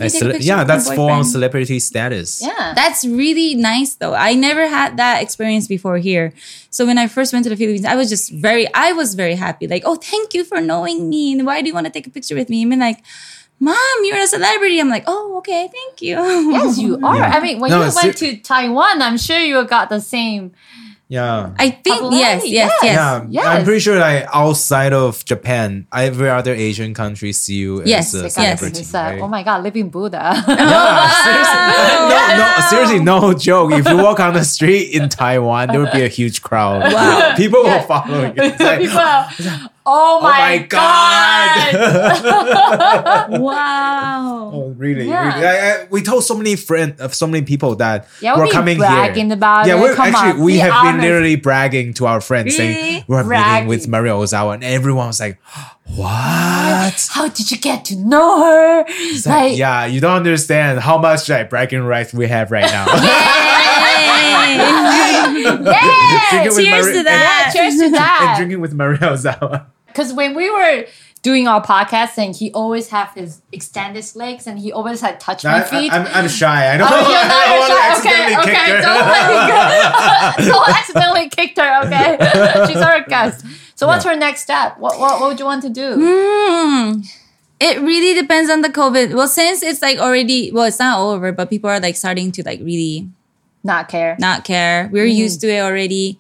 Speaker 3: you
Speaker 1: That's
Speaker 3: take a
Speaker 1: cele-
Speaker 3: picture
Speaker 1: yeah,
Speaker 3: with my
Speaker 1: that's full on
Speaker 3: boyfriend?"
Speaker 1: celebrity status.
Speaker 4: Yeah.
Speaker 3: That's really nice though. I never had that experience before here. So when I first went to the Philippines, I was just very I was very happy. Like, oh thank you for knowing me. And why do you want to take a picture with me? I mean like, Mom, you're a celebrity. I'm like, oh okay, thank you.
Speaker 4: yes, you are. I mean, when
Speaker 1: No,
Speaker 4: you
Speaker 1: it's
Speaker 4: went
Speaker 1: ser-
Speaker 4: to Taiwan, I'm sure you got the same.
Speaker 1: Yeah.
Speaker 3: *laughs* I think
Speaker 4: Apply,
Speaker 3: yes, yes,
Speaker 4: yes.
Speaker 3: yes.
Speaker 1: Yeah,
Speaker 4: yes.
Speaker 1: I'm pretty sure like outside of Japan, every other Asian country see you
Speaker 3: Yes,
Speaker 1: as a
Speaker 3: yes.
Speaker 1: celebrity.
Speaker 4: It's like,
Speaker 1: right?
Speaker 4: oh my god, living
Speaker 3: *laughs*
Speaker 4: Buddha. *laughs*
Speaker 1: Yeah, *laughs* seriously. No, no, seriously, no joke. If you walk on the street in Taiwan, there would be a huge crowd.
Speaker 3: Wow.
Speaker 1: *laughs* People will follow you. It's like,
Speaker 4: People are, oh
Speaker 1: oh my
Speaker 4: my god.
Speaker 1: god! *laughs*
Speaker 3: Wow.
Speaker 1: oh, really?
Speaker 4: Yeah.
Speaker 1: really. I, I, we told so many friends of so many people that
Speaker 4: Yeah,
Speaker 1: we're
Speaker 4: we've been
Speaker 1: coming
Speaker 4: bragging
Speaker 1: here.
Speaker 4: about
Speaker 1: yeah,
Speaker 4: it.
Speaker 1: we're
Speaker 4: Come
Speaker 1: actually
Speaker 4: on,
Speaker 1: we
Speaker 4: be
Speaker 1: have been
Speaker 4: honest.
Speaker 1: literally bragging to our friends saying
Speaker 3: Really?
Speaker 1: we're meeting
Speaker 4: Bragging.
Speaker 1: with Maria Ozawa, and everyone was like, *gasps* "What?"
Speaker 4: How did you get to know her? Like,
Speaker 1: yeah, you don't understand how much like bragging rights we have right
Speaker 4: *laughs*
Speaker 1: now.
Speaker 3: Yay. *laughs*
Speaker 4: yeah,
Speaker 1: *laughs* Drinking with
Speaker 3: cheers
Speaker 1: Maria-
Speaker 3: to that.
Speaker 4: cheers
Speaker 1: *laughs*
Speaker 4: to
Speaker 1: And, and
Speaker 4: that.
Speaker 1: drinking with Maria Ozawa.
Speaker 4: Because when we were doing our podcast, and he always have his extended legs, and he always had touch my
Speaker 1: I,
Speaker 4: feet.
Speaker 1: am I'm shy. I don't,
Speaker 4: Oh, you're
Speaker 1: *laughs* I don't want to
Speaker 4: not
Speaker 1: accidentally
Speaker 4: okay,
Speaker 1: kick
Speaker 4: okay,
Speaker 1: her.
Speaker 4: don't let
Speaker 1: *laughs*
Speaker 4: me go. *laughs* don't accidentally kicked her, okay? *laughs* She's our guest. So what's her next step? What, what what would you want to do?
Speaker 3: Hmm. It really depends on the COVID. Well, since it's like already, well, it's not over, but people are like starting to like really
Speaker 4: Not care.
Speaker 3: not care. We're
Speaker 4: Mm.
Speaker 3: used to it already.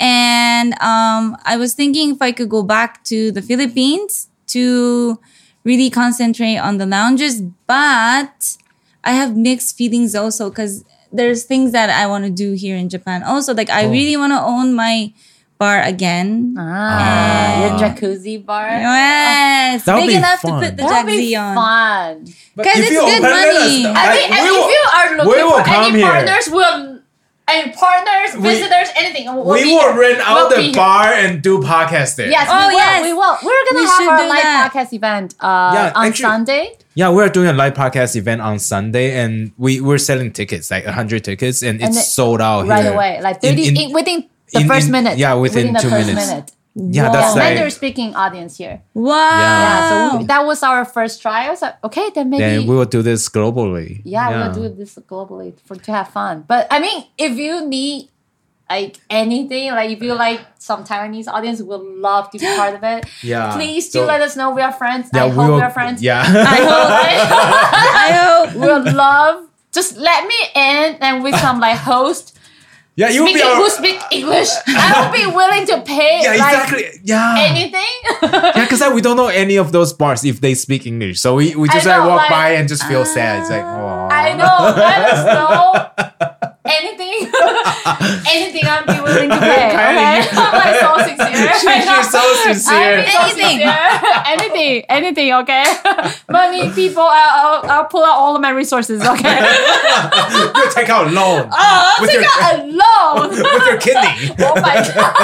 Speaker 3: And um, I was thinking if I could go back to the Philippines to really concentrate on the lounges, but I have mixed feelings also because there's things that I want to do here in Japan. Also, like
Speaker 1: Oh.
Speaker 3: I really want to own my bar again.
Speaker 4: Ah, the jacuzzi bar.
Speaker 3: Yes,
Speaker 1: That would
Speaker 3: big
Speaker 1: be
Speaker 3: enough
Speaker 1: fun.
Speaker 3: to put the
Speaker 4: That would be
Speaker 3: jacuzzi on.
Speaker 4: fun.
Speaker 1: *laughs* But
Speaker 3: 'Cause
Speaker 1: if
Speaker 3: it's
Speaker 1: you
Speaker 3: good
Speaker 1: open it,
Speaker 3: money.
Speaker 1: like,
Speaker 4: I mean,
Speaker 1: we
Speaker 4: and
Speaker 1: will-
Speaker 4: if you are
Speaker 1: we
Speaker 4: looking
Speaker 1: will
Speaker 4: for
Speaker 1: come
Speaker 4: any
Speaker 1: here.
Speaker 4: partners, will and partners, visitors, anything, we'll
Speaker 1: we
Speaker 4: be
Speaker 1: will
Speaker 4: here.
Speaker 1: rent out
Speaker 4: We'll be
Speaker 1: the
Speaker 4: here.
Speaker 1: bar and do podcast there.
Speaker 4: Yes,
Speaker 3: Oh,
Speaker 4: we will.
Speaker 3: yes.
Speaker 4: We will. We're gonna
Speaker 3: We
Speaker 4: have
Speaker 3: should
Speaker 4: our
Speaker 3: do
Speaker 4: live
Speaker 3: that.
Speaker 4: podcast event uh,
Speaker 1: Yeah,
Speaker 4: on
Speaker 1: actually-
Speaker 4: Sunday.
Speaker 1: Yeah, we're doing a live podcast event on Sunday, and we we're selling tickets like hundred tickets, and it's
Speaker 4: it-
Speaker 1: sold out
Speaker 4: right
Speaker 1: here.
Speaker 4: away, like
Speaker 1: In-
Speaker 4: 30,
Speaker 1: in-
Speaker 4: in- within the
Speaker 1: in-
Speaker 4: first
Speaker 1: in-
Speaker 4: minute.
Speaker 1: yeah, within
Speaker 4: the
Speaker 1: two
Speaker 4: first
Speaker 1: minutes.
Speaker 4: minute.
Speaker 1: yeah, that's
Speaker 4: Yeah,
Speaker 1: like
Speaker 4: Mandarin speaking audience here.
Speaker 3: Wow.
Speaker 1: Yeah,
Speaker 4: Yeah, so that was our first try. I was like, okay, then maybe.
Speaker 1: then we will do this globally.
Speaker 4: yeah, we'll do this globally for to have fun. But I mean, if you need like anything, like if you like some Taiwanese audience, would love to be part of
Speaker 1: *gasps*
Speaker 4: it.
Speaker 1: Yeah,
Speaker 4: please do
Speaker 1: Ah, so-
Speaker 4: let us know. We are friends.
Speaker 1: Yeah,
Speaker 4: I
Speaker 1: we
Speaker 4: hope
Speaker 1: will.
Speaker 4: we are friends. *laughs*
Speaker 1: Yeah,
Speaker 3: I hope.
Speaker 4: we would love. Just let me in, and with some like
Speaker 1: *laughs*
Speaker 4: host
Speaker 1: *laughs* yeah, you will be
Speaker 4: speaking
Speaker 1: our,
Speaker 4: who speak English, I would be willing to pay
Speaker 1: yeah,
Speaker 4: like
Speaker 1: exactly. Yeah,
Speaker 4: anything. *laughs*
Speaker 1: yeah, because we don't know any of those bars if they speak English, so we, we
Speaker 4: I
Speaker 1: just
Speaker 4: know,
Speaker 1: like walk
Speaker 4: like- ah,
Speaker 1: by and just feel sad. It's like, oh,
Speaker 4: I
Speaker 1: *laughs*
Speaker 4: know. Let us know anything. *laughs* anything I'd be willing to
Speaker 1: *laughs*
Speaker 4: pay.
Speaker 1: Kinda
Speaker 4: Okay? *laughs*
Speaker 1: you-
Speaker 4: I'm like so sincere.
Speaker 1: *laughs* She-
Speaker 4: right now. *laughs*
Speaker 1: she's so sincere.
Speaker 4: I'm being so
Speaker 3: Anything.
Speaker 4: sincere. *laughs* anything. Anything. Okay. *laughs* Money, people. I'll, I'll, I'll pull out all of my resources. Okay.
Speaker 1: *laughs* you take out
Speaker 4: *laughs*
Speaker 1: loan
Speaker 4: I'll
Speaker 1: *laughs* With
Speaker 4: take
Speaker 1: your-
Speaker 4: out a
Speaker 1: *laughs*
Speaker 4: loan.
Speaker 1: with your kidney.
Speaker 4: Oh my *laughs* god!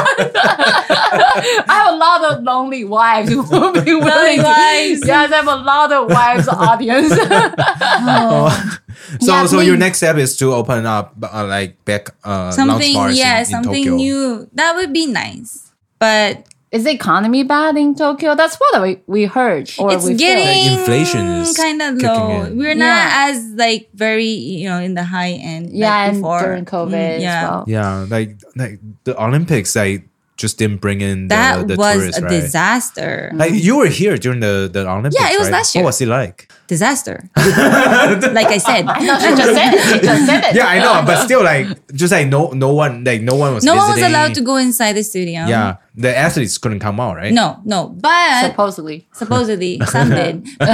Speaker 4: I have a lot of lonely wives who will be willing. to-
Speaker 3: wives.
Speaker 4: Yes, I have a lot of wives audience.
Speaker 3: Oh.
Speaker 1: Uh,
Speaker 3: *laughs*
Speaker 1: So
Speaker 4: Yeah,
Speaker 1: so your
Speaker 4: please.
Speaker 1: next step is to open up uh, like back uh, lounge
Speaker 3: something
Speaker 1: bars
Speaker 3: yeah
Speaker 1: in, in
Speaker 3: something
Speaker 1: Tokyo.
Speaker 3: new that would be nice but
Speaker 4: *laughs* Is the economy bad in Tokyo? That's what we, we heard. Or
Speaker 3: it's
Speaker 4: we feel.
Speaker 3: getting
Speaker 1: The inflation is
Speaker 3: kind of
Speaker 1: kicking
Speaker 3: low
Speaker 1: in.
Speaker 3: we're
Speaker 4: Yeah.
Speaker 3: not as like very you know in the high end like,
Speaker 4: Yeah, and
Speaker 3: before.
Speaker 4: during COVID
Speaker 3: Mm,
Speaker 4: as well.
Speaker 1: Yeah, like like the Olympics, like just didn't bring in the,
Speaker 3: that
Speaker 1: the
Speaker 3: was
Speaker 1: tourists,
Speaker 3: a
Speaker 1: right?
Speaker 3: disaster
Speaker 1: Like you were here during the the Olympics.
Speaker 3: Yeah, it was
Speaker 1: right?
Speaker 3: last year.
Speaker 1: What was it like? *laughs*
Speaker 3: disaster like i said
Speaker 4: No, she just said it. She just said it.
Speaker 1: Yeah, I know, but still, like just like no no one like no one was.
Speaker 3: no one was
Speaker 1: visiting.
Speaker 3: allowed to go inside the studio
Speaker 1: Yeah, the athletes couldn't come out, right?
Speaker 3: no no but
Speaker 4: Supposedly.
Speaker 1: *laughs*
Speaker 3: supposedly some did but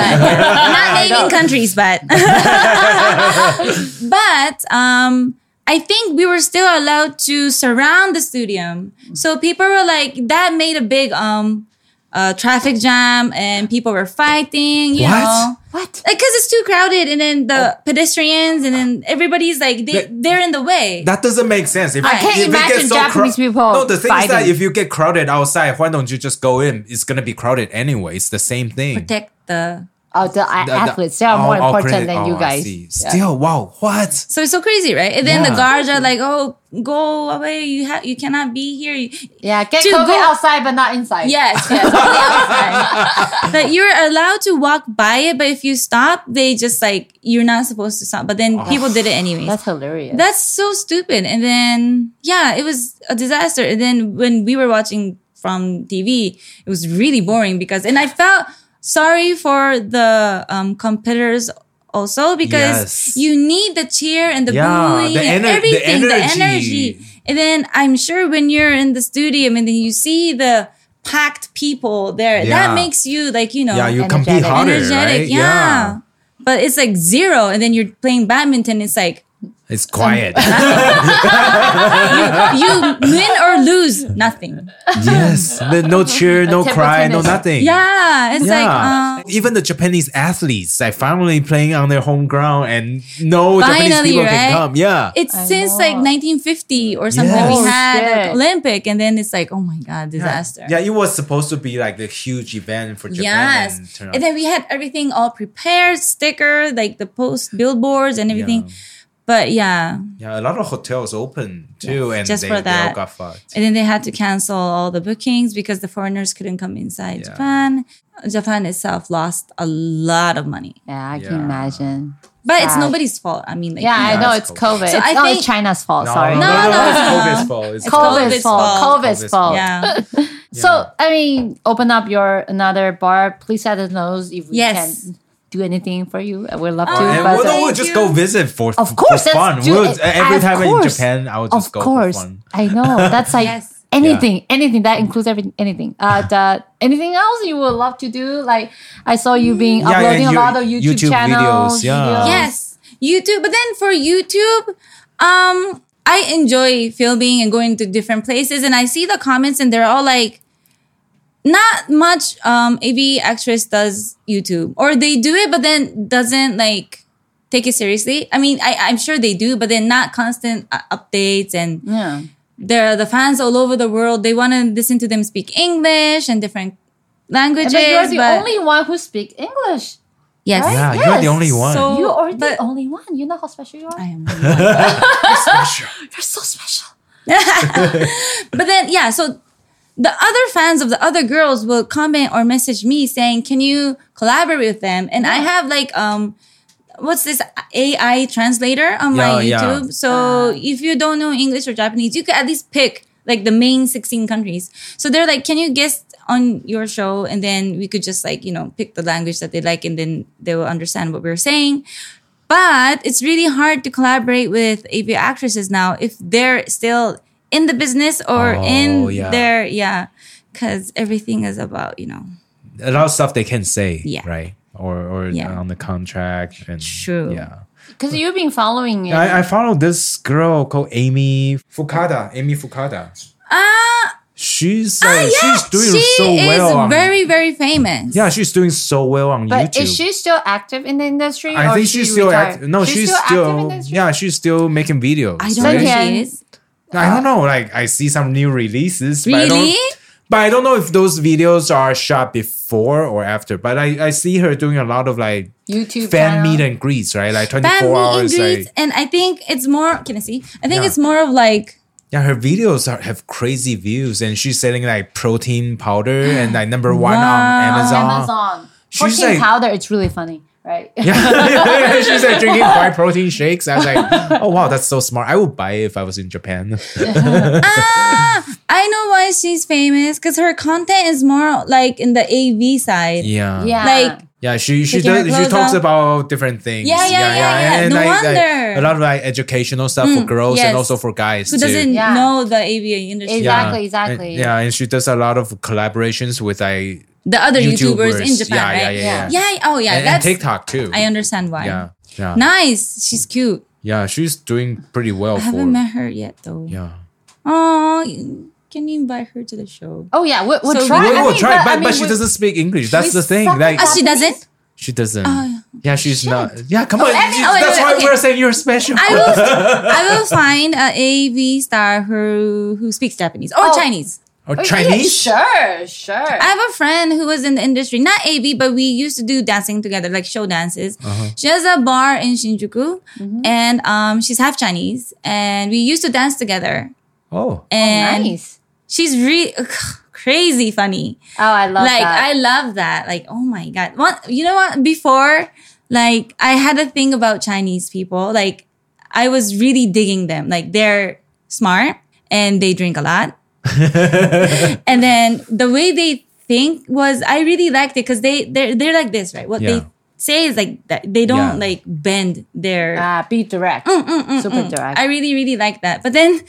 Speaker 3: not naming countries but *laughs* but um I think we were still allowed to surround the stadium. So people were like, that made a big um uh, traffic jam and people were fighting, you
Speaker 1: What? Oh.
Speaker 3: know.
Speaker 4: What?
Speaker 3: Like, cause it's too crowded and then the pedestrians and then everybody's like, they,
Speaker 1: That-
Speaker 3: they're in the way.
Speaker 1: That doesn't make sense. If,
Speaker 4: I can't
Speaker 1: if it
Speaker 4: imagine
Speaker 1: gets
Speaker 4: Japanese people
Speaker 1: No, the thing is that
Speaker 4: fighting.
Speaker 1: if you get crowded outside, why don't you just go in? It's gonna be crowded anyway. It's the same thing.
Speaker 3: Protect the
Speaker 4: Oh, the,
Speaker 1: The- the-
Speaker 4: athletes. They are
Speaker 1: oh,
Speaker 4: more
Speaker 1: oh,
Speaker 4: important
Speaker 1: credit-
Speaker 4: than
Speaker 1: oh,
Speaker 4: you
Speaker 1: I
Speaker 4: guys.
Speaker 1: see. Still, wow, what?
Speaker 3: So it's so crazy, right? And then the
Speaker 1: Yeah.
Speaker 3: guards are like, "Oh, go away! You have you cannot be here." You-
Speaker 4: Yeah, get
Speaker 3: To
Speaker 4: COVID
Speaker 3: go-
Speaker 4: outside, but not inside.
Speaker 3: Yes, yes. outside. *laughs* but you're allowed to walk by it, but if you stop, they just like you're not supposed to stop. But then people did it anyways.
Speaker 4: That's
Speaker 3: That's,
Speaker 4: hilarious.
Speaker 3: so stupid. And then yeah, it was a disaster. And then when we were watching from TV, it was really boring because and I felt sorry for the um, competitors also because
Speaker 1: Yes.
Speaker 3: you need the cheer and the
Speaker 1: Yeah,
Speaker 3: booing
Speaker 1: the
Speaker 3: and
Speaker 1: ener- the
Speaker 3: everything, the
Speaker 1: energy.
Speaker 3: energy. And then I'm sure when you're in the studio and then you see the packed people there,
Speaker 1: Yeah.
Speaker 3: that makes you like, you know,
Speaker 1: Yeah, you
Speaker 4: energetic.
Speaker 1: compete harder,
Speaker 3: energetic.
Speaker 1: right?
Speaker 3: yeah. But it's like zero. And then you're playing badminton. It's like
Speaker 1: It's quiet.
Speaker 3: *laughs* you
Speaker 4: *laughs*
Speaker 3: win or lose nothing.
Speaker 1: yes, no,
Speaker 3: *laughs*
Speaker 1: no cheer, no
Speaker 4: table
Speaker 1: cry, no
Speaker 4: tennis.
Speaker 1: nothing.
Speaker 3: Yeah. It's
Speaker 1: Yeah.
Speaker 3: like, um,
Speaker 1: even the Japanese athletes, like finally playing on their home ground, and no Japanese
Speaker 3: Finally,
Speaker 1: people
Speaker 3: right?
Speaker 1: can come. Yeah,
Speaker 3: it's
Speaker 4: I
Speaker 3: since
Speaker 4: know.
Speaker 3: like 1950 or something
Speaker 1: Yes.
Speaker 3: we
Speaker 1: Oh,
Speaker 3: had
Speaker 4: shit.
Speaker 3: an Olympic, and then it's like, oh my god, disaster.
Speaker 1: Yeah, it was supposed to be like the huge event for Japan.
Speaker 3: Yes.
Speaker 1: and
Speaker 3: And,
Speaker 1: turn out-
Speaker 3: then we had everything all prepared, sticker, like the post billboards and everything. But yeah,
Speaker 1: Yeah, a lot of hotels open too, and
Speaker 3: just
Speaker 1: they,
Speaker 3: for
Speaker 1: they all
Speaker 3: that.
Speaker 1: got fucked.
Speaker 3: and then they had to cancel all the bookings because the foreigners couldn't come inside
Speaker 1: Yeah.
Speaker 3: Japan. Japan itself lost a lot of money,
Speaker 4: Yeah, I
Speaker 1: Yeah.
Speaker 4: can imagine.
Speaker 3: but it's
Speaker 4: Sad.
Speaker 3: nobody's fault. I mean, like,
Speaker 4: Yeah, I
Speaker 1: Yeah,
Speaker 4: know
Speaker 1: it's
Speaker 4: it's COVID.
Speaker 3: So
Speaker 4: it's
Speaker 3: I
Speaker 4: not
Speaker 3: think-
Speaker 4: China's fault. sorry.
Speaker 3: no, no, no,
Speaker 1: it's
Speaker 3: no.
Speaker 1: COVID's fault. It's
Speaker 4: It's
Speaker 1: COVID's
Speaker 3: COVID's
Speaker 4: COVID's fault.
Speaker 3: fault.
Speaker 4: COVID's
Speaker 1: COVID's
Speaker 4: fault.
Speaker 1: fault.
Speaker 4: *laughs*
Speaker 3: yeah,
Speaker 4: So I mean, open up your another bar. Please let us know if we
Speaker 3: Yes.
Speaker 4: can do anything for you. I would love to.
Speaker 3: Oh,
Speaker 1: And
Speaker 4: but
Speaker 1: we'll,
Speaker 3: Thank
Speaker 1: we'll just
Speaker 3: you.
Speaker 1: go visit for
Speaker 4: Of course,
Speaker 1: for fun.
Speaker 4: that's- dude,
Speaker 1: we'll, e-
Speaker 4: it-
Speaker 1: every
Speaker 4: of
Speaker 1: time I'm in
Speaker 4: course.
Speaker 1: Japan, I will just
Speaker 4: of
Speaker 1: go
Speaker 4: course,
Speaker 1: for fun.
Speaker 4: I know that's like
Speaker 3: *laughs* Yes.
Speaker 4: anything, anything that includes everything, anything. Uh, that anything else you would love to do? Like I saw you being
Speaker 1: yeah,
Speaker 4: uploading
Speaker 1: you-
Speaker 4: a lot of YouTube,
Speaker 1: YouTube
Speaker 4: channels.
Speaker 1: videos, yeah.
Speaker 4: videos.
Speaker 3: yes, YouTube. But then for YouTube, um, I enjoy filming and going to different places, and I see the comments, and they're all like. Not much um AV actress does YouTube or they do it but then doesn't like take it seriously. I mean I I'm sure they do but then not constant uh, updates and
Speaker 4: yeah.
Speaker 3: they're the fans all over the world. They want to listen to them speak English and different languages.
Speaker 4: But you're the
Speaker 3: but-
Speaker 4: only one who speaks English.
Speaker 3: yes,
Speaker 4: right?
Speaker 1: Yeah, you're
Speaker 4: Yes.
Speaker 1: the only one.
Speaker 3: So-
Speaker 4: You are the
Speaker 3: But-
Speaker 4: only one. You know how special you are.
Speaker 3: I am. the only one.
Speaker 4: You're so special.
Speaker 3: but then yeah, so the other fans of the other girls will comment or message me saying, "Can you collaborate with them?" And I have like um. What's this AI translator on
Speaker 1: Yeah,
Speaker 3: my
Speaker 1: yeah.
Speaker 3: YouTube? So if you don't know English or Japanese, you could at least pick like the main 16 countries. So they're like, can you guest on your show? And then we could just like, you know, pick the language that they like and then they will understand what we're saying. But it's really hard to collaborate with AV actresses now if they're still in the business or
Speaker 1: Oh,
Speaker 3: in
Speaker 1: yeah.
Speaker 3: their, yeah, because everything is about, you know,
Speaker 1: A lot of stuff they can say,
Speaker 3: Yeah.
Speaker 1: right? Or or
Speaker 3: Yeah.
Speaker 1: on the contract and
Speaker 3: True.
Speaker 1: Yeah.
Speaker 4: Because you've been following it.
Speaker 1: I, I followed this girl called Amy Fukada. Amy Fukada.
Speaker 3: ah,
Speaker 1: She's
Speaker 4: Ah,
Speaker 1: uh,
Speaker 3: yeah,
Speaker 1: she's doing
Speaker 3: she
Speaker 1: so
Speaker 3: is
Speaker 1: well. on-
Speaker 3: very, very famous.
Speaker 1: yeah, she's doing so well on
Speaker 4: But
Speaker 1: YouTube.
Speaker 4: is she still active in the industry?
Speaker 1: I
Speaker 4: or
Speaker 1: think
Speaker 4: is she
Speaker 1: she's still
Speaker 4: retired?
Speaker 1: active. No, she's, still,
Speaker 4: active in the industry.
Speaker 1: yeah, she's still making videos.
Speaker 3: I don't
Speaker 1: right?
Speaker 3: know who
Speaker 4: Second.
Speaker 3: she is.
Speaker 1: I don't know. Like I see some new releases. But I
Speaker 3: Really?
Speaker 1: don't, but I don't know if those videos are shot before or after. But I, I see her doing a lot of like
Speaker 4: YouTube
Speaker 1: fan
Speaker 4: channel.
Speaker 1: meet and greets, right? Like twenty
Speaker 3: Bambi
Speaker 1: four
Speaker 3: and
Speaker 1: hours.
Speaker 3: greets,
Speaker 1: Like,
Speaker 3: and I think it's more. Can I see? I think
Speaker 1: Yeah.
Speaker 3: it's more of like
Speaker 1: yeah, her videos are, have crazy views, and she's selling like protein powder and like number one
Speaker 3: Wow.
Speaker 1: on Amazon.
Speaker 4: Amazon.
Speaker 1: uh, She's
Speaker 4: Protein
Speaker 1: like-
Speaker 4: powder, it's really funny, right?
Speaker 1: *laughs* Yeah, *laughs* she's like drinking white protein shakes. I was like, oh wow, that's so smart. I would buy it if I was in Japan.
Speaker 3: ah, I know why she's famous because her content is more like in the AV side.
Speaker 1: Yeah,
Speaker 4: *laughs* yeah.
Speaker 3: Like
Speaker 1: Yeah, she she
Speaker 3: Taking her
Speaker 1: does, she
Speaker 3: clothes
Speaker 1: talks
Speaker 3: off.
Speaker 1: about different things.
Speaker 3: Yeah, yeah, yeah, yeah.
Speaker 1: And
Speaker 3: No
Speaker 1: like, like,
Speaker 3: wonder. Mm,
Speaker 1: a lot of like educational stuff for girls
Speaker 3: yes.
Speaker 1: and also for guys.
Speaker 3: who
Speaker 1: too.
Speaker 3: doesn't
Speaker 4: Yeah.
Speaker 3: know the AV industry?
Speaker 1: Yeah.
Speaker 4: Exactly, exactly.
Speaker 1: And- yeah, and she does a lot of collaborations with like
Speaker 3: The other YouTubers,
Speaker 1: YouTubers.
Speaker 3: in Japan,
Speaker 1: yeah,
Speaker 3: right?
Speaker 1: Yeah,
Speaker 3: Yeah,
Speaker 1: yeah, yeah.
Speaker 3: Oh, yeah.
Speaker 1: and, and
Speaker 3: that's
Speaker 1: TikTok too.
Speaker 3: I understand why.
Speaker 1: Yeah, yeah,
Speaker 3: Nice. She's cute.
Speaker 1: yeah. She's doing pretty well
Speaker 3: I
Speaker 1: for.
Speaker 3: haven't met her yet though.
Speaker 1: yeah,
Speaker 3: Oh, can you invite her to the show?
Speaker 4: Oh yeah, we'll, we'll
Speaker 3: So
Speaker 4: try.
Speaker 1: we
Speaker 4: I
Speaker 1: will
Speaker 4: mean,
Speaker 1: try, but,
Speaker 4: I mean,
Speaker 1: but she
Speaker 4: we-
Speaker 1: doesn't speak English. That's the thing.
Speaker 4: suck
Speaker 1: Like
Speaker 4: at
Speaker 3: Ah, she doesn't.
Speaker 1: she doesn't.
Speaker 3: Oh.
Speaker 1: yeah, she's not. Yeah, come on.
Speaker 3: let me-
Speaker 1: you-
Speaker 3: oh, wait,
Speaker 1: that's
Speaker 3: wait,
Speaker 1: why
Speaker 3: okay.
Speaker 1: we're saying you're special.
Speaker 3: I
Speaker 1: *laughs*
Speaker 3: will. I will find a AV star who who speaks Japanese or
Speaker 4: Oh.
Speaker 3: Chinese.
Speaker 1: or
Speaker 4: Oh, yeah,
Speaker 1: Chinese.
Speaker 4: Sure, sure.
Speaker 3: I have a friend who was in the industry, not AV, but we used to do dancing together, like show dances.
Speaker 1: Uh-huh.
Speaker 3: She has a bar in Shinjuku,
Speaker 4: Mm-hmm.
Speaker 3: and um, she's half Chinese, and we used to dance together.
Speaker 1: Oh, *laughs*
Speaker 3: And
Speaker 4: nice.
Speaker 3: she's really crazy funny.
Speaker 4: Oh, I love
Speaker 3: like
Speaker 4: that.
Speaker 3: I love that. Like oh my god. What you know what? Before, like I had a thing about Chinese people. Like I was really digging them. Like they're smart and they drink a lot. and then the way they think was I really liked it because they they're they're like this right. What they
Speaker 1: Yeah.
Speaker 3: say is like that. They don't
Speaker 1: Yeah.
Speaker 3: like bend their.
Speaker 4: Ah, be direct.
Speaker 3: Mm,
Speaker 4: Super direct.
Speaker 3: I really really like that. But then.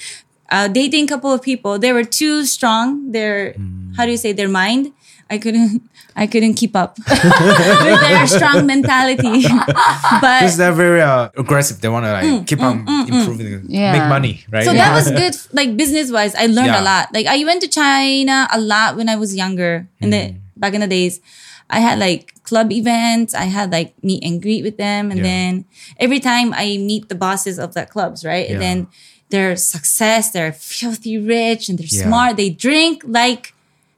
Speaker 3: Uh, dating couple of people, they were too strong. Their how do you say their mind? I couldn't I couldn't keep up *laughs* with their strong mentality. but
Speaker 1: because they're very uh, aggressive. They want to like
Speaker 3: Mm,
Speaker 1: keep on improving,
Speaker 4: Yeah.
Speaker 1: make money, right?
Speaker 3: So that was good, like business wise. I learned
Speaker 1: Yeah.
Speaker 3: a lot. Like I went to China a lot when I was younger, in
Speaker 1: Hmm.
Speaker 3: the back in the days. I had like club events. I had like meet and greet with them, and
Speaker 1: Yeah.
Speaker 3: then every time I meet the bosses of the clubs, right? And
Speaker 1: Yeah.
Speaker 3: then their success, they're filthy rich, and they're
Speaker 1: Yeah.
Speaker 3: smart. They drink like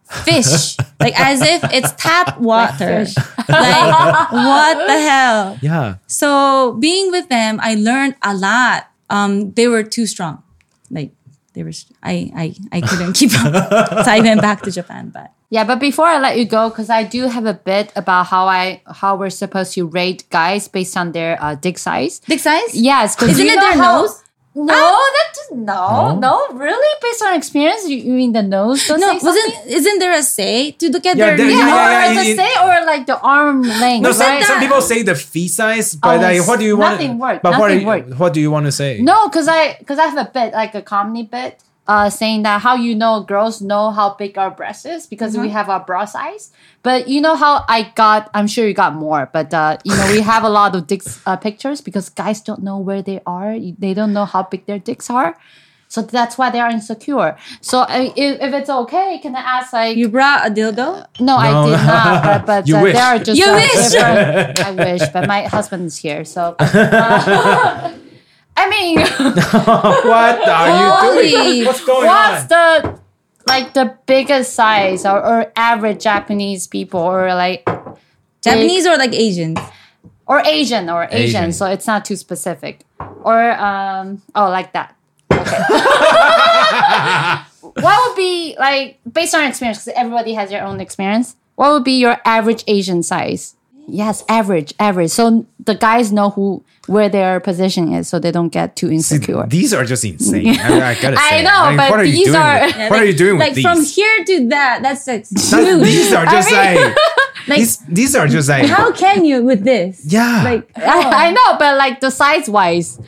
Speaker 1: *laughs*
Speaker 3: fish, like as if it's tap water. like what the hell?
Speaker 1: Yeah.
Speaker 3: So being with them, I learned a lot. Um, they were too strong. Like they were, I, I, I couldn't keep
Speaker 1: *laughs*
Speaker 3: up. so I went back to Japan, but
Speaker 4: Yeah, but before I let you go, because I do have a bit about how I how we're supposed to rate guys based on their uh, dick size.
Speaker 3: dick size?
Speaker 4: Yes, because
Speaker 3: Isn't
Speaker 4: you
Speaker 3: it
Speaker 4: know
Speaker 3: their
Speaker 4: how-
Speaker 3: nose?
Speaker 4: No, that does- no, no, really. Based on experience, you, you mean the nose? Does
Speaker 3: No,
Speaker 4: say something?
Speaker 3: wasn't, isn't there a say to look at
Speaker 1: Yeah,
Speaker 3: their
Speaker 1: there- Yeah,
Speaker 4: Yeah,
Speaker 1: yeah,
Speaker 4: or
Speaker 1: yeah,
Speaker 4: the
Speaker 1: you-
Speaker 4: say or like the arm length,
Speaker 1: No, some,
Speaker 4: right?
Speaker 1: some people say the fee size, but
Speaker 4: Oh,
Speaker 1: like, what do you want?
Speaker 4: nothing worked,
Speaker 1: But what,
Speaker 4: nothing
Speaker 1: are you-
Speaker 4: worked.
Speaker 1: what do you want to say?
Speaker 4: No, because I because I have a bit like a comedy bit uh, saying that how you know girls know how big our breasts is because we have our bra size. But you know how I got? I'm sure you got more, but uh, you know we have a lot of dicks uh, pictures because guys don't know where they are. You- They don't know how big their dicks are. So that's why they are insecure. So uh, if, if it's okay, can I ask like
Speaker 3: You brought a dildo?
Speaker 4: No, I
Speaker 1: No.
Speaker 4: did not. But, but
Speaker 1: You
Speaker 4: uh,
Speaker 1: wish.
Speaker 4: they are just.
Speaker 3: You
Speaker 4: uh,
Speaker 3: wish.
Speaker 4: different- I wish, but my husband's here, so. uh, *laughs* I mean,
Speaker 1: What are you doing?
Speaker 3: Holy
Speaker 1: What's going
Speaker 4: what's
Speaker 1: on?
Speaker 4: the like the biggest size or, or average Japanese people or like
Speaker 3: Japanese or like Asians?
Speaker 4: or Asian or Asian,
Speaker 1: Asian.
Speaker 4: so it's not too specific. Or um oh like that. Okay. *laughs* what would be like based on experience? Because everybody has their own experience. What would be your average Asian size? Yes, average, average. So the guys know who where their position is, so they don't get too
Speaker 1: *laughs*
Speaker 4: insecure. *laughs*
Speaker 1: These are just insane. I, mean, I gotta
Speaker 4: I
Speaker 1: say.
Speaker 4: know,
Speaker 1: I mean,
Speaker 4: but
Speaker 1: what are
Speaker 4: these
Speaker 1: you doing
Speaker 4: are-
Speaker 1: With, what are you doing
Speaker 3: like
Speaker 1: with
Speaker 3: from
Speaker 1: these?
Speaker 3: here to that? That's like
Speaker 1: That-
Speaker 3: huge.
Speaker 1: these are just
Speaker 3: I mean,
Speaker 4: *laughs*
Speaker 1: like, these. These are just like.
Speaker 3: how can you with this?
Speaker 1: Yeah.
Speaker 3: Like
Speaker 4: I, I know, but like the size wise,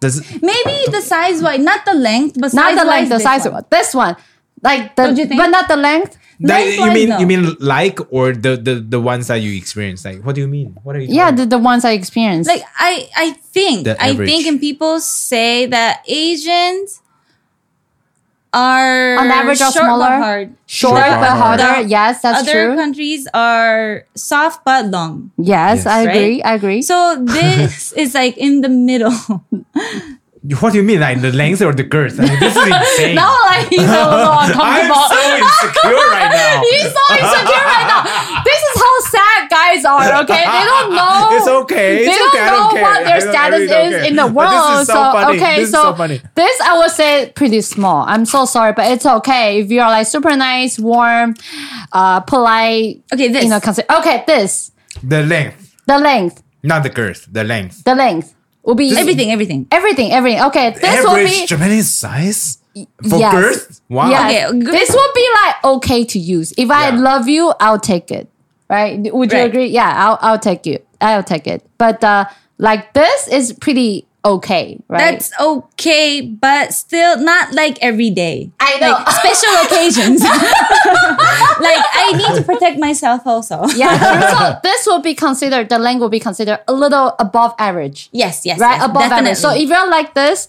Speaker 1: does,
Speaker 3: maybe the size wise, not the length, but
Speaker 4: not
Speaker 3: size
Speaker 4: the like the size. One. This one, like the,
Speaker 3: Don't you think?
Speaker 4: but not the length.
Speaker 1: that,
Speaker 3: Lengthwise,
Speaker 1: you mean
Speaker 3: though.
Speaker 1: you mean like or the, the the ones that you experience? Like, what do you mean? What are you?
Speaker 4: Yeah,
Speaker 1: talking
Speaker 4: the, the ones I experienced.
Speaker 3: Like I, I think,
Speaker 1: The
Speaker 3: I
Speaker 1: average.
Speaker 3: think, and people say that Asians are
Speaker 4: On average are
Speaker 3: short
Speaker 4: smaller?
Speaker 3: but hard.
Speaker 4: short
Speaker 1: Short
Speaker 4: but
Speaker 1: but
Speaker 4: harder.
Speaker 3: harder.
Speaker 4: Yes, that's
Speaker 3: Other
Speaker 4: true.
Speaker 3: countries are soft but long.
Speaker 4: yes,
Speaker 1: Yes.
Speaker 4: I
Speaker 3: Right?
Speaker 4: agree. I agree.
Speaker 3: So this is like in the middle. *laughs*
Speaker 1: What do you mean? Like the length or the girth? I mean, this is insane.
Speaker 4: *laughs* now, like
Speaker 1: *laughs*
Speaker 4: he's a little
Speaker 1: I'm
Speaker 4: uncomfortable. *laughs*
Speaker 1: so insecure right now.
Speaker 4: he's so insecure right now. This is how sad guys are. Okay, they don't know.
Speaker 1: *laughs* It's okay.
Speaker 4: They
Speaker 1: It's
Speaker 4: don't
Speaker 1: okay. I
Speaker 4: know
Speaker 1: don't care.
Speaker 4: what
Speaker 1: I
Speaker 4: their
Speaker 1: don't- I
Speaker 4: status
Speaker 1: really don't
Speaker 4: is
Speaker 1: care.
Speaker 4: in the
Speaker 1: But
Speaker 4: world.
Speaker 1: this is so funny.
Speaker 4: okay,
Speaker 1: This is
Speaker 4: so,
Speaker 1: so funny.
Speaker 4: this I would say pretty small. I'm so sorry, but it's okay if you're like super nice, warm, uh, polite.
Speaker 3: Okay, this.
Speaker 4: you know, consider. Okay, this
Speaker 1: The length,
Speaker 4: the length,
Speaker 1: not the girth. The length.
Speaker 4: the length will be
Speaker 3: everything, everything.
Speaker 4: Everything, everything. Okay, this will
Speaker 1: Average
Speaker 4: be
Speaker 1: Japanese size for
Speaker 4: yes.
Speaker 1: girth. Wow.
Speaker 4: yeah.
Speaker 3: Okay, good.
Speaker 4: This will be like okay to use. If I
Speaker 1: Yeah.
Speaker 4: love you, I'll take it. Right? Would you
Speaker 3: Right.
Speaker 4: agree? Yeah, I'll I'll take you. I'll take it. But uh, like this is pretty okay, right?
Speaker 3: That's okay, but still not like every day.
Speaker 4: I know.
Speaker 3: Like special occasions. like I need to protect myself also.
Speaker 4: *laughs*
Speaker 3: *laughs*
Speaker 4: yeah. so this will be considered the length will be considered a little above average.
Speaker 3: Yes, yes.
Speaker 4: Right?
Speaker 3: yes,
Speaker 4: above
Speaker 3: definitely.
Speaker 4: average. So if you're like this,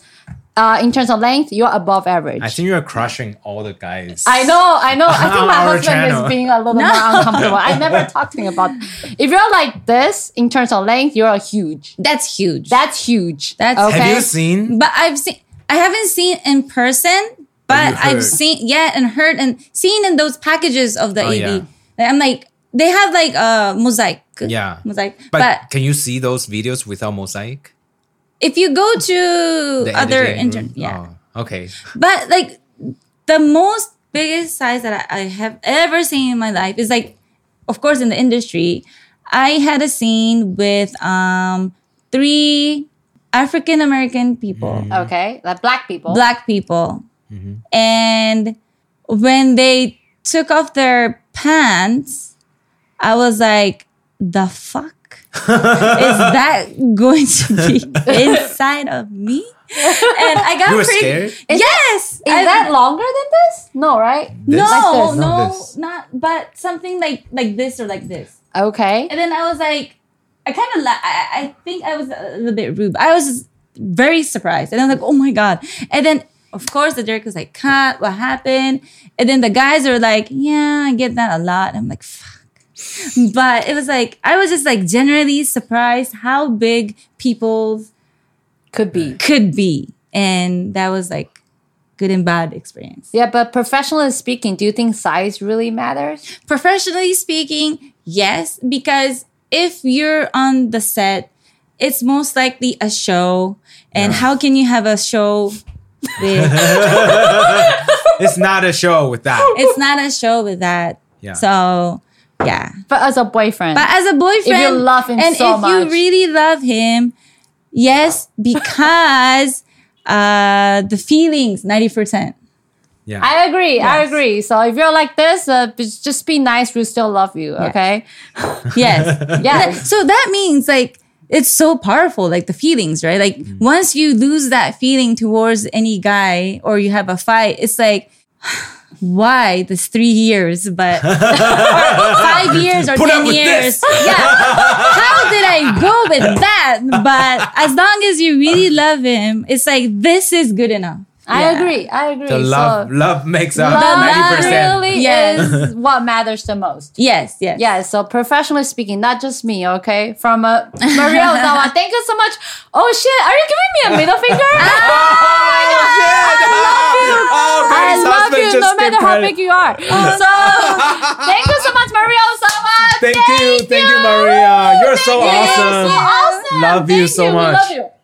Speaker 4: uh, in terms of length, you're above average.
Speaker 1: I think you're crushing all the guys.
Speaker 4: I know, I know. I think
Speaker 1: On
Speaker 4: my
Speaker 1: our
Speaker 4: husband
Speaker 1: channel.
Speaker 4: is being a little more uncomfortable. I never talked to him about. If you're like this in terms of length, you're huge.
Speaker 3: that's huge.
Speaker 4: That's huge.
Speaker 3: That's-
Speaker 4: okay.
Speaker 1: Have you seen?
Speaker 3: but I've seen I haven't seen in person, but
Speaker 1: you
Speaker 3: I've
Speaker 1: heard.
Speaker 3: seen yeah and heard and seen in those packages of the
Speaker 1: Oh,
Speaker 3: AV.
Speaker 1: yeah.
Speaker 3: Like, I'm like they have like a mosaic.
Speaker 1: Yeah.
Speaker 3: Mosaic.
Speaker 1: But,
Speaker 3: But,
Speaker 1: can you see those videos without mosaic?
Speaker 3: if you go to
Speaker 1: The
Speaker 3: other
Speaker 1: editing
Speaker 3: inter-
Speaker 1: room?
Speaker 3: yeah.
Speaker 1: Oh, okay.
Speaker 3: But like the most biggest size that I, I have ever seen in my life is like, of course, in the industry, I had a scene with um three African American
Speaker 1: Mm.
Speaker 3: people,
Speaker 4: okay, like black people.
Speaker 3: black people,
Speaker 1: Mm-hmm.
Speaker 3: and when they took off their pants, I was like, the fuck.
Speaker 1: *laughs*
Speaker 3: is that going to be inside of me? And I got
Speaker 1: You were scared?
Speaker 3: pretty yes.
Speaker 4: is that longer than this? No, right?
Speaker 1: This?
Speaker 3: No,
Speaker 4: Like this.
Speaker 3: no,
Speaker 1: Not this.
Speaker 3: not but something like like this or like this.
Speaker 4: Okay.
Speaker 3: And then I was like, I kind of la- I, I think I was a little bit rude. I was just very surprised, and I was like, oh my god. And then of course the jerk was like, cut. What happened? And then the guys were like, yeah, I get that a lot. I'm like, fuck. But it was like I was just like generally surprised how big people's
Speaker 4: Could be.
Speaker 3: could be, and that was like good and bad experience.
Speaker 4: Yeah, but professionally speaking, do you think size really matters?
Speaker 3: Professionally speaking, yes, because if you're on the set, it's most likely a show. And how can you have a show with
Speaker 1: It's not a show with
Speaker 4: *laughs*
Speaker 1: that.
Speaker 3: it's not a show with that.
Speaker 1: Yeah.
Speaker 3: So yeah.
Speaker 4: But as a boyfriend,
Speaker 3: But as a boyfriend,
Speaker 4: love him
Speaker 3: and
Speaker 4: so
Speaker 3: if
Speaker 4: much.
Speaker 3: you really love him, yes, because uh the feelings, 90%.
Speaker 1: Yeah.
Speaker 4: I agree. I
Speaker 3: Yes.
Speaker 4: agree. So if you're like this, uh, b- just be nice. We still love you. Okay.
Speaker 1: *laughs*
Speaker 3: Yes.
Speaker 4: Yes.
Speaker 3: so that means like it's so powerful, like the feelings, right? Like
Speaker 1: Mm-hmm.
Speaker 3: once you lose that feeling towards any guy or you have a fight, it's like *sighs* why this three
Speaker 1: *laughs*
Speaker 3: years, but or five years or
Speaker 1: Put up
Speaker 3: ten
Speaker 1: with
Speaker 3: years.
Speaker 1: this.
Speaker 3: Yeah. How did I go with that? But as long as you really love him, it's like this is good enough.
Speaker 4: I
Speaker 3: Yeah.
Speaker 4: agree. I agree.
Speaker 1: the love
Speaker 4: so
Speaker 1: love makes up
Speaker 4: love
Speaker 1: ninety percent.
Speaker 4: really
Speaker 3: Yes.
Speaker 4: is what matters the most.
Speaker 3: Yes, yes.
Speaker 4: Yeah, so professionally speaking, not just me, okay? From uh, *laughs* Maria Ozawa, thank you so much. Oh shit, are you giving me a middle finger?
Speaker 1: Oh, Ah.
Speaker 4: I love you no matter how big you
Speaker 1: *laughs*
Speaker 4: are. So thank you so much, Maria Ozawa.
Speaker 1: Thank you, thank you, Maria. You're so
Speaker 4: Thank you.
Speaker 1: awesome.
Speaker 4: So awesome.
Speaker 1: Love you
Speaker 4: Thank
Speaker 1: so
Speaker 4: We
Speaker 1: much.
Speaker 4: love you.